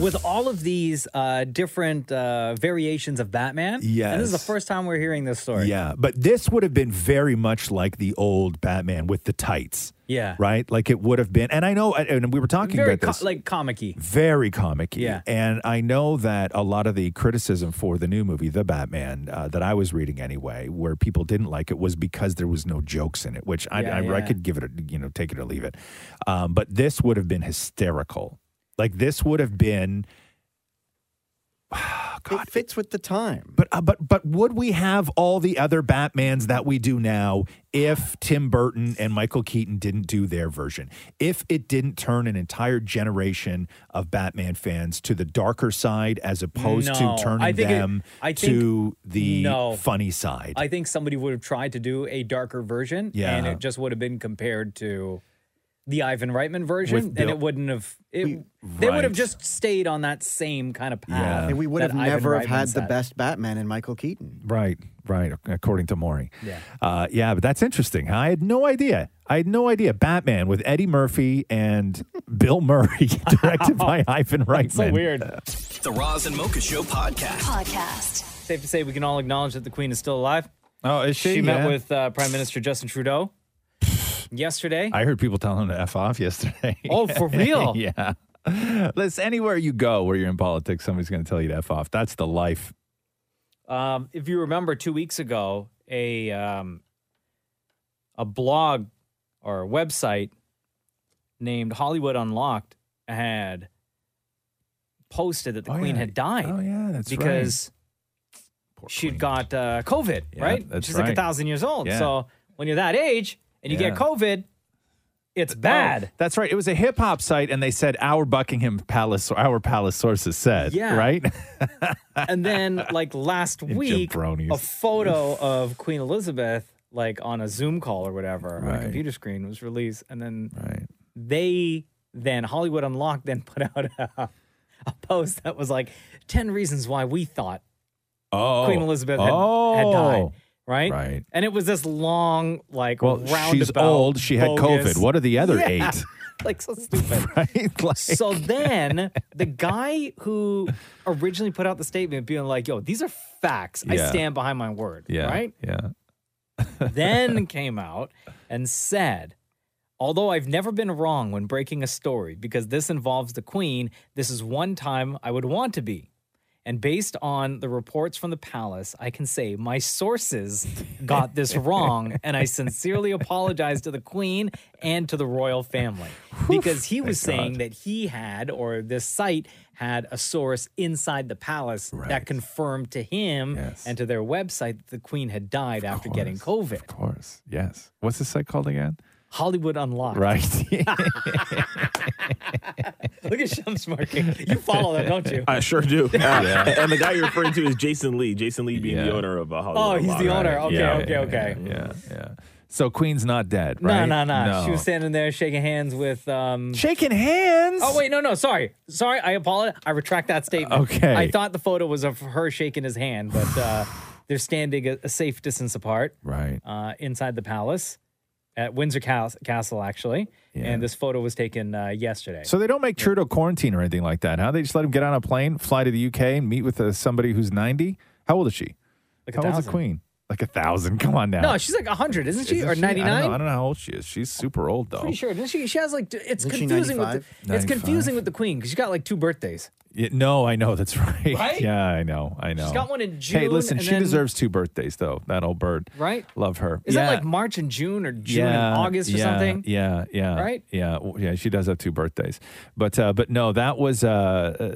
[SPEAKER 3] With all of these uh, different uh, variations of Batman. And this is the
[SPEAKER 9] Yes.
[SPEAKER 3] first time we're hearing this story.
[SPEAKER 9] Yeah, but this would have been very much like the old Batman with the tights.
[SPEAKER 3] Yeah.
[SPEAKER 9] Right? Like it would have been. And I know, and we were talking
[SPEAKER 3] Very
[SPEAKER 9] about
[SPEAKER 3] co-
[SPEAKER 9] this.
[SPEAKER 3] like comic-y.
[SPEAKER 9] very comic
[SPEAKER 3] Yeah.
[SPEAKER 9] And I know that a lot of the criticism for the new movie, The Batman, uh, that I was reading anyway, where people didn't like it was because there was no jokes in it, which I,
[SPEAKER 3] Yeah,
[SPEAKER 9] I, I
[SPEAKER 3] yeah.
[SPEAKER 9] could give it, a, you know, take it or leave it. Um, but this would have been hysterical. Like this would have been
[SPEAKER 6] it fits with the time.
[SPEAKER 9] But uh, but but would we have all the other Batmans that we do now if Tim Burton and Michael Keaton didn't do their version? If it didn't turn an entire generation of Batman fans to the darker side as opposed
[SPEAKER 3] No,
[SPEAKER 9] to turning
[SPEAKER 3] I think it-
[SPEAKER 9] them
[SPEAKER 3] I think-
[SPEAKER 9] to the
[SPEAKER 3] no.
[SPEAKER 9] funny side?
[SPEAKER 3] I think somebody would have tried to do a darker version,
[SPEAKER 9] Yeah.
[SPEAKER 3] and it just would have been compared to the Ivan Reitman version,
[SPEAKER 9] With
[SPEAKER 3] and
[SPEAKER 9] Bill-
[SPEAKER 3] it wouldn't have. It, They would have
[SPEAKER 9] Right.
[SPEAKER 3] just stayed on that same kind of path.
[SPEAKER 6] And we would
[SPEAKER 3] that
[SPEAKER 6] have
[SPEAKER 3] Ivan
[SPEAKER 6] never have
[SPEAKER 3] Reitman
[SPEAKER 6] had the
[SPEAKER 3] set.
[SPEAKER 6] best Batman in Michael Keaton.
[SPEAKER 9] Right, right. According to Maury.
[SPEAKER 6] Yeah.
[SPEAKER 9] Uh, yeah, but that's interesting. I had no idea. I had no idea. Batman with Eddie Murphy and Bill Murray, directed by Ivan Reitman.
[SPEAKER 3] so weird.
[SPEAKER 1] The Roz and Mocha Show podcast. Podcast.
[SPEAKER 3] Safe to say, we can all acknowledge that the Queen is still alive.
[SPEAKER 9] Oh, is she?
[SPEAKER 3] She
[SPEAKER 9] Yeah.
[SPEAKER 3] met with uh, Prime Minister Justin Trudeau yesterday.
[SPEAKER 9] I heard people telling him to f off yesterday.
[SPEAKER 3] Oh, for real?
[SPEAKER 9] yeah. Listen, anywhere you go where you're in politics, somebody's going to tell you to f off. That's the life.
[SPEAKER 3] Um, if you remember, two weeks ago, a um, a blog or a website named Hollywood Unlocked had posted that the
[SPEAKER 9] Oh,
[SPEAKER 3] Queen
[SPEAKER 9] yeah.
[SPEAKER 3] had died.
[SPEAKER 9] Oh, yeah, that's right.
[SPEAKER 3] because she'd got uh, COVID,
[SPEAKER 9] Yeah,
[SPEAKER 3] right?
[SPEAKER 9] that's
[SPEAKER 3] She's like
[SPEAKER 9] right.
[SPEAKER 3] a thousand years old.
[SPEAKER 9] Yeah.
[SPEAKER 3] So when you're that age and you
[SPEAKER 9] Yeah.
[SPEAKER 3] get COVID, it's bad.
[SPEAKER 9] Oh, that's right. It was a hip hop site, and they said our Buckingham Palace, our palace sources said,
[SPEAKER 3] Yeah.
[SPEAKER 9] right?
[SPEAKER 3] and then like last week
[SPEAKER 9] jabronis.
[SPEAKER 3] a photo of queen elizabeth like on a zoom call or whatever on a computer screen was released and then they then hollywood unlocked then put out a, a post that was like 10 reasons why we thought
[SPEAKER 9] Oh,
[SPEAKER 3] queen elizabeth had, had died right right and it was this long like
[SPEAKER 9] Well,
[SPEAKER 3] roundabout,
[SPEAKER 9] she's old. She had
[SPEAKER 3] bogus-
[SPEAKER 9] COVID. What are the other
[SPEAKER 3] Yeah.
[SPEAKER 9] eight?
[SPEAKER 3] like so stupid.
[SPEAKER 9] right?
[SPEAKER 3] so then the guy who originally put out the statement being like, yo, these are facts. I
[SPEAKER 9] Yeah.
[SPEAKER 3] stand behind my word.
[SPEAKER 9] Yeah,
[SPEAKER 3] Right?
[SPEAKER 9] Yeah.
[SPEAKER 3] then came out and said, although I've never been wrong when breaking a story because this involves the queen, this is one time I would want to be. And based on the reports from the palace, I can say my sources got this wrong, and I sincerely apologize to the queen and to the royal family because he was saying that he had, or this site had, a source inside the palace that confirmed to him and to their website that the queen had died after getting COVID. Of
[SPEAKER 9] course, yes. What's this site called again?
[SPEAKER 3] Hollywood Unlocked.
[SPEAKER 9] Right.
[SPEAKER 3] Look at Shams marking. You follow that, don't you?
[SPEAKER 5] I sure do. Uh,
[SPEAKER 3] Yeah.
[SPEAKER 5] And the guy you're referring to is Jason Lee. Jason Lee being the owner of uh, Hollywood.
[SPEAKER 3] Oh, he's the
[SPEAKER 5] Unlocked.
[SPEAKER 3] owner. Okay, okay, okay.
[SPEAKER 9] Yeah, yeah. So Queen's not dead,
[SPEAKER 3] No,
[SPEAKER 9] right?
[SPEAKER 3] no, no. She was standing there shaking hands with um
[SPEAKER 9] shaking hands.
[SPEAKER 3] Oh wait, no, no. Sorry, sorry. I apologize. I retract that statement.
[SPEAKER 9] Okay.
[SPEAKER 3] I thought the photo was of her shaking his hand, but uh, they're standing a, a safe distance apart,
[SPEAKER 9] right,
[SPEAKER 3] uh, inside the palace at Windsor Cas- Castle, actually. And this photo was taken uh, yesterday.
[SPEAKER 9] So they don't make Trudeau quarantine or anything like that, huh? They just let him get on a plane, fly to the UK, and meet with uh, somebody who's ninety. How old is she?
[SPEAKER 3] Like
[SPEAKER 9] how
[SPEAKER 3] a
[SPEAKER 9] old is the
[SPEAKER 3] thousand.
[SPEAKER 9] Queen? Like a thousand? Come on now.
[SPEAKER 3] no, she's like hundred, isn't she? or
[SPEAKER 9] I don't
[SPEAKER 3] ninety
[SPEAKER 9] know. I
[SPEAKER 3] nine?
[SPEAKER 9] don't know how old she is. She's super old though.
[SPEAKER 3] Pretty sure. Isn't she? She has like. t- It's
[SPEAKER 9] Isn't she
[SPEAKER 3] confusing with.
[SPEAKER 9] 95?
[SPEAKER 3] The, it's
[SPEAKER 9] 95.
[SPEAKER 3] confusing with the Queen because she got like two birthdays.
[SPEAKER 9] Yeah, no, I know that's right.
[SPEAKER 3] Right?
[SPEAKER 9] Yeah, I know. I know.
[SPEAKER 3] She's got one in
[SPEAKER 9] Hey,
[SPEAKER 3] June,
[SPEAKER 9] listen,
[SPEAKER 3] and
[SPEAKER 9] she
[SPEAKER 3] then-
[SPEAKER 9] deserves two birthdays though. That old bird.
[SPEAKER 3] Right?
[SPEAKER 9] Love her.
[SPEAKER 3] Is
[SPEAKER 9] yeah.
[SPEAKER 3] that like March and June or June and August or
[SPEAKER 9] yeah,
[SPEAKER 3] something?
[SPEAKER 9] Yeah, yeah,
[SPEAKER 3] Right?
[SPEAKER 9] Yeah, w- yeah. She does have two birthdays, but uh, but no, that was uh,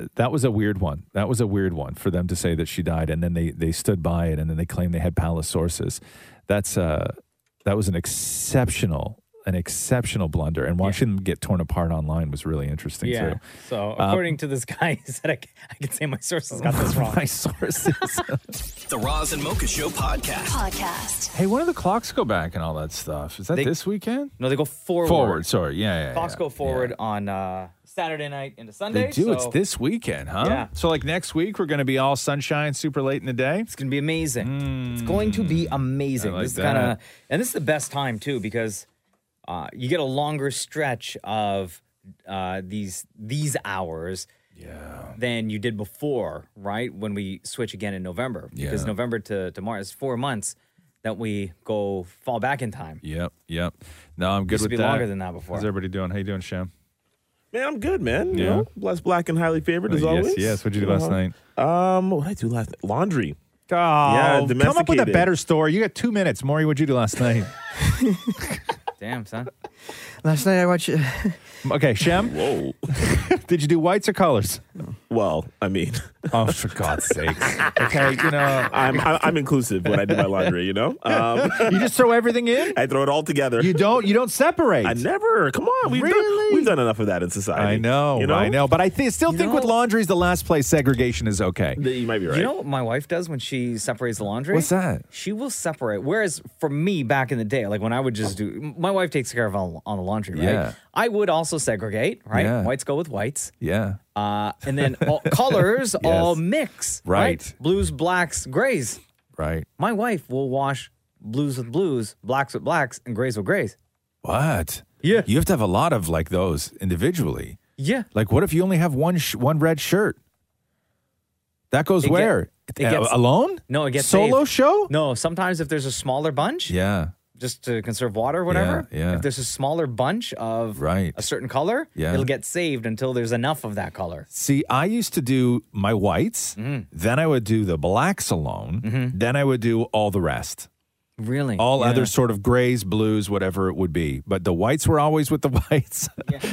[SPEAKER 9] uh, that was a weird one. That was a weird one for them to say that she died, and then they they stood by it, and then they claimed they had palace sources. That's uh, that was an exceptional an exceptional blunder, and watching them get torn apart online was really interesting
[SPEAKER 3] Yeah.
[SPEAKER 9] too.
[SPEAKER 3] So
[SPEAKER 9] Um,
[SPEAKER 3] according to this guy, he said I, c- I can say my sources got this wrong.
[SPEAKER 9] my sources.
[SPEAKER 1] The Roz and Mocha Show podcast.
[SPEAKER 4] Podcast.
[SPEAKER 9] hey, when do the clocks go back and all that stuff? Is that this weekend?
[SPEAKER 3] No, they go forward.
[SPEAKER 9] Forward. Sorry. Yeah. yeah,
[SPEAKER 3] Fox
[SPEAKER 9] yeah.
[SPEAKER 3] go forward on uh, Saturday night into Sunday.
[SPEAKER 9] They do. it's
[SPEAKER 3] so
[SPEAKER 9] this weekend, huh?
[SPEAKER 3] Yeah.
[SPEAKER 9] So like next week we're going to be all sunshine, super late in the day. It's
[SPEAKER 3] going to be amazing. It's going to be amazing.
[SPEAKER 9] Hmm. I like
[SPEAKER 3] this is
[SPEAKER 9] that.
[SPEAKER 3] kind of and this is the best time too because uh, you get a longer stretch of uh, these these hours. Than you did before, right? When we switch again in November, because
[SPEAKER 9] Yeah.
[SPEAKER 3] November to, to March is four months that we go fall back in time.
[SPEAKER 9] Yep. Yep. No, I'm good
[SPEAKER 3] Used to
[SPEAKER 9] with
[SPEAKER 3] be
[SPEAKER 9] that.
[SPEAKER 3] longer than that before.
[SPEAKER 9] How's everybody doing? How you doing, Sham?
[SPEAKER 5] Man, I'm good, man. You
[SPEAKER 9] Yeah.
[SPEAKER 5] know, blessed, black, and highly favored as
[SPEAKER 9] Uh, yes,
[SPEAKER 5] always.
[SPEAKER 9] yes. What'd you do last night?
[SPEAKER 5] Um, what did I do last night? Laundry.
[SPEAKER 9] Oh, come
[SPEAKER 5] yeah,
[SPEAKER 9] up with a
[SPEAKER 5] domesticated.
[SPEAKER 9] better story. You got two minutes, Maury. What'd you do last night?
[SPEAKER 3] Damn, son.
[SPEAKER 6] Last night I watched.
[SPEAKER 9] okay, Shem. Whoa. Did you do whites or colors?
[SPEAKER 5] Well, I mean,
[SPEAKER 9] oh, for God's sake. Okay, you know,
[SPEAKER 5] I'm I- I'm inclusive when I do my laundry. You know, um,
[SPEAKER 9] you just throw everything in.
[SPEAKER 5] I throw it all together.
[SPEAKER 9] You don't. You don't separate.
[SPEAKER 5] I never. Come on, we've done, we've done enough of that in society.
[SPEAKER 9] I know,
[SPEAKER 5] You know,
[SPEAKER 9] I know, but I th- still think with laundry is the last place segregation is okay.
[SPEAKER 5] You might be
[SPEAKER 3] You know what my wife does when she separates the laundry?
[SPEAKER 9] What's that?
[SPEAKER 3] She will separate. Whereas for me back in the day, like when I would just do, my wife takes care of all, all the laundry, right?
[SPEAKER 9] Yeah.
[SPEAKER 3] I would also segregate, right?
[SPEAKER 9] Yeah.
[SPEAKER 3] Whites go with whites.
[SPEAKER 9] Yeah.
[SPEAKER 3] Uh, and then all, colors
[SPEAKER 9] Yes.
[SPEAKER 3] all mix, right.
[SPEAKER 9] Right.
[SPEAKER 3] Blues, blacks, grays.
[SPEAKER 9] Right.
[SPEAKER 3] My wife will wash blues with blues, blacks with blacks, and grays with grays.
[SPEAKER 9] What? Yeah. You have to have a lot of like those individually.
[SPEAKER 3] Yeah.
[SPEAKER 9] Like, what if you only have one sh- one red shirt? That goes
[SPEAKER 3] It get-
[SPEAKER 9] where?
[SPEAKER 3] it
[SPEAKER 9] Uh,
[SPEAKER 3] gets-
[SPEAKER 9] alone?
[SPEAKER 3] No, it gets
[SPEAKER 9] solo
[SPEAKER 3] saved.
[SPEAKER 9] show.
[SPEAKER 3] No, sometimes if there's a smaller bunch,
[SPEAKER 9] Yeah.
[SPEAKER 3] just to conserve water or whatever.
[SPEAKER 9] Yeah, yeah.
[SPEAKER 3] If there's a smaller bunch of
[SPEAKER 9] Right.
[SPEAKER 3] a certain color,
[SPEAKER 9] Yeah.
[SPEAKER 3] it'll get saved until there's enough of that color.
[SPEAKER 9] See, I used to do my whites,
[SPEAKER 3] Mm-hmm.
[SPEAKER 9] then I would do the blacks alone, then I would do all the rest.
[SPEAKER 3] Really?
[SPEAKER 9] All
[SPEAKER 3] Yeah.
[SPEAKER 9] other sort of grays, blues, whatever it would be. But the whites were always with the whites.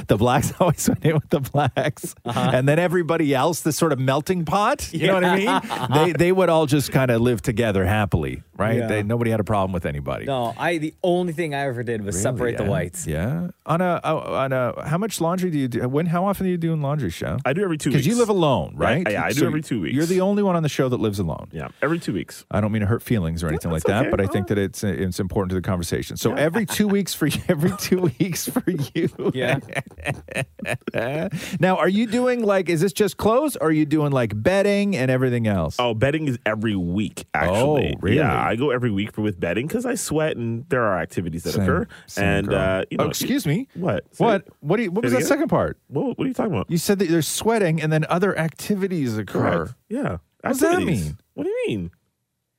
[SPEAKER 9] the blacks always went in with the blacks.
[SPEAKER 3] Uh-huh.
[SPEAKER 9] And then everybody else, this sort of melting pot, you know what I mean?
[SPEAKER 3] Yeah.
[SPEAKER 9] They, they would all just kind of live together happily, right?
[SPEAKER 3] Yeah.
[SPEAKER 9] They, nobody had a problem with anybody.
[SPEAKER 3] No, I the only thing I ever did was
[SPEAKER 9] Really,
[SPEAKER 3] separate
[SPEAKER 9] yeah.
[SPEAKER 3] the whites.
[SPEAKER 9] Yeah. On a, on a, how much laundry do you do? When, how often are you doing laundry, show?
[SPEAKER 5] I do every two
[SPEAKER 9] Because you
[SPEAKER 5] weeks.
[SPEAKER 9] live alone,
[SPEAKER 5] Yeah,
[SPEAKER 9] right?
[SPEAKER 5] yeah, I do every two weeks.
[SPEAKER 9] You're the only one on the show that lives alone.
[SPEAKER 5] Yeah, every two weeks.
[SPEAKER 9] I don't mean to hurt feelings or anything like that,
[SPEAKER 5] okay.
[SPEAKER 9] but I think that it's it's important to the conversation. So every two weeks for every two weeks for you.
[SPEAKER 3] Yeah.
[SPEAKER 9] now, are you doing like? Is this just clothes? Or are you doing like bedding and everything else?
[SPEAKER 5] Oh, bedding is every week. Actually,
[SPEAKER 9] Oh, really?
[SPEAKER 5] Yeah, I go every week for with bedding because I sweat and there are activities that
[SPEAKER 9] Same-
[SPEAKER 5] occur.
[SPEAKER 9] same
[SPEAKER 5] and
[SPEAKER 9] girl.
[SPEAKER 5] uh, you know,
[SPEAKER 9] oh, excuse me.
[SPEAKER 5] What?
[SPEAKER 9] What? What? Do you, what
[SPEAKER 5] Say
[SPEAKER 9] was
[SPEAKER 5] it
[SPEAKER 9] that
[SPEAKER 5] again?
[SPEAKER 9] second part?
[SPEAKER 5] What, what are you talking about?
[SPEAKER 9] You said that there's sweating and then other activities occur.
[SPEAKER 5] Correct. Yeah.
[SPEAKER 9] What does that
[SPEAKER 5] Activities.
[SPEAKER 9] mean?
[SPEAKER 5] What do you mean?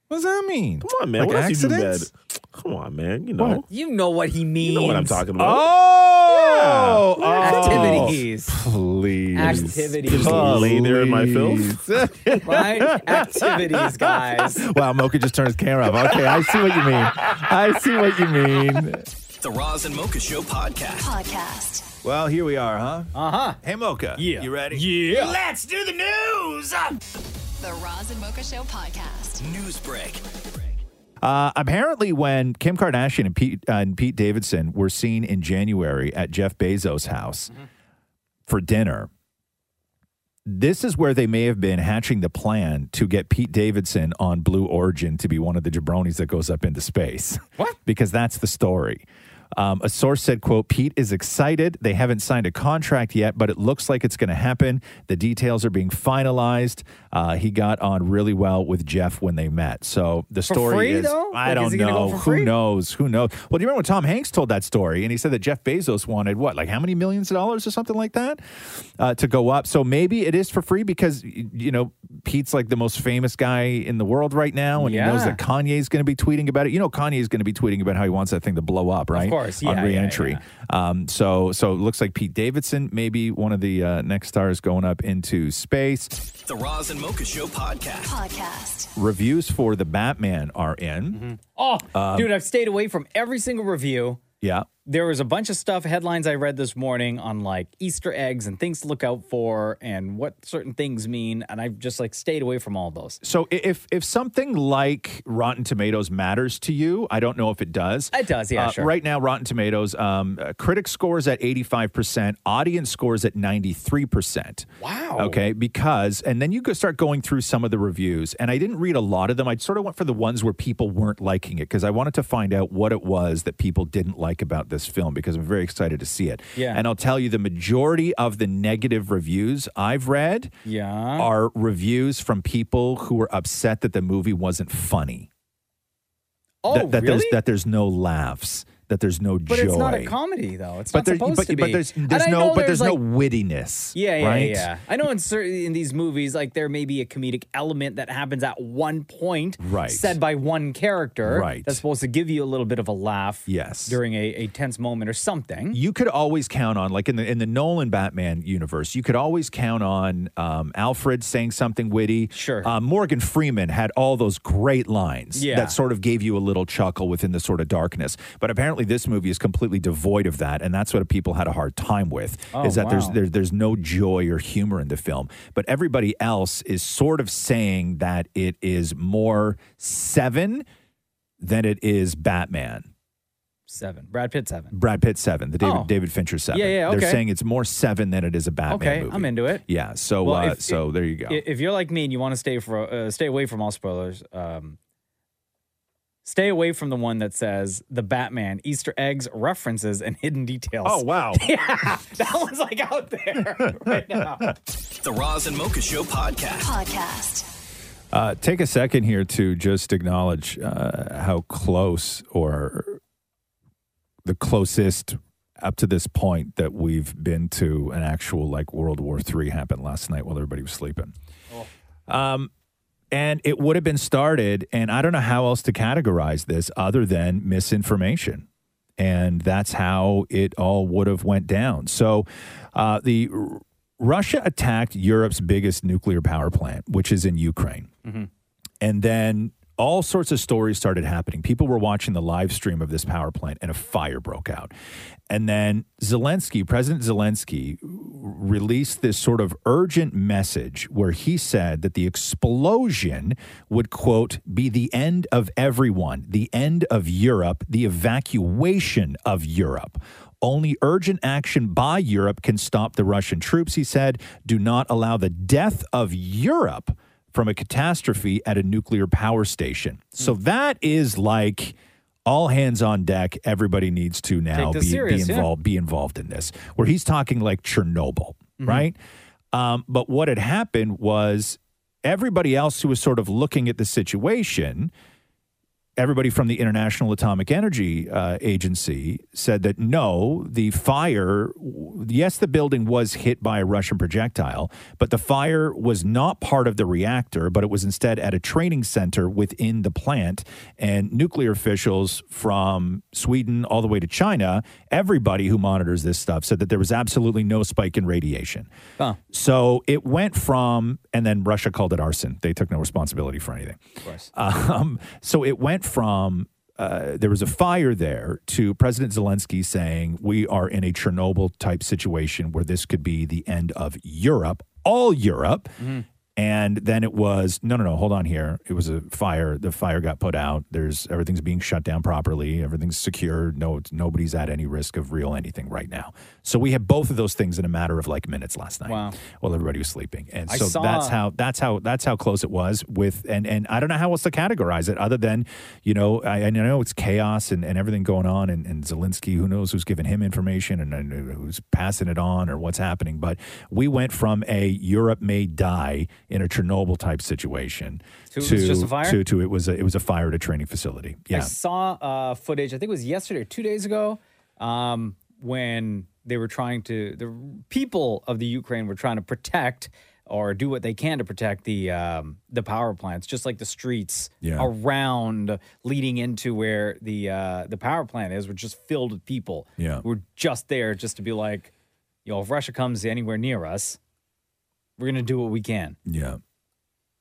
[SPEAKER 9] What does that mean?
[SPEAKER 5] Come on, man.
[SPEAKER 9] Like
[SPEAKER 5] what else
[SPEAKER 9] accidents?
[SPEAKER 5] you do, bed? Come on, man. You know.
[SPEAKER 9] What?
[SPEAKER 3] You know what he means.
[SPEAKER 5] You know what I'm talking about.
[SPEAKER 9] Oh,
[SPEAKER 5] Yeah.
[SPEAKER 9] oh.
[SPEAKER 3] Activities.
[SPEAKER 9] Please.
[SPEAKER 3] Activities.
[SPEAKER 5] Just lay there in my filth.
[SPEAKER 9] Please.
[SPEAKER 3] Right? Activities, guys.
[SPEAKER 9] wow, Mocha just turned his camera off. Okay, I see what you mean. I see what you mean.
[SPEAKER 1] The Roz and Mocha Show podcast. Podcast.
[SPEAKER 9] Well, here we are, huh?
[SPEAKER 3] Uh huh.
[SPEAKER 9] Hey, Mocha.
[SPEAKER 3] Yeah.
[SPEAKER 9] You ready?
[SPEAKER 1] Let's do the news.
[SPEAKER 2] The Roz and Mocha Show podcast.
[SPEAKER 1] News break.
[SPEAKER 9] Uh, apparently, when Kim Kardashian and Pete, uh, and Pete Davidson were seen in January at Jeff Bezos' house for dinner, this is where they may have been hatching the plan to get Pete Davidson on Blue Origin to be one of the jabronis that goes up into space. What? because that's the story. Um, a source said, quote, Pete is excited. They haven't signed a contract yet, but it looks like it's going to happen. The details are being finalized. Uh, he got on really well with Jeff when they met. So the
[SPEAKER 3] For
[SPEAKER 9] story
[SPEAKER 3] free,
[SPEAKER 9] is,
[SPEAKER 3] though?
[SPEAKER 9] I
[SPEAKER 3] Like, is
[SPEAKER 9] don't
[SPEAKER 3] he gonna go
[SPEAKER 9] know.
[SPEAKER 3] for
[SPEAKER 9] Who
[SPEAKER 3] free?
[SPEAKER 9] knows? Who knows? Well, do you remember when Tom Hanks told that story and he said that Jeff Bezos wanted what, like how many millions of dollars or something like that uh, to go up? So maybe it is for free because, y- you know, Pete's like the most famous guy in the world right now. And he knows
[SPEAKER 3] Yeah.
[SPEAKER 9] that Kanye's going to be tweeting about it. You know, Kanye's going to be tweeting about how he wants that thing to blow up, right?
[SPEAKER 3] course,
[SPEAKER 9] On
[SPEAKER 3] yeah, yeah,
[SPEAKER 9] reentry. Um, so, so it looks like Pete Davidson, maybe one of the uh, next stars going up into space.
[SPEAKER 1] The Roz and Mocha Show podcast. Podcast.
[SPEAKER 9] Reviews for the Batman are in.
[SPEAKER 3] Oh,
[SPEAKER 9] Um,
[SPEAKER 3] dude, I've stayed away from every single review.
[SPEAKER 9] Yeah.
[SPEAKER 3] There was a bunch of stuff, headlines I read this morning on like Easter eggs and things to look out for and what certain things mean. And I've just like stayed away from all those.
[SPEAKER 9] So i- if if something like Rotten Tomatoes matters to you, I don't know if it does.
[SPEAKER 3] It does, yeah,
[SPEAKER 9] Uh,
[SPEAKER 3] sure.
[SPEAKER 9] Right now, Rotten Tomatoes, um, uh, critic scores at eighty five percent, audience scores at ninety three percent.
[SPEAKER 3] Wow.
[SPEAKER 9] Okay, because and then you go start going through some of the reviews, and I didn't read a lot of them. I sort of went for the ones where people weren't liking it because I wanted to find out what it was that people didn't like about this film because I'm very excited to see it.
[SPEAKER 3] Yeah.
[SPEAKER 9] And I'll tell you, the majority of the negative reviews I've read
[SPEAKER 3] Yeah.
[SPEAKER 9] are reviews from people who were upset that the movie wasn't funny.
[SPEAKER 3] Oh,
[SPEAKER 9] that, that there's
[SPEAKER 3] really?
[SPEAKER 9] that there's no laughs, that there's no
[SPEAKER 3] But
[SPEAKER 9] joy.
[SPEAKER 3] it's not a comedy, though. It's
[SPEAKER 9] but
[SPEAKER 3] not
[SPEAKER 9] there-
[SPEAKER 3] supposed
[SPEAKER 9] but,
[SPEAKER 3] to be.
[SPEAKER 9] but there's
[SPEAKER 3] And
[SPEAKER 9] there's
[SPEAKER 3] I
[SPEAKER 9] no
[SPEAKER 3] know
[SPEAKER 9] but there's, no
[SPEAKER 3] like-
[SPEAKER 9] wittiness.
[SPEAKER 3] Yeah, yeah,
[SPEAKER 9] right?
[SPEAKER 3] yeah. I know in certain in these movies, like there may be a comedic element that happens at one point,
[SPEAKER 9] Right.
[SPEAKER 3] Said by one character,
[SPEAKER 9] Right.
[SPEAKER 3] That's supposed to give you a little bit of a laugh,
[SPEAKER 9] Yes.
[SPEAKER 3] during a, a tense moment or something.
[SPEAKER 9] You could always count on, like in the in the Nolan Batman universe, you could always count on um, Alfred saying something witty. Sure. Uh, Morgan Freeman had all those great lines
[SPEAKER 3] Yeah.
[SPEAKER 9] that sort of gave you a little chuckle within the sort of darkness. But apparently, apparently this movie is completely devoid of that, and that's what people had a hard time with
[SPEAKER 7] Oh,
[SPEAKER 9] is that there's
[SPEAKER 7] wow.
[SPEAKER 9] there, there's no joy or humor in the film. But everybody else is sort of saying that it is more Seven than it is Batman.
[SPEAKER 3] Seven. Brad Pitt seven.
[SPEAKER 9] Brad Pitt Seven, the David
[SPEAKER 3] Oh.
[SPEAKER 9] David Fincher Seven.
[SPEAKER 3] Yeah, yeah,
[SPEAKER 9] They're
[SPEAKER 3] okay.
[SPEAKER 9] saying it's more Seven than it is a Batman
[SPEAKER 3] okay,
[SPEAKER 9] movie.
[SPEAKER 3] I'm into it.
[SPEAKER 9] yeah, so
[SPEAKER 3] Well,
[SPEAKER 9] uh,
[SPEAKER 3] if-
[SPEAKER 9] so there you go.
[SPEAKER 3] I- If you're like me and you want to stay for uh, stay away from all spoilers, um, stay away from the one that says the Batman Easter eggs, references, and hidden details.
[SPEAKER 1] Oh, wow.
[SPEAKER 3] yeah, that one's like out there right now.
[SPEAKER 1] The Roz and Mocha Show podcast.
[SPEAKER 2] Podcast.
[SPEAKER 9] Uh, take a second here to just acknowledge uh, how close or the closest up to this point that we've been to an actual like World War III happened last night while everybody was sleeping. Um, and it would have been started, and I don't know how else to categorize this other than misinformation. And that's how it all would have went down. So uh, the R- Russia attacked Europe's biggest nuclear power plant, which is in Ukraine.
[SPEAKER 3] Mm-hmm.
[SPEAKER 9] And then all sorts of stories started happening. People were watching the live stream of this power plant and a fire broke out. And then Zelensky, President Zelensky, released this sort of urgent message where he said that the explosion would, quote, be the end of everyone, the end of Europe, the evacuation of Europe. Only urgent action by Europe can stop the Russian troops, he said. Do not allow the death of Europe from a catastrophe at a nuclear power station. So
[SPEAKER 7] Hmm.
[SPEAKER 9] that is like all hands on deck. Everybody needs to now
[SPEAKER 7] Take
[SPEAKER 9] be,
[SPEAKER 7] this
[SPEAKER 9] be
[SPEAKER 7] serious, yeah.
[SPEAKER 9] involved be involved in this. Where he's talking like Chernobyl, right? Um, but what had happened was everybody else who was sort of looking at the situation everybody from the International Atomic Energy uh, Agency said that no, the fire, yes, the building was hit by a Russian projectile, but the fire was not part of the reactor, but it was instead at a training center within the plant. And nuclear officials from Sweden all the way to China, everybody who monitors this stuff said that there was absolutely no spike in radiation.
[SPEAKER 13] Uh.
[SPEAKER 3] Huh.
[SPEAKER 9] So it went from, and then Russia called it arson. They took no responsibility for anything.
[SPEAKER 3] Of course.
[SPEAKER 9] Um, so it went from uh, there was a fire there to President Zelensky saying, We are in a Chernobyl type situation where this could be the end of Europe, all Europe.
[SPEAKER 3] Mm-hmm.
[SPEAKER 9] And then it was, no, no, no, hold on here. It was a fire. The fire got put out. There's everything's being shut down properly. Everything's secure. No, it's- nobody's at any risk of real anything right now. So we had both of those things in a matter of like minutes last night. Wow. While everybody was sleeping. And
[SPEAKER 7] I
[SPEAKER 9] so
[SPEAKER 7] saw-
[SPEAKER 9] that's how that's how that's how close it was with and and I don't know how else to categorize it other than you know I, and I know it's chaos and, and everything going on and, and Zelensky who knows who's giving him information and, and who's passing it on or what's happening but we went from a Europe may die in a Chernobyl type situation
[SPEAKER 3] To it was just a fire?
[SPEAKER 9] to, to it was a, it was a fire at a training facility
[SPEAKER 3] I
[SPEAKER 9] yeah
[SPEAKER 3] saw uh, footage. I think it was yesterday or two days ago um, when they were trying to the people of the Ukraine were trying to protect or do what they can to protect the um, the power plants, just like the streets
[SPEAKER 7] Yeah.
[SPEAKER 3] around leading into where the uh, the power plant is, were just filled with people.
[SPEAKER 7] Yeah.
[SPEAKER 3] who were just there just to be like, you know, if Russia comes anywhere near us, we're gonna do what we can.
[SPEAKER 9] yeah.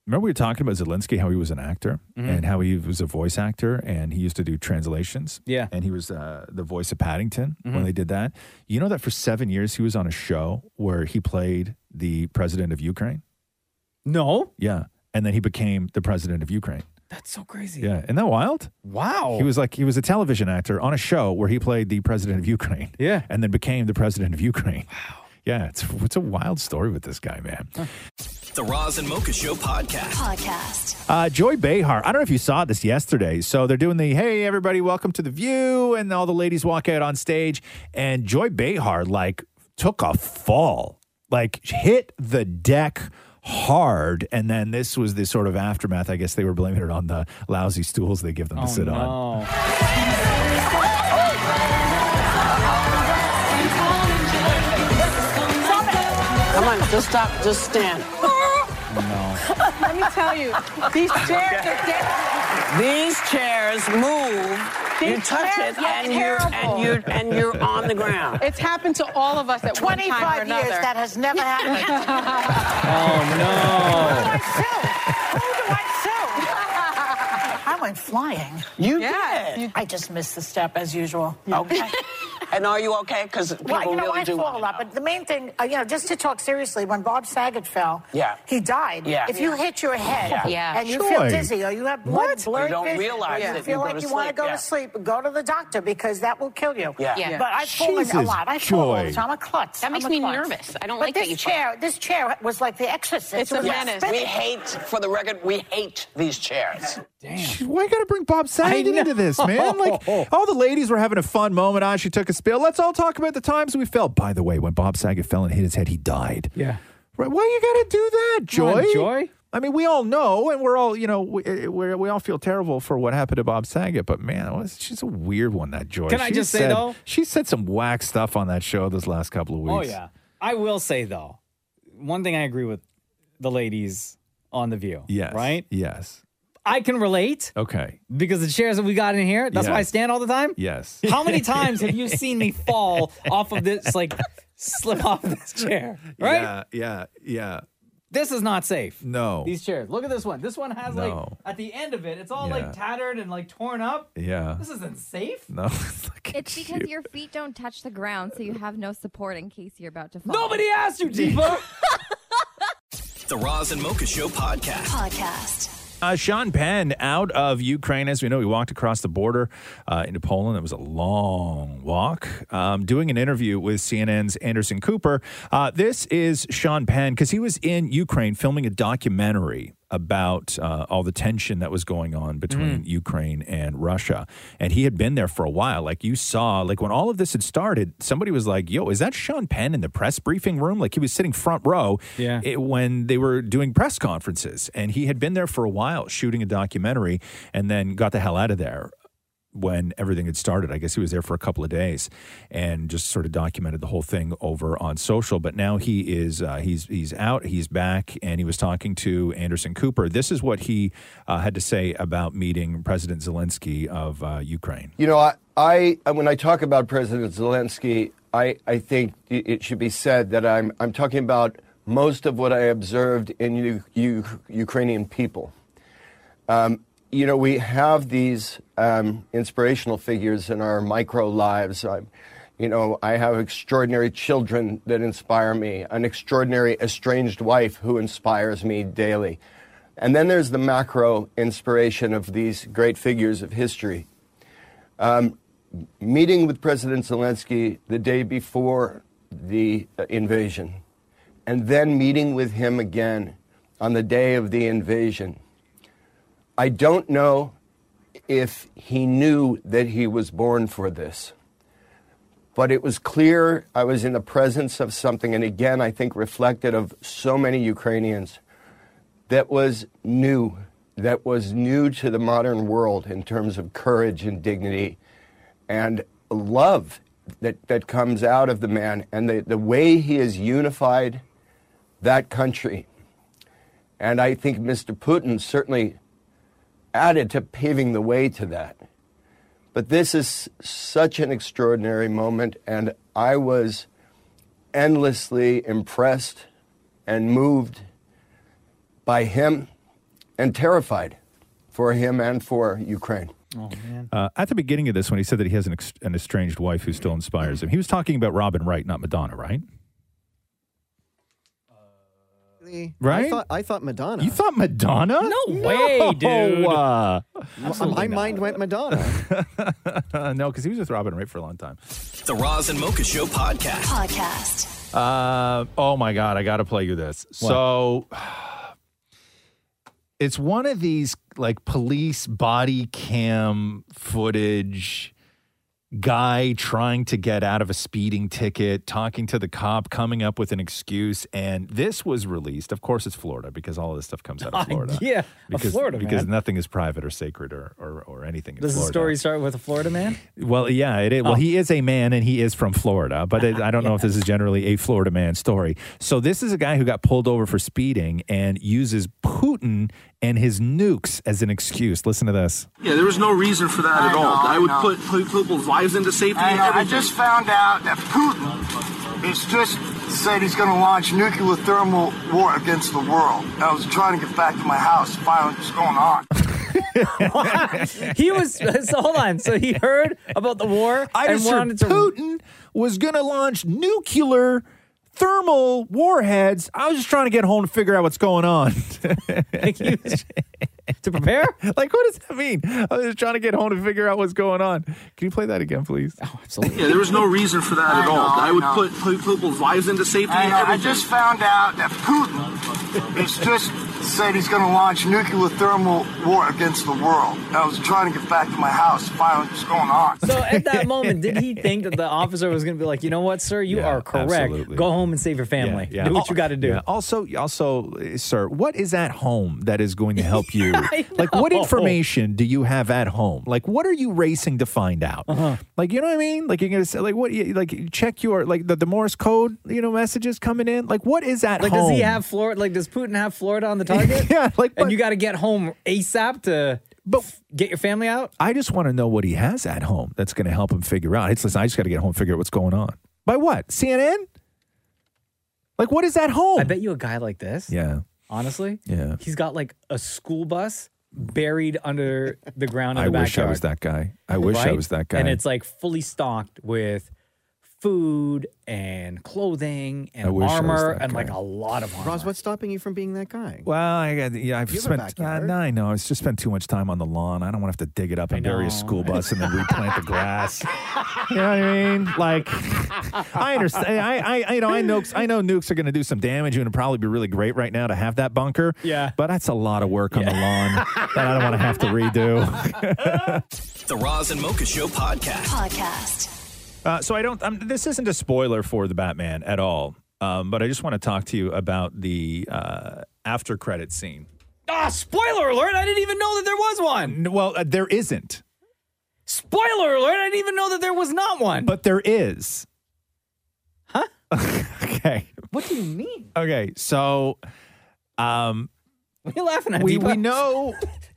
[SPEAKER 9] Remember we were talking about Zelensky, how he was an actor
[SPEAKER 3] Mhm.
[SPEAKER 9] and how he was a voice actor and he used to do translations.
[SPEAKER 3] Yeah.
[SPEAKER 9] And he was uh, the voice of Paddington
[SPEAKER 3] Mhm.
[SPEAKER 9] when they did that. You know that for seven years he was on a show where he played the president of Ukraine?
[SPEAKER 3] No.
[SPEAKER 9] Yeah. And then he became the president of Ukraine.
[SPEAKER 3] That's so crazy.
[SPEAKER 9] Yeah. Isn't that wild?
[SPEAKER 3] Wow.
[SPEAKER 9] He was like, he was a television actor on a show where he played the president of Ukraine.
[SPEAKER 3] Yeah.
[SPEAKER 9] And then became the president of Ukraine. Wow. Yeah. It's, it's a wild story with this guy, man.
[SPEAKER 1] The Roz and Mocha Show podcast.
[SPEAKER 2] Podcast.
[SPEAKER 9] Uh, Joy Behar, I don't know if you saw this yesterday. So they're doing the hey everybody, welcome to the view, and all the ladies walk out on stage, and Joy Behar like took a fall, like hit the deck hard, and then this was the sort of aftermath. I guess they were blaming it on the lousy stools they give them to sit on.
[SPEAKER 14] Come on, just stop, just stand.
[SPEAKER 17] Let me tell you, these chairs are dead.
[SPEAKER 14] These chairs move. you
[SPEAKER 17] These
[SPEAKER 14] touch
[SPEAKER 17] chairs
[SPEAKER 14] it,
[SPEAKER 17] look
[SPEAKER 14] and you're
[SPEAKER 17] terrible.
[SPEAKER 14] and you're and you're on the ground.
[SPEAKER 17] It's happened to all of us at one time
[SPEAKER 14] 25
[SPEAKER 17] or
[SPEAKER 14] years,
[SPEAKER 17] another.
[SPEAKER 14] that has never
[SPEAKER 17] happened.
[SPEAKER 3] Oh no.
[SPEAKER 14] I
[SPEAKER 7] went flying.
[SPEAKER 28] You
[SPEAKER 7] did. I just missed the step as usual.
[SPEAKER 28] Okay. and are you okay? Because people
[SPEAKER 7] Well, you know,
[SPEAKER 28] really
[SPEAKER 7] I
[SPEAKER 28] do.
[SPEAKER 7] fall a lot, but the main thing, uh, you know, just to talk seriously, when Bob Saget fell,
[SPEAKER 28] Yeah.
[SPEAKER 7] he died.
[SPEAKER 28] Yeah.
[SPEAKER 7] If you hit your head
[SPEAKER 28] Yeah. Yeah.
[SPEAKER 7] and you
[SPEAKER 28] Joy.
[SPEAKER 7] feel dizzy or you have blood
[SPEAKER 28] What?
[SPEAKER 7] blurred
[SPEAKER 28] You don't
[SPEAKER 7] vision,
[SPEAKER 28] realize
[SPEAKER 7] you
[SPEAKER 28] it, you
[SPEAKER 7] feel
[SPEAKER 28] go
[SPEAKER 7] like
[SPEAKER 28] to
[SPEAKER 7] you want to
[SPEAKER 28] sleep,
[SPEAKER 7] go
[SPEAKER 28] yeah.
[SPEAKER 7] to sleep, go to the doctor because that will kill you.
[SPEAKER 28] Yeah. Yeah.
[SPEAKER 7] But I've fallen a
[SPEAKER 28] Jesus,
[SPEAKER 7] lot. I fall all the
[SPEAKER 28] Joy.
[SPEAKER 7] time. I'm a klutz.
[SPEAKER 18] That
[SPEAKER 7] I'm
[SPEAKER 18] makes
[SPEAKER 7] a
[SPEAKER 18] me
[SPEAKER 7] klutz.
[SPEAKER 18] nervous. I don't
[SPEAKER 7] but
[SPEAKER 18] like that
[SPEAKER 7] this
[SPEAKER 18] you fall.
[SPEAKER 7] chair. This chair was like The Exorcist.
[SPEAKER 18] It's
[SPEAKER 7] It
[SPEAKER 18] a
[SPEAKER 7] was
[SPEAKER 18] menace.
[SPEAKER 7] spinning.
[SPEAKER 28] We hate, for the record, we hate these chairs.
[SPEAKER 9] Damn. Why you gotta bring Bob Saget
[SPEAKER 28] I
[SPEAKER 9] into this, man? Like all the ladies were having a fun moment. Ah, she took a spill. Let's all talk about the times we fell. By the way, when Bob Saget fell and hit his head, he died. Yeah. Right? Why you gotta do that, Joy? Joy. I mean, we all know, and we're all, you know, we we we all feel terrible for what happened to Bob Saget. But man, it was- she's a weird one, that Joy.
[SPEAKER 3] Can I
[SPEAKER 9] She
[SPEAKER 3] just say,
[SPEAKER 9] said-
[SPEAKER 3] though?
[SPEAKER 9] she said some whack stuff on that show those last couple of
[SPEAKER 3] Oh
[SPEAKER 9] weeks.
[SPEAKER 3] yeah. I will say though, one thing I agree with the ladies on the view.
[SPEAKER 9] Yes.
[SPEAKER 3] Right?
[SPEAKER 9] Yes.
[SPEAKER 3] I can relate
[SPEAKER 9] Okay.
[SPEAKER 3] because the chairs that we got in here, that's
[SPEAKER 9] Yeah.
[SPEAKER 3] why I stand all the time.
[SPEAKER 9] Yes.
[SPEAKER 3] How many times have you seen me fall off of this, like slip off this chair? Right?
[SPEAKER 9] Yeah. Yeah. Yeah.
[SPEAKER 3] This is not safe.
[SPEAKER 9] No.
[SPEAKER 3] These chairs. Look at this one. This one has
[SPEAKER 9] No.
[SPEAKER 3] like at the end of it, it's all
[SPEAKER 9] Yeah.
[SPEAKER 3] like tattered and like torn up.
[SPEAKER 9] Yeah.
[SPEAKER 3] This isn't safe.
[SPEAKER 9] No.
[SPEAKER 19] It's because your feet don't touch the ground, so you have no support in case you're about to fall.
[SPEAKER 3] Nobody asked you, Deepa.
[SPEAKER 1] The Roz and Mocha Show podcast.
[SPEAKER 2] Podcast.
[SPEAKER 9] Uh, Sean Penn out of Ukraine, as we know, he walked across the border uh, into Poland. It was a long walk. Um, doing an interview with CNN's Anderson Cooper. Uh, this is Sean Penn because he was in Ukraine filming a documentary about uh, all the tension that was going on between Ukraine and Russia. And he had been there for a while. Like you saw, like when all of this had started, somebody was like, yo, is that Sean Penn in the press briefing room? Like he was sitting front row
[SPEAKER 3] Yeah.
[SPEAKER 9] it- when they were doing press conferences. And he had been there for a while shooting a documentary and then got the hell out of there when everything had started. I guess he was there for a couple of days and just sort of documented the whole thing over on social. But now he is uh, he's he's out, he's back, and he was talking to Anderson Cooper. This is what he uh, had to say about meeting President Zelensky of uh, Ukraine.
[SPEAKER 22] You know, I, I when I talk about President Zelensky, I, I think it it should be said that I'm I'm talking about most of what I observed in U, U, Ukrainian people. Um, you know, we have these um, inspirational figures in our micro lives. I'm, you know, I have extraordinary children that inspire me, an extraordinary estranged wife who inspires me daily. And then there's the macro inspiration of these great figures of history. Um, meeting with President Zelensky the day before the uh, invasion, and then meeting with him again on the day of the invasion. I don't know if he knew that he was born for this, but it was clear I was in the presence of something, and again, I think reflected of so many Ukrainians that was new, that was new to the modern world in terms of courage and dignity and love that, that comes out of the man and the, the way he has unified that country. And I think Mr. Putin certainly added to paving the way to that. But this is such an extraordinary moment, and I was endlessly impressed and moved by him and terrified for him and for Ukraine.
[SPEAKER 3] Oh,
[SPEAKER 9] Uh, at the beginning of this, when he said that he has an, ex- an estranged wife who still inspires him, he was talking about Robin Wright, not Madonna, right? Right?
[SPEAKER 6] I thought, I thought Madonna.
[SPEAKER 9] You thought Madonna?
[SPEAKER 6] No way, dude.
[SPEAKER 9] Uh,
[SPEAKER 6] Absolutely my mind went Madonna.
[SPEAKER 9] no, because he was with Robin Wright for a long time.
[SPEAKER 1] The Roz and Mocha Show podcast.
[SPEAKER 2] Podcast.
[SPEAKER 9] Uh, oh my God, I got to play you this. So it's one of these like police body cam footage guy trying to get out of a speeding ticket, talking to the cop, coming up with an excuse. And this was released. Of course, it's Florida because all of this stuff comes out of Florida.
[SPEAKER 3] yeah, of
[SPEAKER 9] because,
[SPEAKER 3] Florida,
[SPEAKER 9] Because
[SPEAKER 3] man.
[SPEAKER 9] nothing is private or sacred or, or, or anything. in
[SPEAKER 3] Does the
[SPEAKER 9] Florida.
[SPEAKER 3] story start with a Florida man?
[SPEAKER 9] Well, yeah, it
[SPEAKER 3] Oh.
[SPEAKER 9] is. Well, he is a man and he is from Florida, but it, I don't know if this is generally a Florida man story. So, this is a guy who got pulled over for speeding and uses Putin and his nukes as an excuse. Listen to this.
[SPEAKER 29] Yeah, there was no reason for that at
[SPEAKER 30] I
[SPEAKER 29] all.
[SPEAKER 30] know,
[SPEAKER 29] I would
[SPEAKER 30] I know.
[SPEAKER 29] put put people's lives into safety.
[SPEAKER 30] I,
[SPEAKER 29] and
[SPEAKER 30] know, I
[SPEAKER 29] everything.
[SPEAKER 30] just found out that Putin has just said he's going to launch nuclear thermal war against the world. I was trying to get back to my house to find out what's going on.
[SPEAKER 3] he was so hold on. So he heard about the war
[SPEAKER 9] I
[SPEAKER 3] and
[SPEAKER 9] just heard
[SPEAKER 3] wanted to
[SPEAKER 9] Putin was going to launch nuclear thermal warheads. I was just trying to get home to figure out what's going on.
[SPEAKER 3] to prepare?
[SPEAKER 9] Like, what does that mean? I was just trying to get home to figure out what's going on. Can you play that again, please? Oh,
[SPEAKER 13] Yeah, there was no reason for that
[SPEAKER 30] I
[SPEAKER 13] at all.
[SPEAKER 30] know,
[SPEAKER 13] I would
[SPEAKER 30] I know.
[SPEAKER 13] put put people's lives into safety.
[SPEAKER 30] I,
[SPEAKER 13] and
[SPEAKER 30] know, I
[SPEAKER 13] everything.
[SPEAKER 30] just found out that Putin has just said he's going to launch nuclear thermal war against the world. I was trying to get back to my house, find out what's going on.
[SPEAKER 3] So at that moment, did he think that the officer was going to be like, you know what, sir, you are correct.
[SPEAKER 9] absolutely.
[SPEAKER 3] Go home and save your family.
[SPEAKER 9] Yeah.
[SPEAKER 3] Do what you got to do.
[SPEAKER 9] Yeah. Also, also, uh, sir, what is at home that is going to help you?
[SPEAKER 3] I
[SPEAKER 9] like, what
[SPEAKER 3] know.
[SPEAKER 9] information do you have at home? Like, what are you racing to find out?
[SPEAKER 3] Uh-huh.
[SPEAKER 9] Like, you know what I mean? Like, you're gonna say, like, what? you- Like, check your like the, the Morse code, you know, messages coming in. Like, what is at
[SPEAKER 3] Like,
[SPEAKER 9] home?
[SPEAKER 3] does he have Florida? Like, does Putin have Florida on the target?
[SPEAKER 9] yeah, like,
[SPEAKER 3] and you got to get home ASAP to
[SPEAKER 9] but
[SPEAKER 3] get your family out.
[SPEAKER 9] I just want to know what he has at home that's going to help him figure out. It's listen, I just got to get home, and figure out what's going on. By what? CNN? Like, what is at home? I
[SPEAKER 3] bet you a guy like this.
[SPEAKER 9] Yeah.
[SPEAKER 3] Honestly,
[SPEAKER 9] Yeah.
[SPEAKER 3] he's got like a school bus buried under the ground. In
[SPEAKER 9] I
[SPEAKER 3] the
[SPEAKER 9] wish I was
[SPEAKER 3] backyard,
[SPEAKER 9] that guy. I wish I
[SPEAKER 3] right?
[SPEAKER 9] was that guy.
[SPEAKER 3] And it's like fully stocked with food and clothing
[SPEAKER 9] I
[SPEAKER 3] and
[SPEAKER 9] wish I was
[SPEAKER 3] armor
[SPEAKER 9] that
[SPEAKER 3] and like
[SPEAKER 9] guy.
[SPEAKER 3] a lot of armor.
[SPEAKER 6] Roz, what's stopping you from being that guy?
[SPEAKER 9] Well, I got yeah. I've
[SPEAKER 6] You have a
[SPEAKER 9] spent uh, no, I know. I've just spent too much time on the lawn. I don't want to have to dig it up and bury a school bus and then replant the grass. You know what I mean? Like, I understand. I, I, you know, I know, I know nukes are going to do some damage, and it'd probably be really great right now to have that bunker.
[SPEAKER 1] Yeah.
[SPEAKER 9] but that's a lot of work on the lawn that I don't want to have to redo.
[SPEAKER 1] The Roz and Mocha Show podcast.
[SPEAKER 31] Podcast.
[SPEAKER 9] Uh, so I don't. Um, this isn't a spoiler for the Batman at all, um, but I just want to talk to you about the uh, after credit scene.
[SPEAKER 3] Ah, spoiler alert! I didn't even know that there was one.
[SPEAKER 9] Well, uh, there isn't.
[SPEAKER 3] Spoiler alert! I didn't even know that there was not one.
[SPEAKER 9] But there is. Huh? okay.
[SPEAKER 3] What do you mean?
[SPEAKER 9] Okay. So, um,
[SPEAKER 3] What are you laughing at?
[SPEAKER 9] we,
[SPEAKER 3] Deepa?
[SPEAKER 9] we know.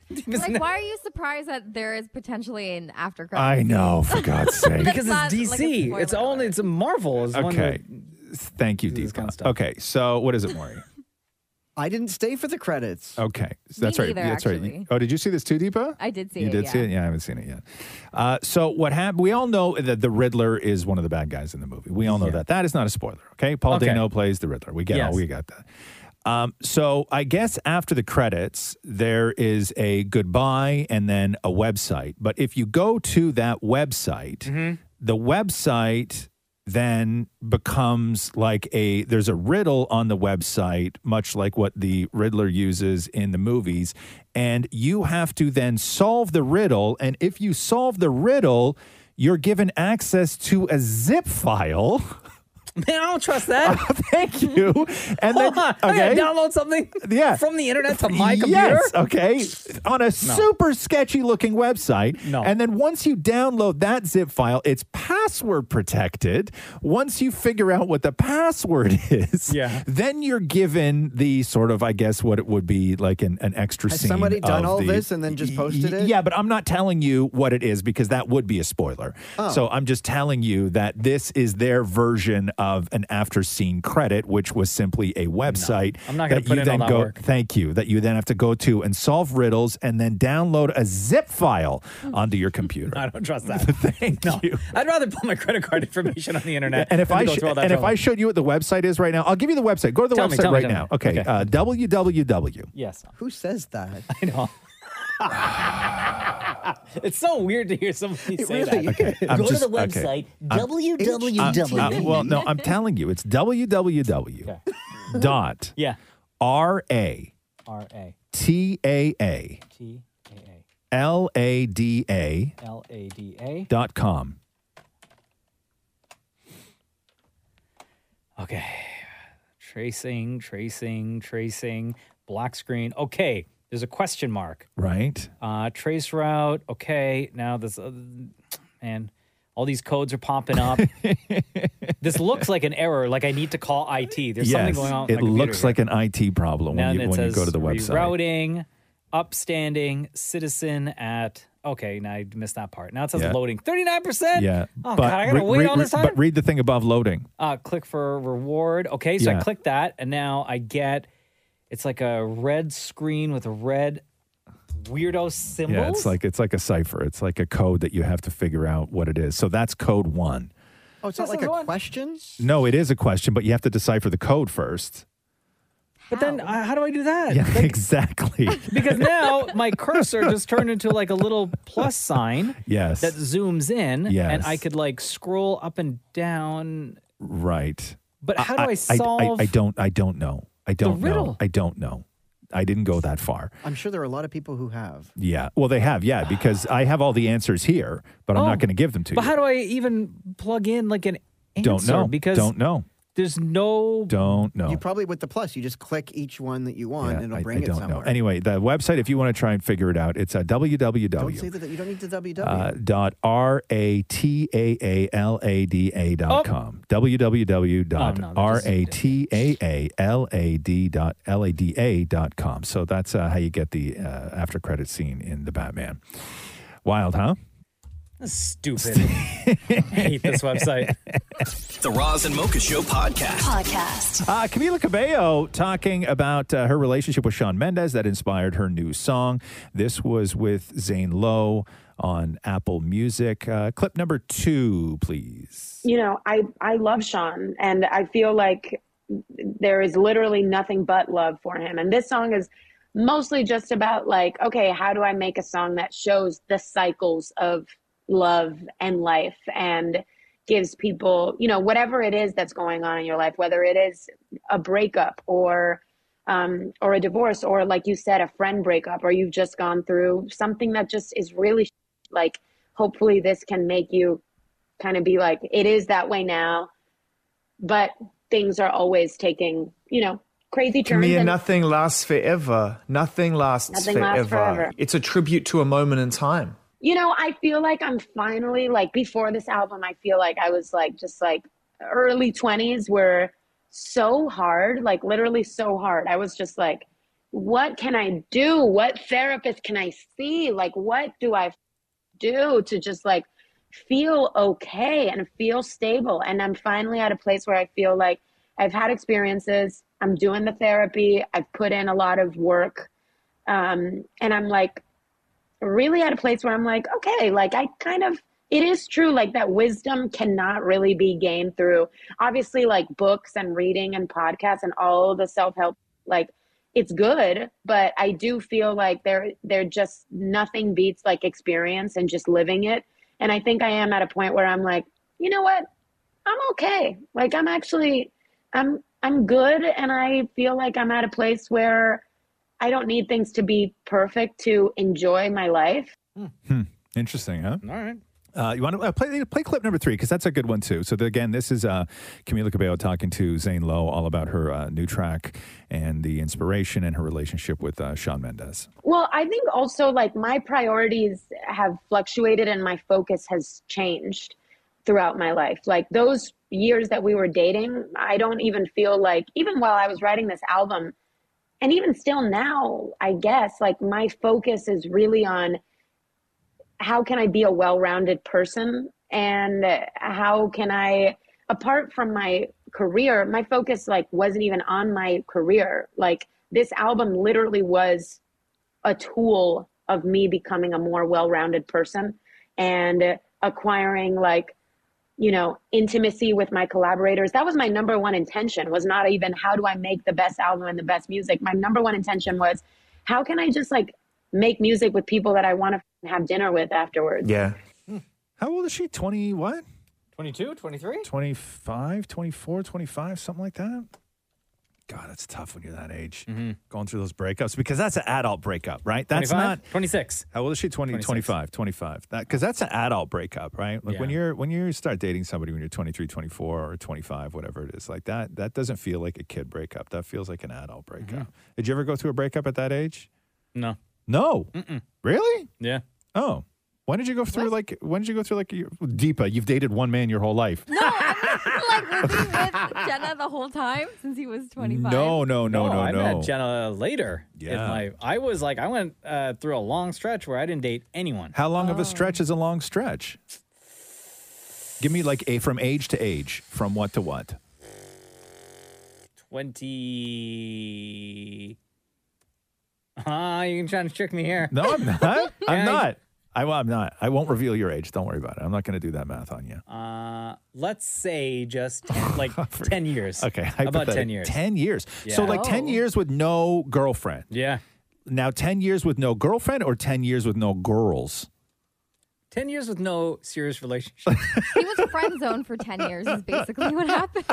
[SPEAKER 3] Isn't
[SPEAKER 32] Like, why are you surprised that there is potentially an after credit?
[SPEAKER 9] I know, for God's sake.
[SPEAKER 3] because
[SPEAKER 32] That's
[SPEAKER 3] it's
[SPEAKER 32] not, like, a
[SPEAKER 3] DC.
[SPEAKER 32] spoiler
[SPEAKER 3] it's only it's a Marvel. Is one
[SPEAKER 9] Okay.
[SPEAKER 3] that-
[SPEAKER 9] Thank you, Deepa. okay. So, what is it, Maury?
[SPEAKER 6] I didn't stay for the credits.
[SPEAKER 9] Okay.
[SPEAKER 6] Me
[SPEAKER 9] That's right.
[SPEAKER 6] neither,
[SPEAKER 9] That's right.
[SPEAKER 6] actually.
[SPEAKER 9] Oh, did you see this too, Deepa?
[SPEAKER 32] I did see
[SPEAKER 9] you
[SPEAKER 32] it.
[SPEAKER 9] did
[SPEAKER 32] yeah.
[SPEAKER 9] see it? Yeah, I haven't seen it yet. Uh, so what happened? We all know that the Riddler is one of the bad guys in the movie. We all know that. That is not a spoiler. Okay, Paul
[SPEAKER 1] Okay.
[SPEAKER 9] Dano plays the Riddler. We get all.
[SPEAKER 1] Yes.
[SPEAKER 9] We got that. Um, so I guess after the credits, there is a goodbye and then a website. But if you go to that website, the website then becomes like a there's a riddle on the website much like what the riddler uses in the movies and you have to then solve the riddle and if you solve the riddle you're given access to a zip file
[SPEAKER 3] man, I don't trust that.
[SPEAKER 9] thank you. And
[SPEAKER 3] Hold
[SPEAKER 9] then
[SPEAKER 3] on, I gotta download something.
[SPEAKER 9] Yeah.
[SPEAKER 3] from the internet to my computer.
[SPEAKER 9] Yes, Oh, okay. On a super sketchy looking website. No. And then once you download that zip file, it's password protected. Once you figure out what the password is, yeah. then you're given the sort of, I guess, what it would be like an, an extra
[SPEAKER 6] Has
[SPEAKER 9] scene.
[SPEAKER 6] somebody done
[SPEAKER 9] of
[SPEAKER 6] all
[SPEAKER 9] the- E
[SPEAKER 6] this and then just posted it?
[SPEAKER 9] Yeah, but I'm not telling you what it is because that would be a spoiler.
[SPEAKER 6] Oh.
[SPEAKER 9] So I'm just telling you that this is their version of an after scene credit, which was simply a website.
[SPEAKER 3] I'm not gonna
[SPEAKER 9] that
[SPEAKER 3] put
[SPEAKER 9] you
[SPEAKER 3] in all
[SPEAKER 9] then
[SPEAKER 3] that
[SPEAKER 9] go.
[SPEAKER 3] work.
[SPEAKER 9] Thank you. That you then have to go to and solve riddles and then download a zip file onto your computer.
[SPEAKER 3] Hmm. I don't trust that. Thank no. you. I'd rather put my credit card information on the internet.
[SPEAKER 9] And if
[SPEAKER 3] than to
[SPEAKER 9] I
[SPEAKER 3] go
[SPEAKER 9] sh-
[SPEAKER 3] through all that
[SPEAKER 9] and if
[SPEAKER 3] trouble.
[SPEAKER 9] I showed you what the website is right now, I'll give you the website. Go to the
[SPEAKER 3] Tell me,
[SPEAKER 9] website
[SPEAKER 3] tell me,
[SPEAKER 9] right
[SPEAKER 3] tell me.
[SPEAKER 9] now. Okay,
[SPEAKER 3] Okay.
[SPEAKER 9] Uh, www.
[SPEAKER 3] yes,
[SPEAKER 6] Who says that?
[SPEAKER 3] I know. it's so weird to hear somebody say
[SPEAKER 6] really
[SPEAKER 3] that.
[SPEAKER 6] is.
[SPEAKER 9] I'm
[SPEAKER 3] Go
[SPEAKER 9] just-
[SPEAKER 3] to the website
[SPEAKER 9] okay. I'm- I'm- I'm- well, no, I'm telling you, it's www. dot
[SPEAKER 3] Yeah.
[SPEAKER 9] r a
[SPEAKER 3] R A
[SPEAKER 9] t a a
[SPEAKER 3] T
[SPEAKER 9] l a d a
[SPEAKER 3] L A D A.
[SPEAKER 9] dot com.
[SPEAKER 3] Okay. Tracing, tracing, tracing. Black screen. Okay. There's a question mark.
[SPEAKER 9] Right.
[SPEAKER 3] Uh, trace route. Okay. Now this, uh, man, all these codes are popping up. this looks like an error. Like I need to call IT. There's something
[SPEAKER 9] yes,
[SPEAKER 3] going on. with
[SPEAKER 9] it
[SPEAKER 3] my computer
[SPEAKER 9] looks
[SPEAKER 3] here.
[SPEAKER 9] like an IT problem
[SPEAKER 3] Now
[SPEAKER 9] when
[SPEAKER 3] and
[SPEAKER 9] you
[SPEAKER 3] it
[SPEAKER 9] when you
[SPEAKER 3] says
[SPEAKER 9] go to the website.
[SPEAKER 3] Rerouting, upstanding citizen at. Okay, now I missed that part. Now it says
[SPEAKER 9] Yeah.
[SPEAKER 3] loading. Thirty nine percent.
[SPEAKER 9] Yeah,
[SPEAKER 3] Oh god, I gotta
[SPEAKER 9] re-
[SPEAKER 3] wait
[SPEAKER 9] re-
[SPEAKER 3] all this
[SPEAKER 9] re-
[SPEAKER 3] time.
[SPEAKER 9] But read the thing above loading.
[SPEAKER 3] Uh, click for reward. Okay, so I
[SPEAKER 9] Yeah.
[SPEAKER 3] click that, and now I get it's like a red screen with a red
[SPEAKER 18] weirdo symbols.
[SPEAKER 9] Yeah, it's like it's like a cipher. It's like a code that you have to figure out what it is. So that's code one.
[SPEAKER 6] Oh, it's not like a question?
[SPEAKER 9] No, it is a question, but you have to decipher the code first.
[SPEAKER 18] But then, uh, how do I do that?
[SPEAKER 9] Yeah, exactly.
[SPEAKER 18] because now my cursor just turned into like a little plus sign.
[SPEAKER 9] Yes.
[SPEAKER 18] That zooms in.
[SPEAKER 9] Yes.
[SPEAKER 18] And I could like scroll up and down.
[SPEAKER 9] Right.
[SPEAKER 18] But how do I
[SPEAKER 9] I,
[SPEAKER 18] solve-
[SPEAKER 9] don't. I don't know. I don't know.
[SPEAKER 6] riddle?
[SPEAKER 9] I don't know. I didn't go that far.
[SPEAKER 6] I'm sure there are a lot of people who have.
[SPEAKER 9] Yeah. Well, they have. Yeah, because I have all the answers here, but I'm
[SPEAKER 18] Oh.
[SPEAKER 9] not going to give them to
[SPEAKER 18] but
[SPEAKER 9] you.
[SPEAKER 18] how do I even plug in like an answer?
[SPEAKER 9] don't know.
[SPEAKER 18] Because
[SPEAKER 9] don't know.
[SPEAKER 18] There's no.
[SPEAKER 9] Don't know.
[SPEAKER 6] You probably with the plus, you just click each one that you want,
[SPEAKER 9] Yeah,
[SPEAKER 6] and it'll
[SPEAKER 9] I,
[SPEAKER 6] bring
[SPEAKER 9] I don't
[SPEAKER 6] it somewhere.
[SPEAKER 9] know. Anyway, the website, if you want to try and figure it out, it's uh,
[SPEAKER 6] Don't
[SPEAKER 9] www.
[SPEAKER 6] say that. You don't need the WW.
[SPEAKER 9] Uh, dot r a t a a l a d a
[SPEAKER 6] Oh.
[SPEAKER 9] dot com www dot
[SPEAKER 6] Oh, no,
[SPEAKER 9] r a t a a l a d dot l a d a dot com. So that's uh, how you get the uh, after credit scene in the Batman. Wild, huh?
[SPEAKER 18] That's stupid. I hate this website.
[SPEAKER 1] The Roz and Mocha Show podcast.
[SPEAKER 2] Podcast.
[SPEAKER 9] Uh, Camila Cabello talking about uh, her relationship with Sean Mendez that inspired her new song. This was with Zane Lowe on Apple Music. Uh, clip number two, please.
[SPEAKER 20] you know i i love sean and i feel like there is literally nothing but love for him and this song is mostly just about like okay how do i make a song that shows the cycles of love and life and gives people you know whatever it is that's going on in your life whether it is a breakup or um, or a divorce or like you said a friend breakup or you've just gone through something that just is really like hopefully this can make you kind of be like it is that way now but things are always taking you know crazy
[SPEAKER 21] To
[SPEAKER 20] turns
[SPEAKER 21] me,
[SPEAKER 20] and
[SPEAKER 21] nothing lasts forever. Nothing lasts
[SPEAKER 20] Nothing
[SPEAKER 21] forever.
[SPEAKER 20] lasts forever.
[SPEAKER 21] It's a tribute to a moment in time.
[SPEAKER 20] you know i feel like i'm finally like before this album i feel like i was like just like early 20s were so hard like literally so hard i was just like what can i do what therapist can i see like what do i do to just like feel okay and feel stable and i'm finally at a place where i feel like i've had experiences i'm doing the therapy i've put in a lot of work um, and i'm like really at a place where I'm like, okay, like I kind of, it is true, like that wisdom cannot really be gained through obviously like books and reading and podcasts and all the self help, like it's good, but I do feel like there, there just nothing beats like experience and just living it. And I think I am at a point where I'm like, you know what? I'm okay. Like I'm actually, I'm, I'm good. And I feel like I'm at a place where I don't need things to be perfect to enjoy my life.
[SPEAKER 9] Hmm. Interesting, huh?
[SPEAKER 18] All right.
[SPEAKER 9] Uh, you want to uh, play play clip number three because that's a good one too. So the- again, this is uh, Camila Cabello talking to Zane Lowe all about her uh, new track and the inspiration and her relationship with uh, Sean Mendez.
[SPEAKER 20] Well, I think also like my priorities have fluctuated and my focus has changed throughout my life. Like those years that we were dating, I don't even feel like, even while I was writing this album, and even still now, I guess, like my focus is really on how can I be a well rounded person and how can I, apart from my career, my focus like wasn't even on my career. Like this album literally was a tool of me becoming a more well rounded person and acquiring like you know intimacy with my collaborators that was my number one intention was not even how do i make the best album and the best music my number one intention was how can i just like make music with people that i want to have dinner with afterwards
[SPEAKER 9] Yeah. How old is she? 20 what?
[SPEAKER 18] 22, 23?
[SPEAKER 9] 25, 24, 25, something like that. God, it's tough when you're that age
[SPEAKER 18] Mm-hmm.
[SPEAKER 9] going through those breakups because that's an adult breakup, right? That's
[SPEAKER 18] 25?
[SPEAKER 9] not
[SPEAKER 18] 26.
[SPEAKER 9] How old is she? 20,
[SPEAKER 18] 26.
[SPEAKER 9] 25, 25. That cuz that's an adult breakup, right? Like when you're when you start dating somebody when you're 23, 24 or 25, whatever it is, like that that doesn't feel like a kid breakup. That feels like an adult breakup. Did you ever go through a breakup at that age?
[SPEAKER 18] Mm-hmm. No.
[SPEAKER 9] No.
[SPEAKER 18] Mm-mm.
[SPEAKER 9] Really?
[SPEAKER 18] Yeah.
[SPEAKER 9] Oh. When did you go through like when did you go through like your, Deepa, you've dated one man your whole life.
[SPEAKER 19] like, was he with Jenna the whole time since he was 25?
[SPEAKER 9] No, no, no, no,
[SPEAKER 18] Oh, I
[SPEAKER 9] no.
[SPEAKER 18] met Jenna later. in
[SPEAKER 9] Yeah.
[SPEAKER 18] my- I was like, I went uh, through a long stretch where I didn't date anyone.
[SPEAKER 9] How long of a
[SPEAKER 3] Um.
[SPEAKER 9] stretch is a long stretch? Give me like a from age to age, from what to what?
[SPEAKER 18] 20.
[SPEAKER 3] Ah, you can try to trick me here.
[SPEAKER 9] No, I'm not.
[SPEAKER 3] Yeah,
[SPEAKER 9] I'm
[SPEAKER 3] you-
[SPEAKER 9] not. I, am not. I won't reveal your age. Don't worry about it. I'm not going to do that math on you.
[SPEAKER 3] Uh, let's say just like ten years.
[SPEAKER 9] Okay.
[SPEAKER 3] about ten
[SPEAKER 9] hypothetic-
[SPEAKER 3] years.
[SPEAKER 9] 10 years. So,
[SPEAKER 3] Yeah. Oh.
[SPEAKER 9] like 10 years with no girlfriend.
[SPEAKER 3] Yeah.
[SPEAKER 9] Now, 10 years with no girlfriend or 10 years with no girls?
[SPEAKER 3] Ten years with no serious relationship.
[SPEAKER 19] He was friend zoned for 10 years, is basically what happened.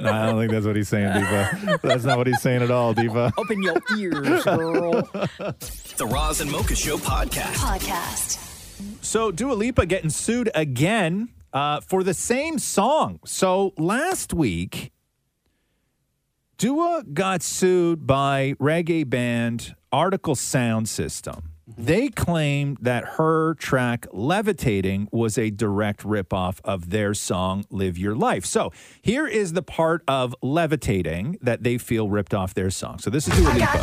[SPEAKER 9] No, I don't think that's what he's saying, Diva. That's not what he's saying at all, Diva.
[SPEAKER 3] Open your ears, girl.
[SPEAKER 1] The Roz and Mocha Show podcast. Podcast.
[SPEAKER 9] So Dua Lipa getting sued again uh, for the same song. So last week, Dua got sued by reggae band Article Sound System. They claimed that her track Levitating was a direct ripoff of their song Live Your Life. So here is the part of Levitating that they feel ripped off their song. So this is Dua Lipa.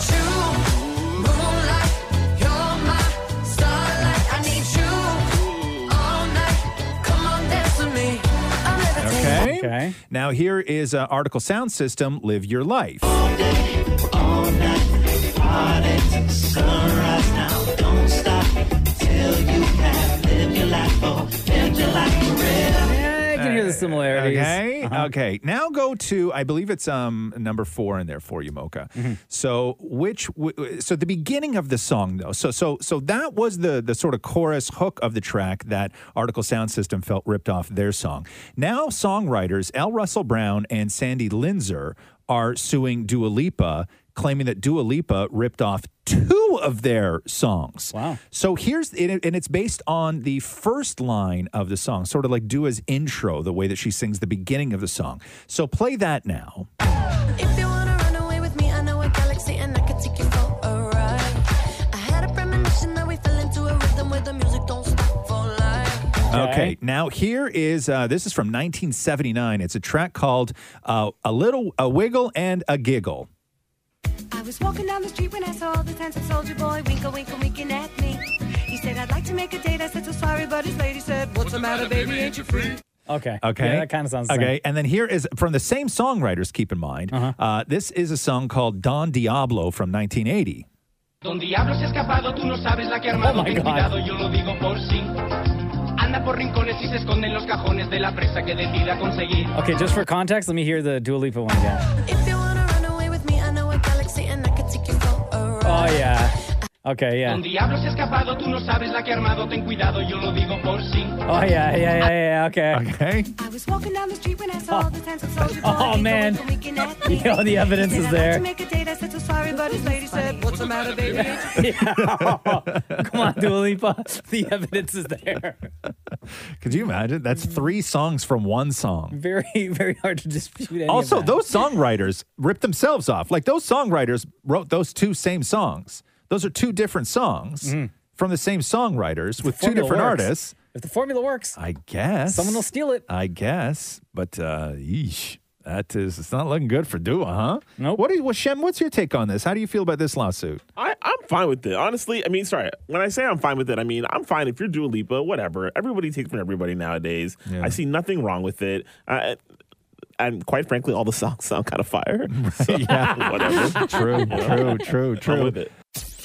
[SPEAKER 9] Okay. Okay. Now here is uh, Article Sound System Live Your Life.
[SPEAKER 3] I can hear the similarities.
[SPEAKER 9] Uh, Okay.
[SPEAKER 3] Uh-huh.
[SPEAKER 9] Okay. Now go to I believe it's um number four in there for you, Mocha.
[SPEAKER 3] Mm-hmm.
[SPEAKER 9] So which w- so the beginning of the song though. So so so that was the the sort of chorus hook of the track that Article Sound System felt ripped off their song. Now songwriters L. Russell Brown and Sandy Linzer are suing Dua Lipa. Claiming that Dua Lipa ripped off two of their songs. Wow. So here's, and it- and it's based on the first line of the song, sort of like Dua's intro, the way that she sings the beginning of the song. So play that now.
[SPEAKER 8] If you wanna run away with me, I know a galaxy and I could take you for a ride. I had a premonition that we fell into a rhythm where the music don't stop for life.
[SPEAKER 9] Okay. Now here is uh, this is from 1979. It's a track called uh, "A Little A Wiggle and a Giggle."
[SPEAKER 8] I was walking down the street when I saw the handsome soldier boy winkle, winkle, winking at me. He said, I'd like to make a date. I said, so sorry, but his lady said, What's the matter, baby? Ain't you free?
[SPEAKER 3] Okay.
[SPEAKER 9] Okay.
[SPEAKER 3] Yeah, that kind of sounds the same. Uh-huh.
[SPEAKER 9] okay. And then here is from the same songwriters. Keep in mind, uh, this is a song called "Don Diablo" from 1980.
[SPEAKER 26] Don diablo se ha escapado, tú no sabes la que ha armado.
[SPEAKER 9] Oh, my
[SPEAKER 26] Ten
[SPEAKER 9] God.
[SPEAKER 26] cuidado, yo lo digo por sí. Anda por rincones y se esconde en los cajones de la presa que decida conseguir.
[SPEAKER 3] Okay, just for context, let me hear the Dua Lipa one again.
[SPEAKER 8] If you wanna run away with me, I know a galaxy and I could take you for a ride.
[SPEAKER 3] Oh yeah. Okay, yeah.
[SPEAKER 26] Don diablo se ha escapado, tú no sabes la que ha armado. Ten cuidado, yo lo digo por sí.
[SPEAKER 3] Oh yeah, yeah, yeah, yeah. Okay.
[SPEAKER 9] Okay.
[SPEAKER 8] I was walking down the street when I saw the handsome soldier boy.
[SPEAKER 3] Oh,
[SPEAKER 8] winkle,
[SPEAKER 3] man.
[SPEAKER 8] winkle, winking at me.
[SPEAKER 3] You know, the evidence
[SPEAKER 8] He
[SPEAKER 3] is
[SPEAKER 8] said, "I'd like
[SPEAKER 3] there.
[SPEAKER 8] to make a date. I said, so sorry, but his lady said, What's the matter, baby? Ain't you
[SPEAKER 3] Come on, Dua Lipa. The evidence is there.
[SPEAKER 9] Could you imagine? That's
[SPEAKER 3] Mm-hmm.
[SPEAKER 9] three songs from one song.
[SPEAKER 3] Very, very hard to dispute. Any of
[SPEAKER 9] also
[SPEAKER 3] that.
[SPEAKER 9] those songwriters ripped themselves off like those songwriters wrote those two same songs those are two different songs from the same songwriters with two
[SPEAKER 3] Formula
[SPEAKER 9] different
[SPEAKER 3] Mm-hmm. works.
[SPEAKER 9] artists
[SPEAKER 3] If the formula works,
[SPEAKER 9] i guess
[SPEAKER 3] someone will steal it.
[SPEAKER 9] i guess but uh yeesh that is it's not looking good for dua huh no what do you well shem what's your take on this how do you feel about this lawsuit
[SPEAKER 5] I, I'm fine with it. Honestly, I mean, sorry. When I say I'm fine with it, I mean, I'm fine if you're Dua Lipa, whatever. Everybody takes from everybody nowadays. I see nothing wrong with it. I, and quite frankly, all the songs sound kind of fire. So,
[SPEAKER 9] yeah.
[SPEAKER 5] whatever.
[SPEAKER 9] True, true, true,
[SPEAKER 5] I'm
[SPEAKER 9] true.
[SPEAKER 5] with it.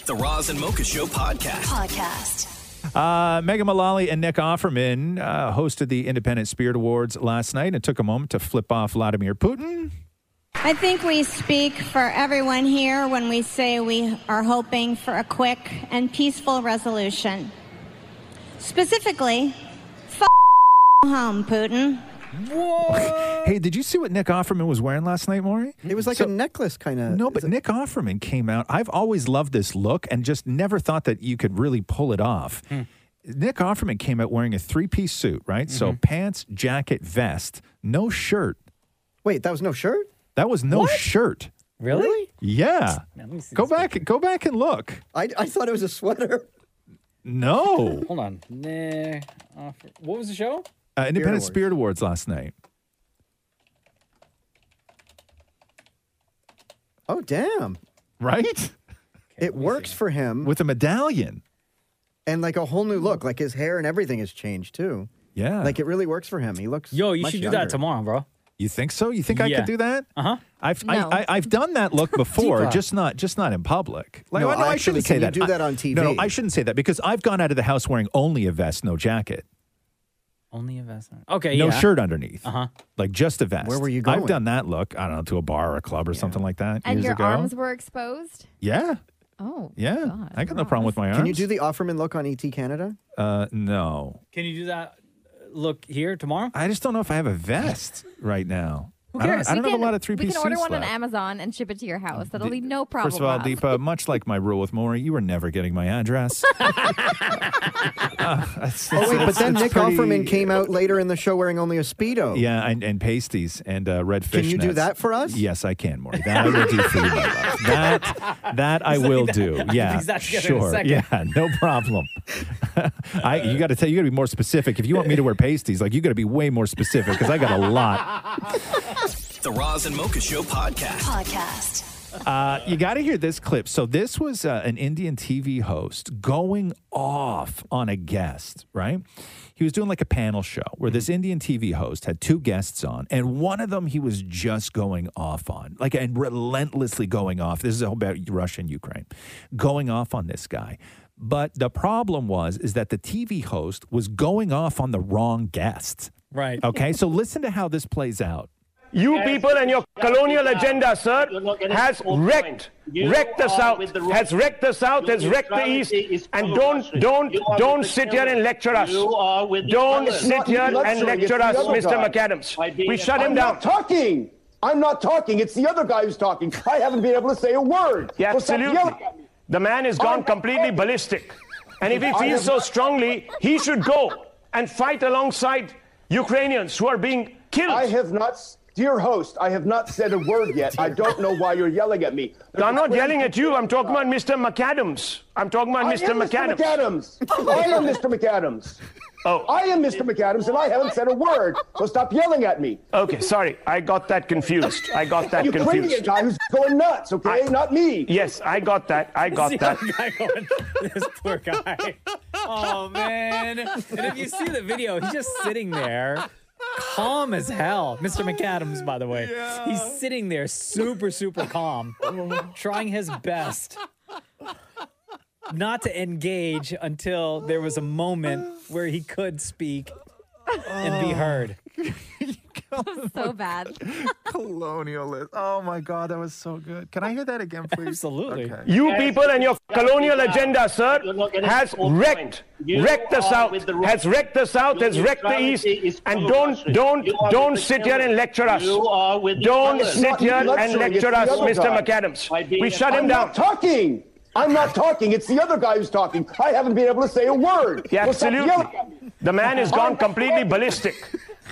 [SPEAKER 1] The Roz and Mocha Show podcast.
[SPEAKER 2] Podcast.
[SPEAKER 9] Uh, Megan Mullally and Nick Offerman uh, hosted the Independent Spirit Awards last night and took a moment to flip off Vladimir Putin.
[SPEAKER 23] I think we speak for everyone here when we say we are hoping for a quick and peaceful resolution. Specifically, f- home, Putin.
[SPEAKER 9] Hey, did you see what Nick Offerman was wearing last night, Maury? It was like a necklace kind of. No, but Nick Offerman came out. I've always loved this look and just never thought that you could really pull it off. Nick Offerman came out wearing a three piece suit, right? So pants, jacket, vest, no shirt. Wait, that was no shirt? That was no shirt.
[SPEAKER 3] Really?
[SPEAKER 9] Yeah. Go back go back and look.
[SPEAKER 6] I, I thought it was a sweater.
[SPEAKER 9] No.
[SPEAKER 3] Hold on. Nah, uh, what was the show?
[SPEAKER 9] Uh, Independent Spirit Awards last night.
[SPEAKER 6] Oh, damn.
[SPEAKER 9] Right?
[SPEAKER 6] It works for him.
[SPEAKER 9] With a medallion.
[SPEAKER 6] And like a whole new look. Like his hair and everything has changed too.
[SPEAKER 9] Yeah.
[SPEAKER 6] Like it really works for him. He looks.
[SPEAKER 3] Yo, you
[SPEAKER 6] much
[SPEAKER 3] should do that
[SPEAKER 6] younger.
[SPEAKER 3] tomorrow, bro.
[SPEAKER 9] You think so? You think I
[SPEAKER 3] Yeah. Uh-huh.
[SPEAKER 9] could do that? Uh huh. I've
[SPEAKER 3] No.
[SPEAKER 9] I, I, I've done that look before,
[SPEAKER 3] Diva.
[SPEAKER 9] just not just not in public.
[SPEAKER 6] No,
[SPEAKER 9] I- no, I
[SPEAKER 6] actually,
[SPEAKER 9] shouldn't
[SPEAKER 6] can
[SPEAKER 9] say
[SPEAKER 6] you
[SPEAKER 9] that.
[SPEAKER 6] do
[SPEAKER 9] I-
[SPEAKER 6] that on TV?
[SPEAKER 9] No, no, I shouldn't say that because I've gone out of the house wearing only a vest, no jacket,
[SPEAKER 3] Only investment. Okay.
[SPEAKER 9] no
[SPEAKER 3] yeah.
[SPEAKER 9] shirt underneath,
[SPEAKER 3] Uh huh.
[SPEAKER 9] like just a vest.
[SPEAKER 3] Where were you
[SPEAKER 9] I've
[SPEAKER 3] going?
[SPEAKER 9] done that look. I don't know to a bar or a club or something like that
[SPEAKER 32] And
[SPEAKER 9] years
[SPEAKER 32] your
[SPEAKER 9] ago.
[SPEAKER 32] arms were exposed?
[SPEAKER 9] yeah,
[SPEAKER 32] Oh.
[SPEAKER 9] yeah. I got no problem with my arms.
[SPEAKER 6] Can you do the Offerman look on ET Canada?
[SPEAKER 9] Uh, no.
[SPEAKER 3] Can you do that? uh, Look here tomorrow.
[SPEAKER 9] I just don't know if I have a vest right now.
[SPEAKER 32] Who
[SPEAKER 9] I don't-
[SPEAKER 32] cares?
[SPEAKER 9] I
[SPEAKER 32] We
[SPEAKER 9] don't, have
[SPEAKER 32] can-
[SPEAKER 9] a lot of three
[SPEAKER 32] We
[SPEAKER 9] piece
[SPEAKER 32] can order
[SPEAKER 9] suits
[SPEAKER 32] one
[SPEAKER 9] left.
[SPEAKER 32] on Amazon and ship it to your house. That'll leave no problem.
[SPEAKER 9] First of all,
[SPEAKER 32] Roz.
[SPEAKER 9] Deepa, much like my rule with Maury, you were never getting my address. Uh,
[SPEAKER 6] Oh wait, but then Nick Offerman
[SPEAKER 9] Offerman
[SPEAKER 6] came out later in the show wearing only a speedo.
[SPEAKER 9] Yeah, and, and pasties and uh, red fish.
[SPEAKER 6] Can you do that for us?
[SPEAKER 9] Yes, I can, Maury. That I will do for you, my love. That that I will do. Yeah,
[SPEAKER 3] He's not together in a
[SPEAKER 9] sure.
[SPEAKER 3] second.
[SPEAKER 9] Yeah, no problem. I you got to tell you got to be more specific. If you want me to wear pasties, like you got to be way more specific because I got a lot.
[SPEAKER 1] The Roz and Mocha Show podcast.
[SPEAKER 2] Podcast.
[SPEAKER 9] Uh, you got to hear this clip. So this was uh, an Indian TV host going off on a guest, right? He was doing like a panel show where this Indian TV host had two guests on, and one of them he was just going off on, like and relentlessly going off. This is about Russia and Ukraine, going off on this guy. But the problem was is that the TV host was going off on the wrong guest.
[SPEAKER 3] Right.
[SPEAKER 9] Okay, so listen to how this plays out.
[SPEAKER 4] You people and your colonial agenda, sir, has wrecked, wrecked the South, has wrecked the South, has wrecked the East, and don't, don't, don't sit here and lecture us. Don't sit here and lecture us, Mr. McAdams. We shut him down.
[SPEAKER 29] talking. I'm not talking. It's the other guy who's talking. I haven't been able to say a word.
[SPEAKER 4] Yeah, absolutely. The man is gone completely ballistic. And if he
[SPEAKER 29] I
[SPEAKER 4] feels
[SPEAKER 29] have
[SPEAKER 4] so
[SPEAKER 29] not-
[SPEAKER 4] strongly, he should go and fight alongside Ukrainians who are being killed.
[SPEAKER 29] I have not, dear host, I have not said a word yet. I don't know why you're yelling at me.
[SPEAKER 4] I'm not yelling at you. I'm talking about Mr. McAdams. I'm talking about
[SPEAKER 29] I
[SPEAKER 4] Mr.
[SPEAKER 29] am Mr.
[SPEAKER 4] McAdams.
[SPEAKER 29] McAdams. I am Mr. McAdams.
[SPEAKER 4] Oh.
[SPEAKER 29] I am Mr. McAdams, and I haven't said a word. So stop yelling at me.
[SPEAKER 4] Okay, sorry. I got that confused. I got that
[SPEAKER 29] you Ukrainian
[SPEAKER 4] confused.
[SPEAKER 29] guy who's going nuts, okay? not me.
[SPEAKER 4] Yes, I got that. I got that.
[SPEAKER 3] this poor guy. Oh man! And if you see the video, he's just sitting there, calm as hell. Mr. McAdams, by the way, he's sitting there super, super calm, trying his best not to engage until there was a moment where he could speak and be heard.
[SPEAKER 32] so bad.
[SPEAKER 29] Colonialist. Oh my God, that was so good. Can I hear that again, please?
[SPEAKER 3] Absolutely.
[SPEAKER 4] You people and your colonial agenda, sir, has wrecked,
[SPEAKER 29] You
[SPEAKER 4] wrecked the
[SPEAKER 29] are
[SPEAKER 4] South,
[SPEAKER 29] with the wrong-
[SPEAKER 4] has wrecked the South, has
[SPEAKER 29] Your
[SPEAKER 4] wrecked the East,
[SPEAKER 29] neutrality is
[SPEAKER 4] and
[SPEAKER 29] full of
[SPEAKER 4] don't,
[SPEAKER 29] luxury.
[SPEAKER 4] don't,
[SPEAKER 29] You are
[SPEAKER 4] don't
[SPEAKER 29] with the
[SPEAKER 4] sit here and
[SPEAKER 29] killers.
[SPEAKER 4] lecture us.
[SPEAKER 29] You are with the
[SPEAKER 4] Don't
[SPEAKER 29] killers.
[SPEAKER 4] sit
[SPEAKER 29] It's
[SPEAKER 4] here
[SPEAKER 29] not
[SPEAKER 4] and
[SPEAKER 29] luxury,
[SPEAKER 4] lecture
[SPEAKER 29] it's
[SPEAKER 4] us,
[SPEAKER 29] the other
[SPEAKER 4] Mr.
[SPEAKER 29] guy.
[SPEAKER 4] McAdams. We shut him
[SPEAKER 29] I'm
[SPEAKER 4] down.
[SPEAKER 29] not talking. I'm not talking. It's the other guy who's talking. I haven't been able to say a word.
[SPEAKER 4] Yeah,
[SPEAKER 29] So stop yelling
[SPEAKER 4] absolutely.
[SPEAKER 29] at me.
[SPEAKER 4] The man is gone completely ballistic.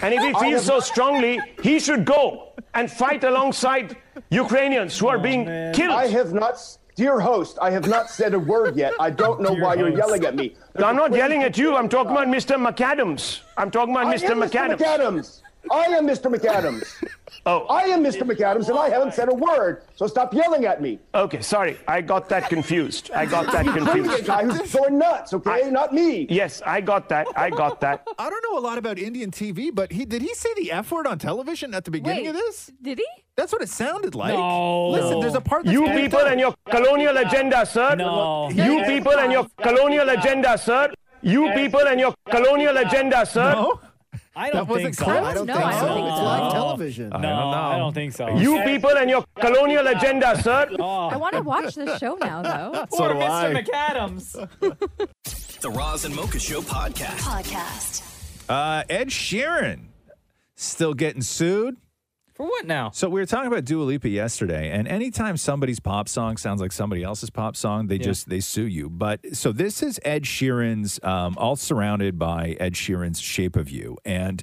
[SPEAKER 4] And if he
[SPEAKER 29] I
[SPEAKER 4] feels so
[SPEAKER 29] am-
[SPEAKER 4] strongly, he should go and fight alongside Ukrainians who are being killed.
[SPEAKER 29] I have not, dear host, I have not said a word yet. I don't know why you're yelling at me.
[SPEAKER 4] I'm not yelling at you. I'm talking about Mr. McAdams. I'm talking about
[SPEAKER 29] I
[SPEAKER 4] Mr.
[SPEAKER 29] am Mr.
[SPEAKER 4] McAdams.
[SPEAKER 29] McAdams. I am Mr. McAdams.
[SPEAKER 4] Oh.
[SPEAKER 29] I am Mr. McAdams, and I haven't said a word. So stop yelling at me.
[SPEAKER 4] Okay, sorry. I got that confused. I got that
[SPEAKER 29] You Korean
[SPEAKER 4] confused.
[SPEAKER 29] guy who's going nuts, okay? Not me.
[SPEAKER 4] Yes, I got that. I got that.
[SPEAKER 9] I don't know a lot about Indian TV, but he did he say the F word on television at the beginning
[SPEAKER 32] Wait,
[SPEAKER 9] of this?
[SPEAKER 32] Did he?
[SPEAKER 9] That's what it sounded like.
[SPEAKER 4] No.
[SPEAKER 9] Listen, there's a part that's
[SPEAKER 4] You
[SPEAKER 9] edited
[SPEAKER 4] people
[SPEAKER 9] out.
[SPEAKER 4] and your colonial agenda, sir.
[SPEAKER 3] No.
[SPEAKER 4] You people and your colonial agenda, sir. You people and your colonial agenda, sir.
[SPEAKER 9] No?
[SPEAKER 3] I don't
[SPEAKER 9] wasn't
[SPEAKER 3] think so.
[SPEAKER 9] correct? I don't
[SPEAKER 3] no,
[SPEAKER 9] think
[SPEAKER 3] I
[SPEAKER 9] so.
[SPEAKER 3] don't
[SPEAKER 9] It's
[SPEAKER 3] so.
[SPEAKER 30] Oh.
[SPEAKER 9] live
[SPEAKER 6] television.
[SPEAKER 3] No, I don't think so.
[SPEAKER 4] You people and your colonial agenda, sir.
[SPEAKER 3] Oh.
[SPEAKER 32] I want to watch this show now, though.
[SPEAKER 4] Oh, So do I.
[SPEAKER 3] McAdams.
[SPEAKER 1] The Roz and Mocha Show podcast.
[SPEAKER 2] Podcast.
[SPEAKER 9] Uh, Ed Sheeran still getting sued.
[SPEAKER 3] For what now?
[SPEAKER 9] So we were talking about Dua Lipa yesterday, and anytime somebody's pop song sounds like somebody else's pop song, they
[SPEAKER 3] Yeah.
[SPEAKER 9] just they sue you. But so this is Ed Sheeran's, um, all surrounded by Ed Sheeran's "Shape of You," and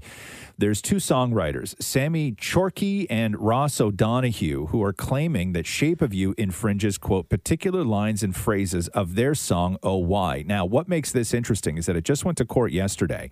[SPEAKER 9] there's two songwriters, Sammy Chorkey and Ross O'Donohue, who are claiming that "Shape of You" infringes quote particular lines and phrases of their song "Oh Why." Now, what makes this interesting is that it just went to court yesterday.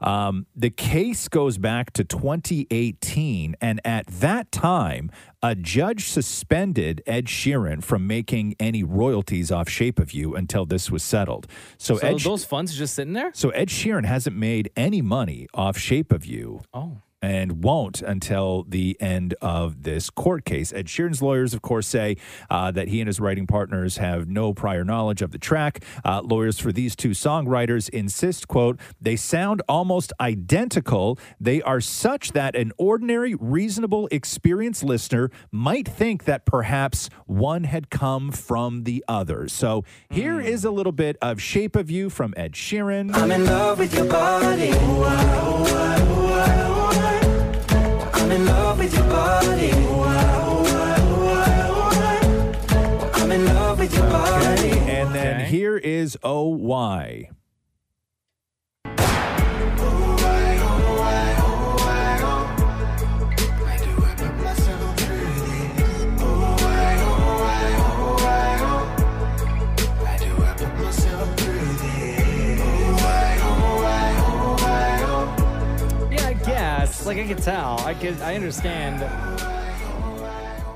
[SPEAKER 9] Um, the case goes back to 2018, and at that time, a judge suspended Ed Sheeran from making any royalties off "Shape of You" until this was settled. So,
[SPEAKER 3] So,
[SPEAKER 9] Ed,
[SPEAKER 3] those funds are just sitting there.
[SPEAKER 9] so Ed Sheeran hasn't made any money off "Shape of You."
[SPEAKER 3] Oh.
[SPEAKER 9] and won't until the end of this court case. Ed Sheeran's lawyers, of course, say uh, that he and his writing partners have no prior knowledge of the track. Uh, lawyers for these two songwriters insist, quote, they sound almost identical. They are such that an ordinary, reasonable, experienced listener might think that perhaps one had come from the other. So here is a little bit of Shape of You from Ed Sheeran.
[SPEAKER 13] I'm in love with your body. Ooh, ah, ooh, ah, ooh, ah, ooh, ah. I'm in love with your body. Ooh, ah, ooh, ah, ooh, ah, ooh, ah. I'm in love with your body.
[SPEAKER 9] And then here is Oh Why.
[SPEAKER 3] Yeah, I guess. Like I could tell. I could. I understand.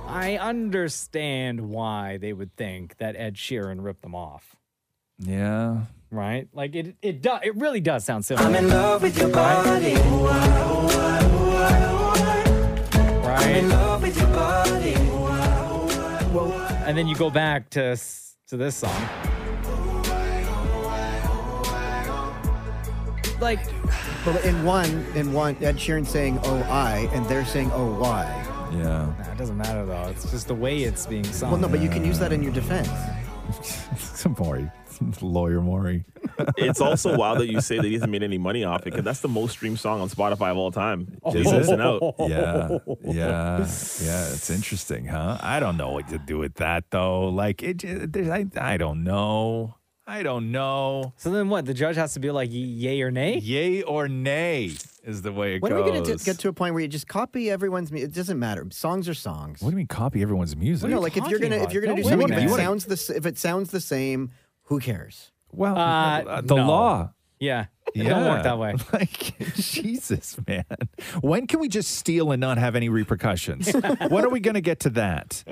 [SPEAKER 3] I understand why they would think that Ed Sheeran ripped them off.
[SPEAKER 9] Yeah.
[SPEAKER 3] Right? Like it. It does. It really does sound similar.
[SPEAKER 13] I'm in love with your body. Ooh, ah, ooh, ah, ooh, ah, ooh, ah. I'm in love with your body. Ooh, ah, ooh, ah, ooh, ah.
[SPEAKER 3] And then you go back to s- to this song. Like,
[SPEAKER 6] but in one, in one, Ed Sheeran saying "Oh I" and they're saying "Oh why."
[SPEAKER 9] Yeah.
[SPEAKER 3] Nah, it doesn't matter though. It's just the way it's being
[SPEAKER 9] Oh,
[SPEAKER 3] sung.
[SPEAKER 6] Well, no, but you can use that in your defense.
[SPEAKER 9] Some Maury. Lawyer Maury.
[SPEAKER 5] It's also wild that you say that he hasn't made any money off it because that's the most streamed song on Spotify of all time. Just
[SPEAKER 9] Is it?
[SPEAKER 5] missing out.
[SPEAKER 9] Oh. Yeah, yeah, yeah. It's interesting, huh? I don't know what to do with that though. Like, it, ju- there's, I, I don't know. I don't know.
[SPEAKER 3] So then what? The judge has to be like, yay or nay?
[SPEAKER 9] Yay or nay is the way it
[SPEAKER 6] When are
[SPEAKER 9] goes.
[SPEAKER 6] we going to get to a point where you just copy everyone's? mu- It doesn't matter. Songs are songs.
[SPEAKER 9] what do you mean copy everyone's music?
[SPEAKER 6] Well, no, like if you're gonna if you're gonna do something, if it sounds the s- if it sounds the same, who cares?
[SPEAKER 9] Well,
[SPEAKER 3] Uh,
[SPEAKER 9] the
[SPEAKER 3] no.
[SPEAKER 9] law.
[SPEAKER 3] Yeah. It don't work that way.
[SPEAKER 9] Like, Jesus, man. When can we just steal and not have any repercussions? when are we going to get to that?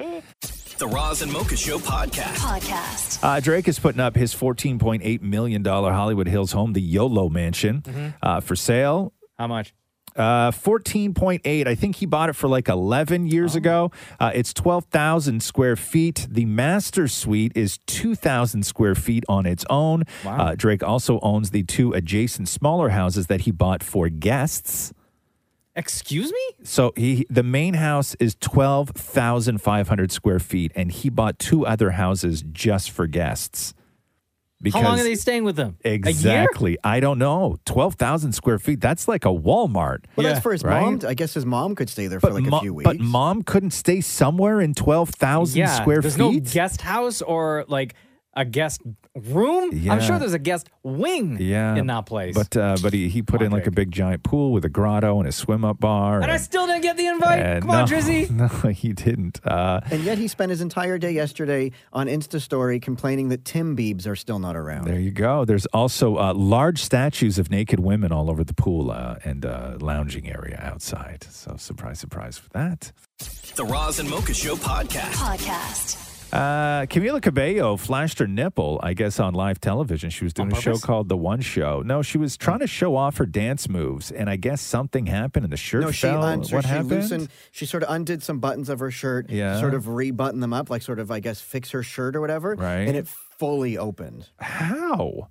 [SPEAKER 1] The Roz and Mocha Show podcast.
[SPEAKER 33] Podcast.
[SPEAKER 9] Uh, Drake is putting up his $14.8 million Hollywood Hills home, the YOLO mansion,
[SPEAKER 3] Mhm.
[SPEAKER 9] uh, for sale.
[SPEAKER 3] How much?
[SPEAKER 9] Uh, 14.8. I think he bought it for like 11
[SPEAKER 3] Oh.
[SPEAKER 9] years ago. Uh, it's 12,000 square feet. The master suite is 2,000 square feet on its own.
[SPEAKER 34] Wow.
[SPEAKER 9] Uh, Drake also owns the two adjacent smaller houses that he bought for guests.
[SPEAKER 3] Excuse me?
[SPEAKER 9] So he the main house is 12,500 square feet and he bought two other houses just for guests.
[SPEAKER 3] How long are they staying with them?
[SPEAKER 9] Exactly. I don't know. 12,000 square feet. That's like a Walmart.
[SPEAKER 6] Well, that's for his
[SPEAKER 9] right?
[SPEAKER 6] mom. I guess his mom could stay there for
[SPEAKER 9] But,
[SPEAKER 6] like
[SPEAKER 9] mo-
[SPEAKER 6] a few weeks.
[SPEAKER 9] but mom couldn't stay somewhere in 12,000
[SPEAKER 3] Yeah.
[SPEAKER 9] square
[SPEAKER 3] there's
[SPEAKER 9] feet?
[SPEAKER 3] no guest house or like a guest room.
[SPEAKER 9] Yeah.
[SPEAKER 3] I'm sure there's a guest wing
[SPEAKER 9] yeah.
[SPEAKER 3] in that place.
[SPEAKER 9] But, uh, but he, he put in like a big giant pool with a grotto and a swim up bar.
[SPEAKER 3] and I
[SPEAKER 9] and-
[SPEAKER 3] still didn't get the invite.
[SPEAKER 9] and
[SPEAKER 3] Come on,
[SPEAKER 9] no,
[SPEAKER 3] Drizzy.
[SPEAKER 9] No, he didn't. Uh,
[SPEAKER 6] and yet he spent his entire day yesterday on Insta story complaining that Tim Biebs are still not around.
[SPEAKER 9] There you go. There's also uh, large statues of naked women all over the pool uh, and uh, lounging area outside. So, surprise, surprise for that.
[SPEAKER 1] The Roz and Mocha Show podcast.
[SPEAKER 33] Podcast.
[SPEAKER 9] Uh, Camila Cabello flashed her nipple, I guess, on live television. She was doing a show called The One Show. No, she was trying to show off her dance moves, and I guess something happened, and the shirt
[SPEAKER 6] no, she,
[SPEAKER 9] fell.
[SPEAKER 6] un-
[SPEAKER 9] what
[SPEAKER 6] she
[SPEAKER 9] happened?
[SPEAKER 6] loosened. She sort of undid some buttons of her shirt.
[SPEAKER 9] Yeah.
[SPEAKER 6] Sort of rebutton them up, like sort of I guess fix her shirt or whatever.
[SPEAKER 9] Right.
[SPEAKER 6] And it fully opened.
[SPEAKER 9] How?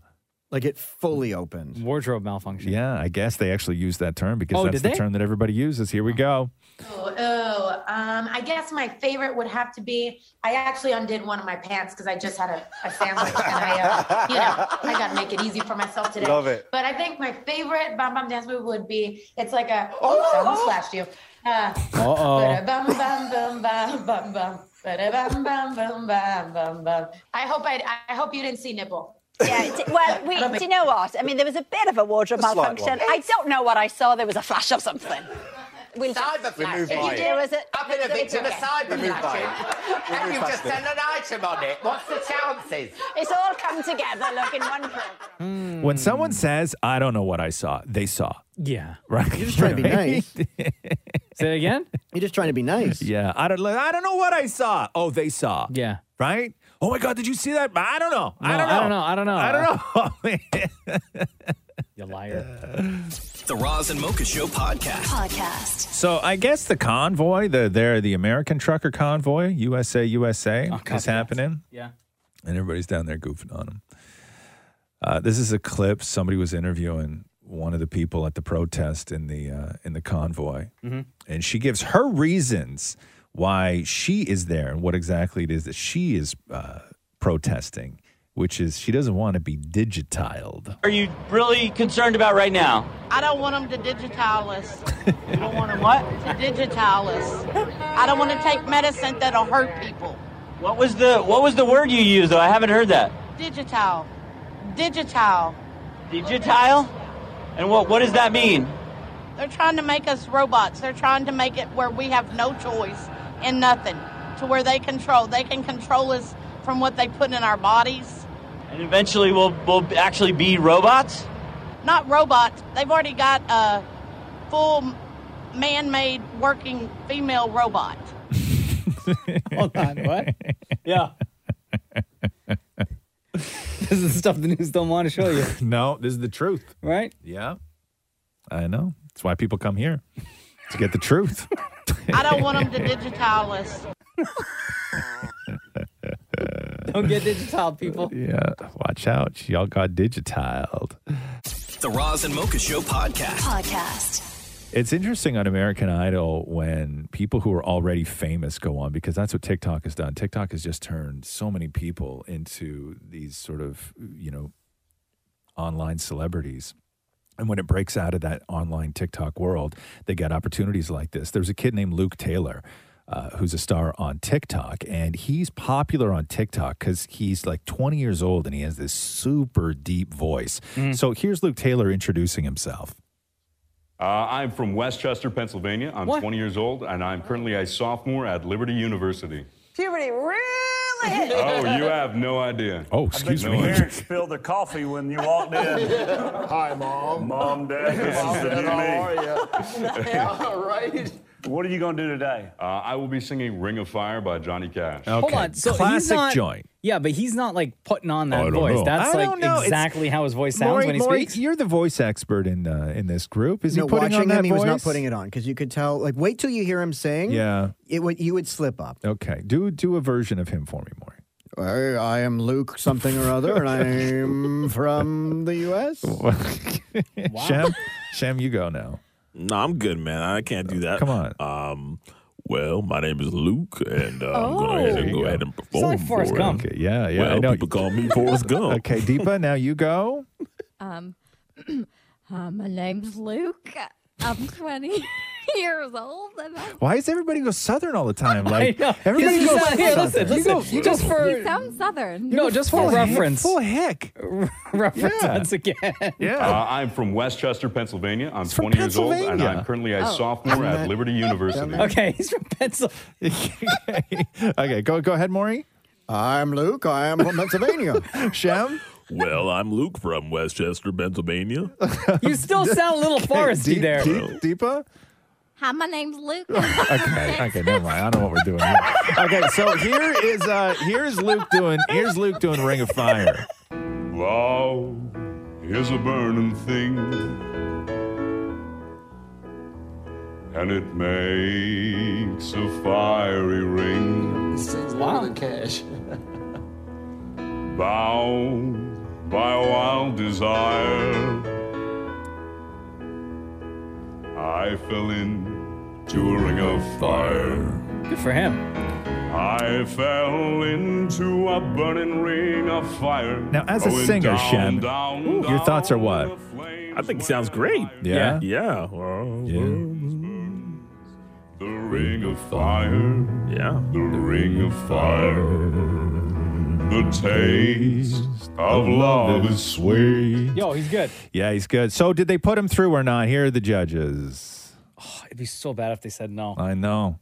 [SPEAKER 6] Like it fully opened.
[SPEAKER 3] Wardrobe malfunction.
[SPEAKER 9] Yeah, I guess they actually use that term because
[SPEAKER 3] Oh,
[SPEAKER 9] that's
[SPEAKER 3] did
[SPEAKER 9] the
[SPEAKER 3] they?
[SPEAKER 9] term that everybody uses. Here we go.
[SPEAKER 20] Oh, oh, um, I guess my favorite would have to be I actually undid one of my pants because I just had a, a sandwich and I, uh, you know, I got to make it easy for myself today.
[SPEAKER 19] Love it.
[SPEAKER 20] But I think my favorite bum bum dance move would be it's like a, oh, I almost flashed you. Uh,
[SPEAKER 19] Uh-oh.
[SPEAKER 20] Bum bum bum bum bum bum. Ba-da-bum, bum, bum, bum, bum, bum. I hope I, I hope you didn't see nipple.
[SPEAKER 35] Yeah, d- well, we, do you know what? I mean, there was a bit of a wardrobe
[SPEAKER 20] A slight
[SPEAKER 35] malfunction.
[SPEAKER 20] one.
[SPEAKER 35] I don't know what I saw. There was a flash of something. We'll
[SPEAKER 23] We move
[SPEAKER 35] If you
[SPEAKER 23] by
[SPEAKER 35] did,
[SPEAKER 23] it.
[SPEAKER 35] there was a,
[SPEAKER 23] I've been a
[SPEAKER 35] there was
[SPEAKER 23] victim
[SPEAKER 35] a-
[SPEAKER 23] of cyber
[SPEAKER 35] Remove
[SPEAKER 23] flashing.
[SPEAKER 35] by it.
[SPEAKER 23] And you've just
[SPEAKER 35] Remove
[SPEAKER 23] done an item on it. What's the chances?
[SPEAKER 35] It's all come together. Look in one program.
[SPEAKER 9] When someone
[SPEAKER 6] Hmm.
[SPEAKER 9] says, I don't know what I saw, they saw.
[SPEAKER 3] Yeah.
[SPEAKER 9] Right?
[SPEAKER 6] You're just trying to be nice.
[SPEAKER 3] Say it again.
[SPEAKER 6] You're just trying to be nice.
[SPEAKER 9] Yeah. I don't, I don't know what I saw. Oh, they saw.
[SPEAKER 3] Yeah.
[SPEAKER 9] Right? Oh my God, did you see that? I don't know. I
[SPEAKER 3] No,
[SPEAKER 9] don't know.
[SPEAKER 3] I don't know. I don't know.
[SPEAKER 9] I don't know.
[SPEAKER 3] You liar.
[SPEAKER 36] The Roz and Mocha Show podcast. Podcast.
[SPEAKER 9] So I guess the convoy, the there the American trucker convoy, USA USA,
[SPEAKER 6] Oh,
[SPEAKER 9] is
[SPEAKER 1] copy that.
[SPEAKER 9] happening,
[SPEAKER 1] Yeah.
[SPEAKER 9] and everybody's down there goofing on them. Uh, this is a clip. Somebody was interviewing one of the people at the protest in the uh, in the convoy,
[SPEAKER 37] Mhm.
[SPEAKER 38] Mm-hmm.
[SPEAKER 9] and she gives her reasons why she is there and what exactly it is that she is uh, protesting, which is she doesn't want to be digitiled.
[SPEAKER 13] Are you really concerned about right now?
[SPEAKER 17] I don't want them to digitize us. You don't want them what? To digitize us. I don't want to take medicine that'll hurt people.
[SPEAKER 13] What was the what was the word you used though? I haven't heard that.
[SPEAKER 17] Digital. Digital.
[SPEAKER 13] Digitile? And what what does that mean?
[SPEAKER 17] They're trying to make us robots. They're trying to make it where we have no choice in nothing to where they control. They can control us from what they put in our bodies.
[SPEAKER 13] And eventually we'll we'll actually be robots?
[SPEAKER 17] Not robots. They've already got a full man-made working female robot.
[SPEAKER 3] Hold on, what? Yeah. this is the stuff the news don't want to show you.
[SPEAKER 9] no, this is the truth.
[SPEAKER 3] Right?
[SPEAKER 9] Yeah. I know. That's why people come here to get the truth.
[SPEAKER 17] I don't want them to digitize us.
[SPEAKER 3] Don't get digital, people.
[SPEAKER 9] Uh, Yeah, watch out. Y'all got digitiled.
[SPEAKER 36] The Roz and Mocha Show podcast.
[SPEAKER 39] Podcast.
[SPEAKER 9] It's interesting on American Idol when people who are already famous go on because that's what TikTok has done. TikTok has just turned so many people into these sort of, you know, online celebrities. And when it breaks out of that online TikTok world, they get opportunities like this. There's a kid named Luke Taylor. Uh, who's a star on TikTok, and he's popular on TikTok because he's like 20 years old and he has this super deep voice. So here's Luke Taylor introducing himself.
[SPEAKER 38] Uh, I'm from Westchester, Pennsylvania. I'm 20 years old, and I'm currently a sophomore at Liberty University.
[SPEAKER 29] Puberty really hit.
[SPEAKER 38] Oh, you have no idea. Oh,
[SPEAKER 9] excuse
[SPEAKER 28] Your parents spilled their coffee when you walked in. Hi, mom. Mom, dad, this Mom, is the Dad, new how me. Yeah, right.
[SPEAKER 38] What are you going to do today? Uh, I will be singing Ring of Fire by Johnny Cash.
[SPEAKER 3] Hold on. So he's not, Yeah, but he's not like putting on
[SPEAKER 9] I
[SPEAKER 3] that
[SPEAKER 9] don't
[SPEAKER 3] voice.
[SPEAKER 9] know.
[SPEAKER 3] That's
[SPEAKER 9] I
[SPEAKER 3] like
[SPEAKER 9] don't know. It's-
[SPEAKER 3] exactly how his voice sounds
[SPEAKER 9] Maury-
[SPEAKER 3] when he
[SPEAKER 9] Maury,
[SPEAKER 3] speaks.
[SPEAKER 9] You're the voice expert in uh, in this group. Is
[SPEAKER 6] no,
[SPEAKER 9] he putting
[SPEAKER 6] watching
[SPEAKER 9] on that
[SPEAKER 6] him, he was not
[SPEAKER 9] voice?
[SPEAKER 6] putting it on because you could tell. Like, wait till you hear him sing.
[SPEAKER 9] Yeah.
[SPEAKER 6] it would you would slip up.
[SPEAKER 9] Okay, do do a version of him for me, Maury.
[SPEAKER 6] Hey, I am Luke something or other, and I'm from the U.S.
[SPEAKER 9] Sham, Sham, you go now.
[SPEAKER 5] No, I'm good, man. I can't do that. Come on. Um, well, my name is Luke, and uh, I'm
[SPEAKER 9] Oh.
[SPEAKER 5] gonna ahead and
[SPEAKER 9] There you
[SPEAKER 5] go
[SPEAKER 9] go.
[SPEAKER 5] ahead and
[SPEAKER 9] Sound
[SPEAKER 5] perform
[SPEAKER 9] like Forrest
[SPEAKER 5] for
[SPEAKER 9] Gump.
[SPEAKER 5] it.
[SPEAKER 9] Okay, yeah, yeah, I
[SPEAKER 5] Well,
[SPEAKER 9] know.
[SPEAKER 5] people call me Forrest Gump.
[SPEAKER 9] Okay, Deepa, now you go.
[SPEAKER 32] Um, uh, my name's Luke. I'm 20 years old. And I,
[SPEAKER 9] Why does everybody go southern all the time? Like
[SPEAKER 32] know.
[SPEAKER 9] everybody
[SPEAKER 32] He's-
[SPEAKER 9] goes
[SPEAKER 32] he's out here.
[SPEAKER 9] southern.
[SPEAKER 32] Listen,
[SPEAKER 9] You go-
[SPEAKER 32] listen.
[SPEAKER 9] you
[SPEAKER 3] Just
[SPEAKER 9] go-
[SPEAKER 3] for-
[SPEAKER 32] you sound southern.
[SPEAKER 3] No, just for
[SPEAKER 9] Full heck-
[SPEAKER 3] reference.
[SPEAKER 9] full heck.
[SPEAKER 3] reference
[SPEAKER 38] Yeah.
[SPEAKER 3] once again.
[SPEAKER 38] Uh, I'm from Westchester, Pennsylvania. I'm 20 years old, and
[SPEAKER 9] Pennsylvania.
[SPEAKER 38] I'm currently a
[SPEAKER 3] Oh.
[SPEAKER 38] sophomore at Liberty University.
[SPEAKER 3] Okay, he's from Pennsylvania.
[SPEAKER 9] okay, go go ahead, Maury.
[SPEAKER 6] I'm Luke. I am from Pennsylvania.
[SPEAKER 9] Sham.
[SPEAKER 5] Well, I'm Luke from Westchester, Pennsylvania.
[SPEAKER 3] You still sound a little foresty there.
[SPEAKER 9] Deepa?
[SPEAKER 32] Hi, my name's Luke.
[SPEAKER 9] Okay, okay, never mind. I don't know what we're doing here. Okay, so here is uh here's Luke doing here's Luke doing Ring of Fire.
[SPEAKER 38] Love is a burning thing, and it makes a fiery ring.
[SPEAKER 29] Sings wow. than cash.
[SPEAKER 38] Bound by a wild desire, I fell into a ring of fire.
[SPEAKER 3] Good for him.
[SPEAKER 38] I fell into a burning ring of fire.
[SPEAKER 9] Now, as a
[SPEAKER 38] Going
[SPEAKER 9] singer,
[SPEAKER 38] down,
[SPEAKER 9] Shem,
[SPEAKER 38] down,
[SPEAKER 9] your thoughts are what?
[SPEAKER 5] I think it sounds great.
[SPEAKER 9] Yeah?
[SPEAKER 5] yeah,
[SPEAKER 38] The ring of fire.
[SPEAKER 5] Yeah.
[SPEAKER 38] The ring of fire. The taste of love is sweet.
[SPEAKER 3] Yo, he's good.
[SPEAKER 9] Yeah, he's good. So did they put him through or not? Here are the judges.
[SPEAKER 3] It'd be so bad if they said no.
[SPEAKER 9] I know.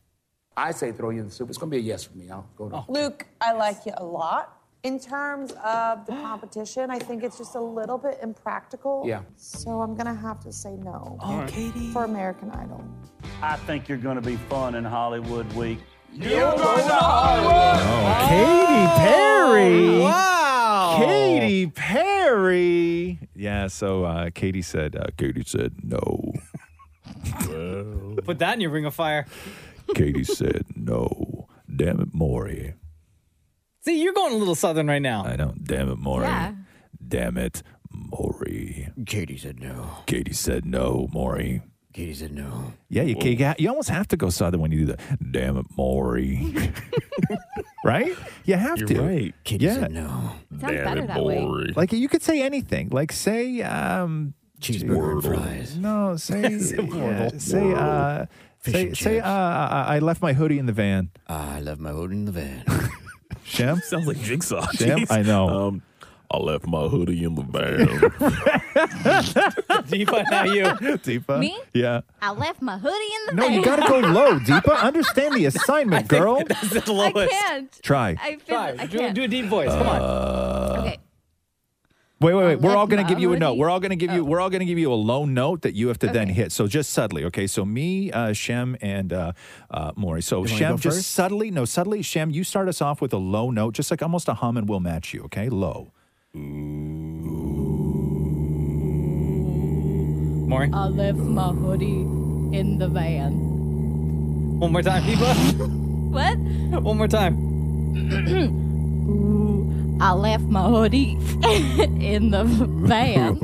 [SPEAKER 29] I say throw you in the soup. It's gonna be a yes for me. I'll go to.
[SPEAKER 28] Luke, I like you a lot. In terms of the competition, I think it's just a little bit impractical.
[SPEAKER 29] Yeah.
[SPEAKER 28] So I'm gonna have to say no.
[SPEAKER 5] Oh, Alright.
[SPEAKER 28] Katie. For American Idol.
[SPEAKER 5] I think you're going to be fun in Hollywood Week.
[SPEAKER 28] You're going to Hollywood.
[SPEAKER 9] Katy Perry.
[SPEAKER 3] Wow.
[SPEAKER 9] Katy Perry. Yeah, so uh, Katie said, uh, Katie said no.
[SPEAKER 3] Put that in your ring of fire.
[SPEAKER 9] Katie said no. Damn it, Maury.
[SPEAKER 3] See, you're going a little southern right now.
[SPEAKER 9] I don't. Damn it, Maury.
[SPEAKER 3] Yeah.
[SPEAKER 9] Damn it, Maury.
[SPEAKER 13] Katie said no.
[SPEAKER 9] Katie said no, Maury.
[SPEAKER 13] Katie said no.
[SPEAKER 9] Yeah, you, you, you almost have to go southern when you do that. Damn it, Maury. right? You have
[SPEAKER 13] You're
[SPEAKER 9] to.
[SPEAKER 13] right. Katie
[SPEAKER 9] yeah.
[SPEAKER 13] said no.
[SPEAKER 9] Sounds
[SPEAKER 13] Damn better it, that way.
[SPEAKER 9] Maury. Like you could say anything. Like say um
[SPEAKER 13] Cheeseburger and fries.
[SPEAKER 9] No, say yeah,
[SPEAKER 13] Wordle.
[SPEAKER 9] say uh
[SPEAKER 13] Fish
[SPEAKER 9] say,
[SPEAKER 13] and
[SPEAKER 9] say uh,
[SPEAKER 13] chips.
[SPEAKER 9] I I left my hoodie in the van.
[SPEAKER 13] I left my hoodie in the van.
[SPEAKER 9] Shem?
[SPEAKER 5] Sounds like Jigsaw.
[SPEAKER 9] Shem?
[SPEAKER 5] Jeez.
[SPEAKER 9] I know.
[SPEAKER 5] Um, I left my hoodie in the van.
[SPEAKER 3] Deepa, now you.
[SPEAKER 9] Deepa?
[SPEAKER 17] Me?
[SPEAKER 9] Yeah.
[SPEAKER 17] I left my hoodie in the
[SPEAKER 9] No, you
[SPEAKER 17] van.
[SPEAKER 9] gotta go low, Deepa. Understand the assignment, girl.
[SPEAKER 3] That's the
[SPEAKER 17] I
[SPEAKER 3] lowest.
[SPEAKER 17] can't.
[SPEAKER 9] Try.
[SPEAKER 17] I feel I
[SPEAKER 3] do,
[SPEAKER 17] can't.
[SPEAKER 3] do a deep voice.
[SPEAKER 9] Uh,
[SPEAKER 3] Come
[SPEAKER 13] Uh,
[SPEAKER 3] on.
[SPEAKER 17] Okay.
[SPEAKER 9] Wait, wait, wait. We're all
[SPEAKER 17] left
[SPEAKER 9] gonna
[SPEAKER 17] my
[SPEAKER 9] give you a note.
[SPEAKER 17] hoodie-
[SPEAKER 9] We're all gonna give
[SPEAKER 17] Oh.
[SPEAKER 9] you. We're all gonna give you a low note that you have to then hit. So just subtly, okay? So me, uh, Shem, and uh, uh, Maury. So
[SPEAKER 13] You wanna
[SPEAKER 9] Shem,
[SPEAKER 13] go
[SPEAKER 9] just
[SPEAKER 13] first?
[SPEAKER 9] subtly. No, subtly, Shem. You start us off with a low note, just like almost a hum, and we'll match you. Okay, low.
[SPEAKER 3] Maury.
[SPEAKER 17] I left my hoodie in the van.
[SPEAKER 3] One more time, Deepa.
[SPEAKER 17] What?
[SPEAKER 3] One more time.
[SPEAKER 17] Ooh, I left my hoodie in the van.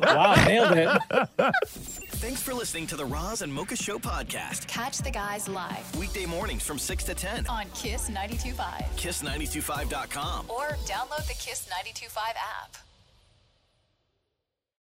[SPEAKER 3] wow, nailed it.
[SPEAKER 1] Thanks for listening to the Roz and Mocha Show podcast.
[SPEAKER 15] Catch the guys live
[SPEAKER 1] Weekday mornings from 6 to 10.
[SPEAKER 15] on Kiss 92.5
[SPEAKER 1] Kiss925.com.
[SPEAKER 15] or download the Kiss 92.5 app.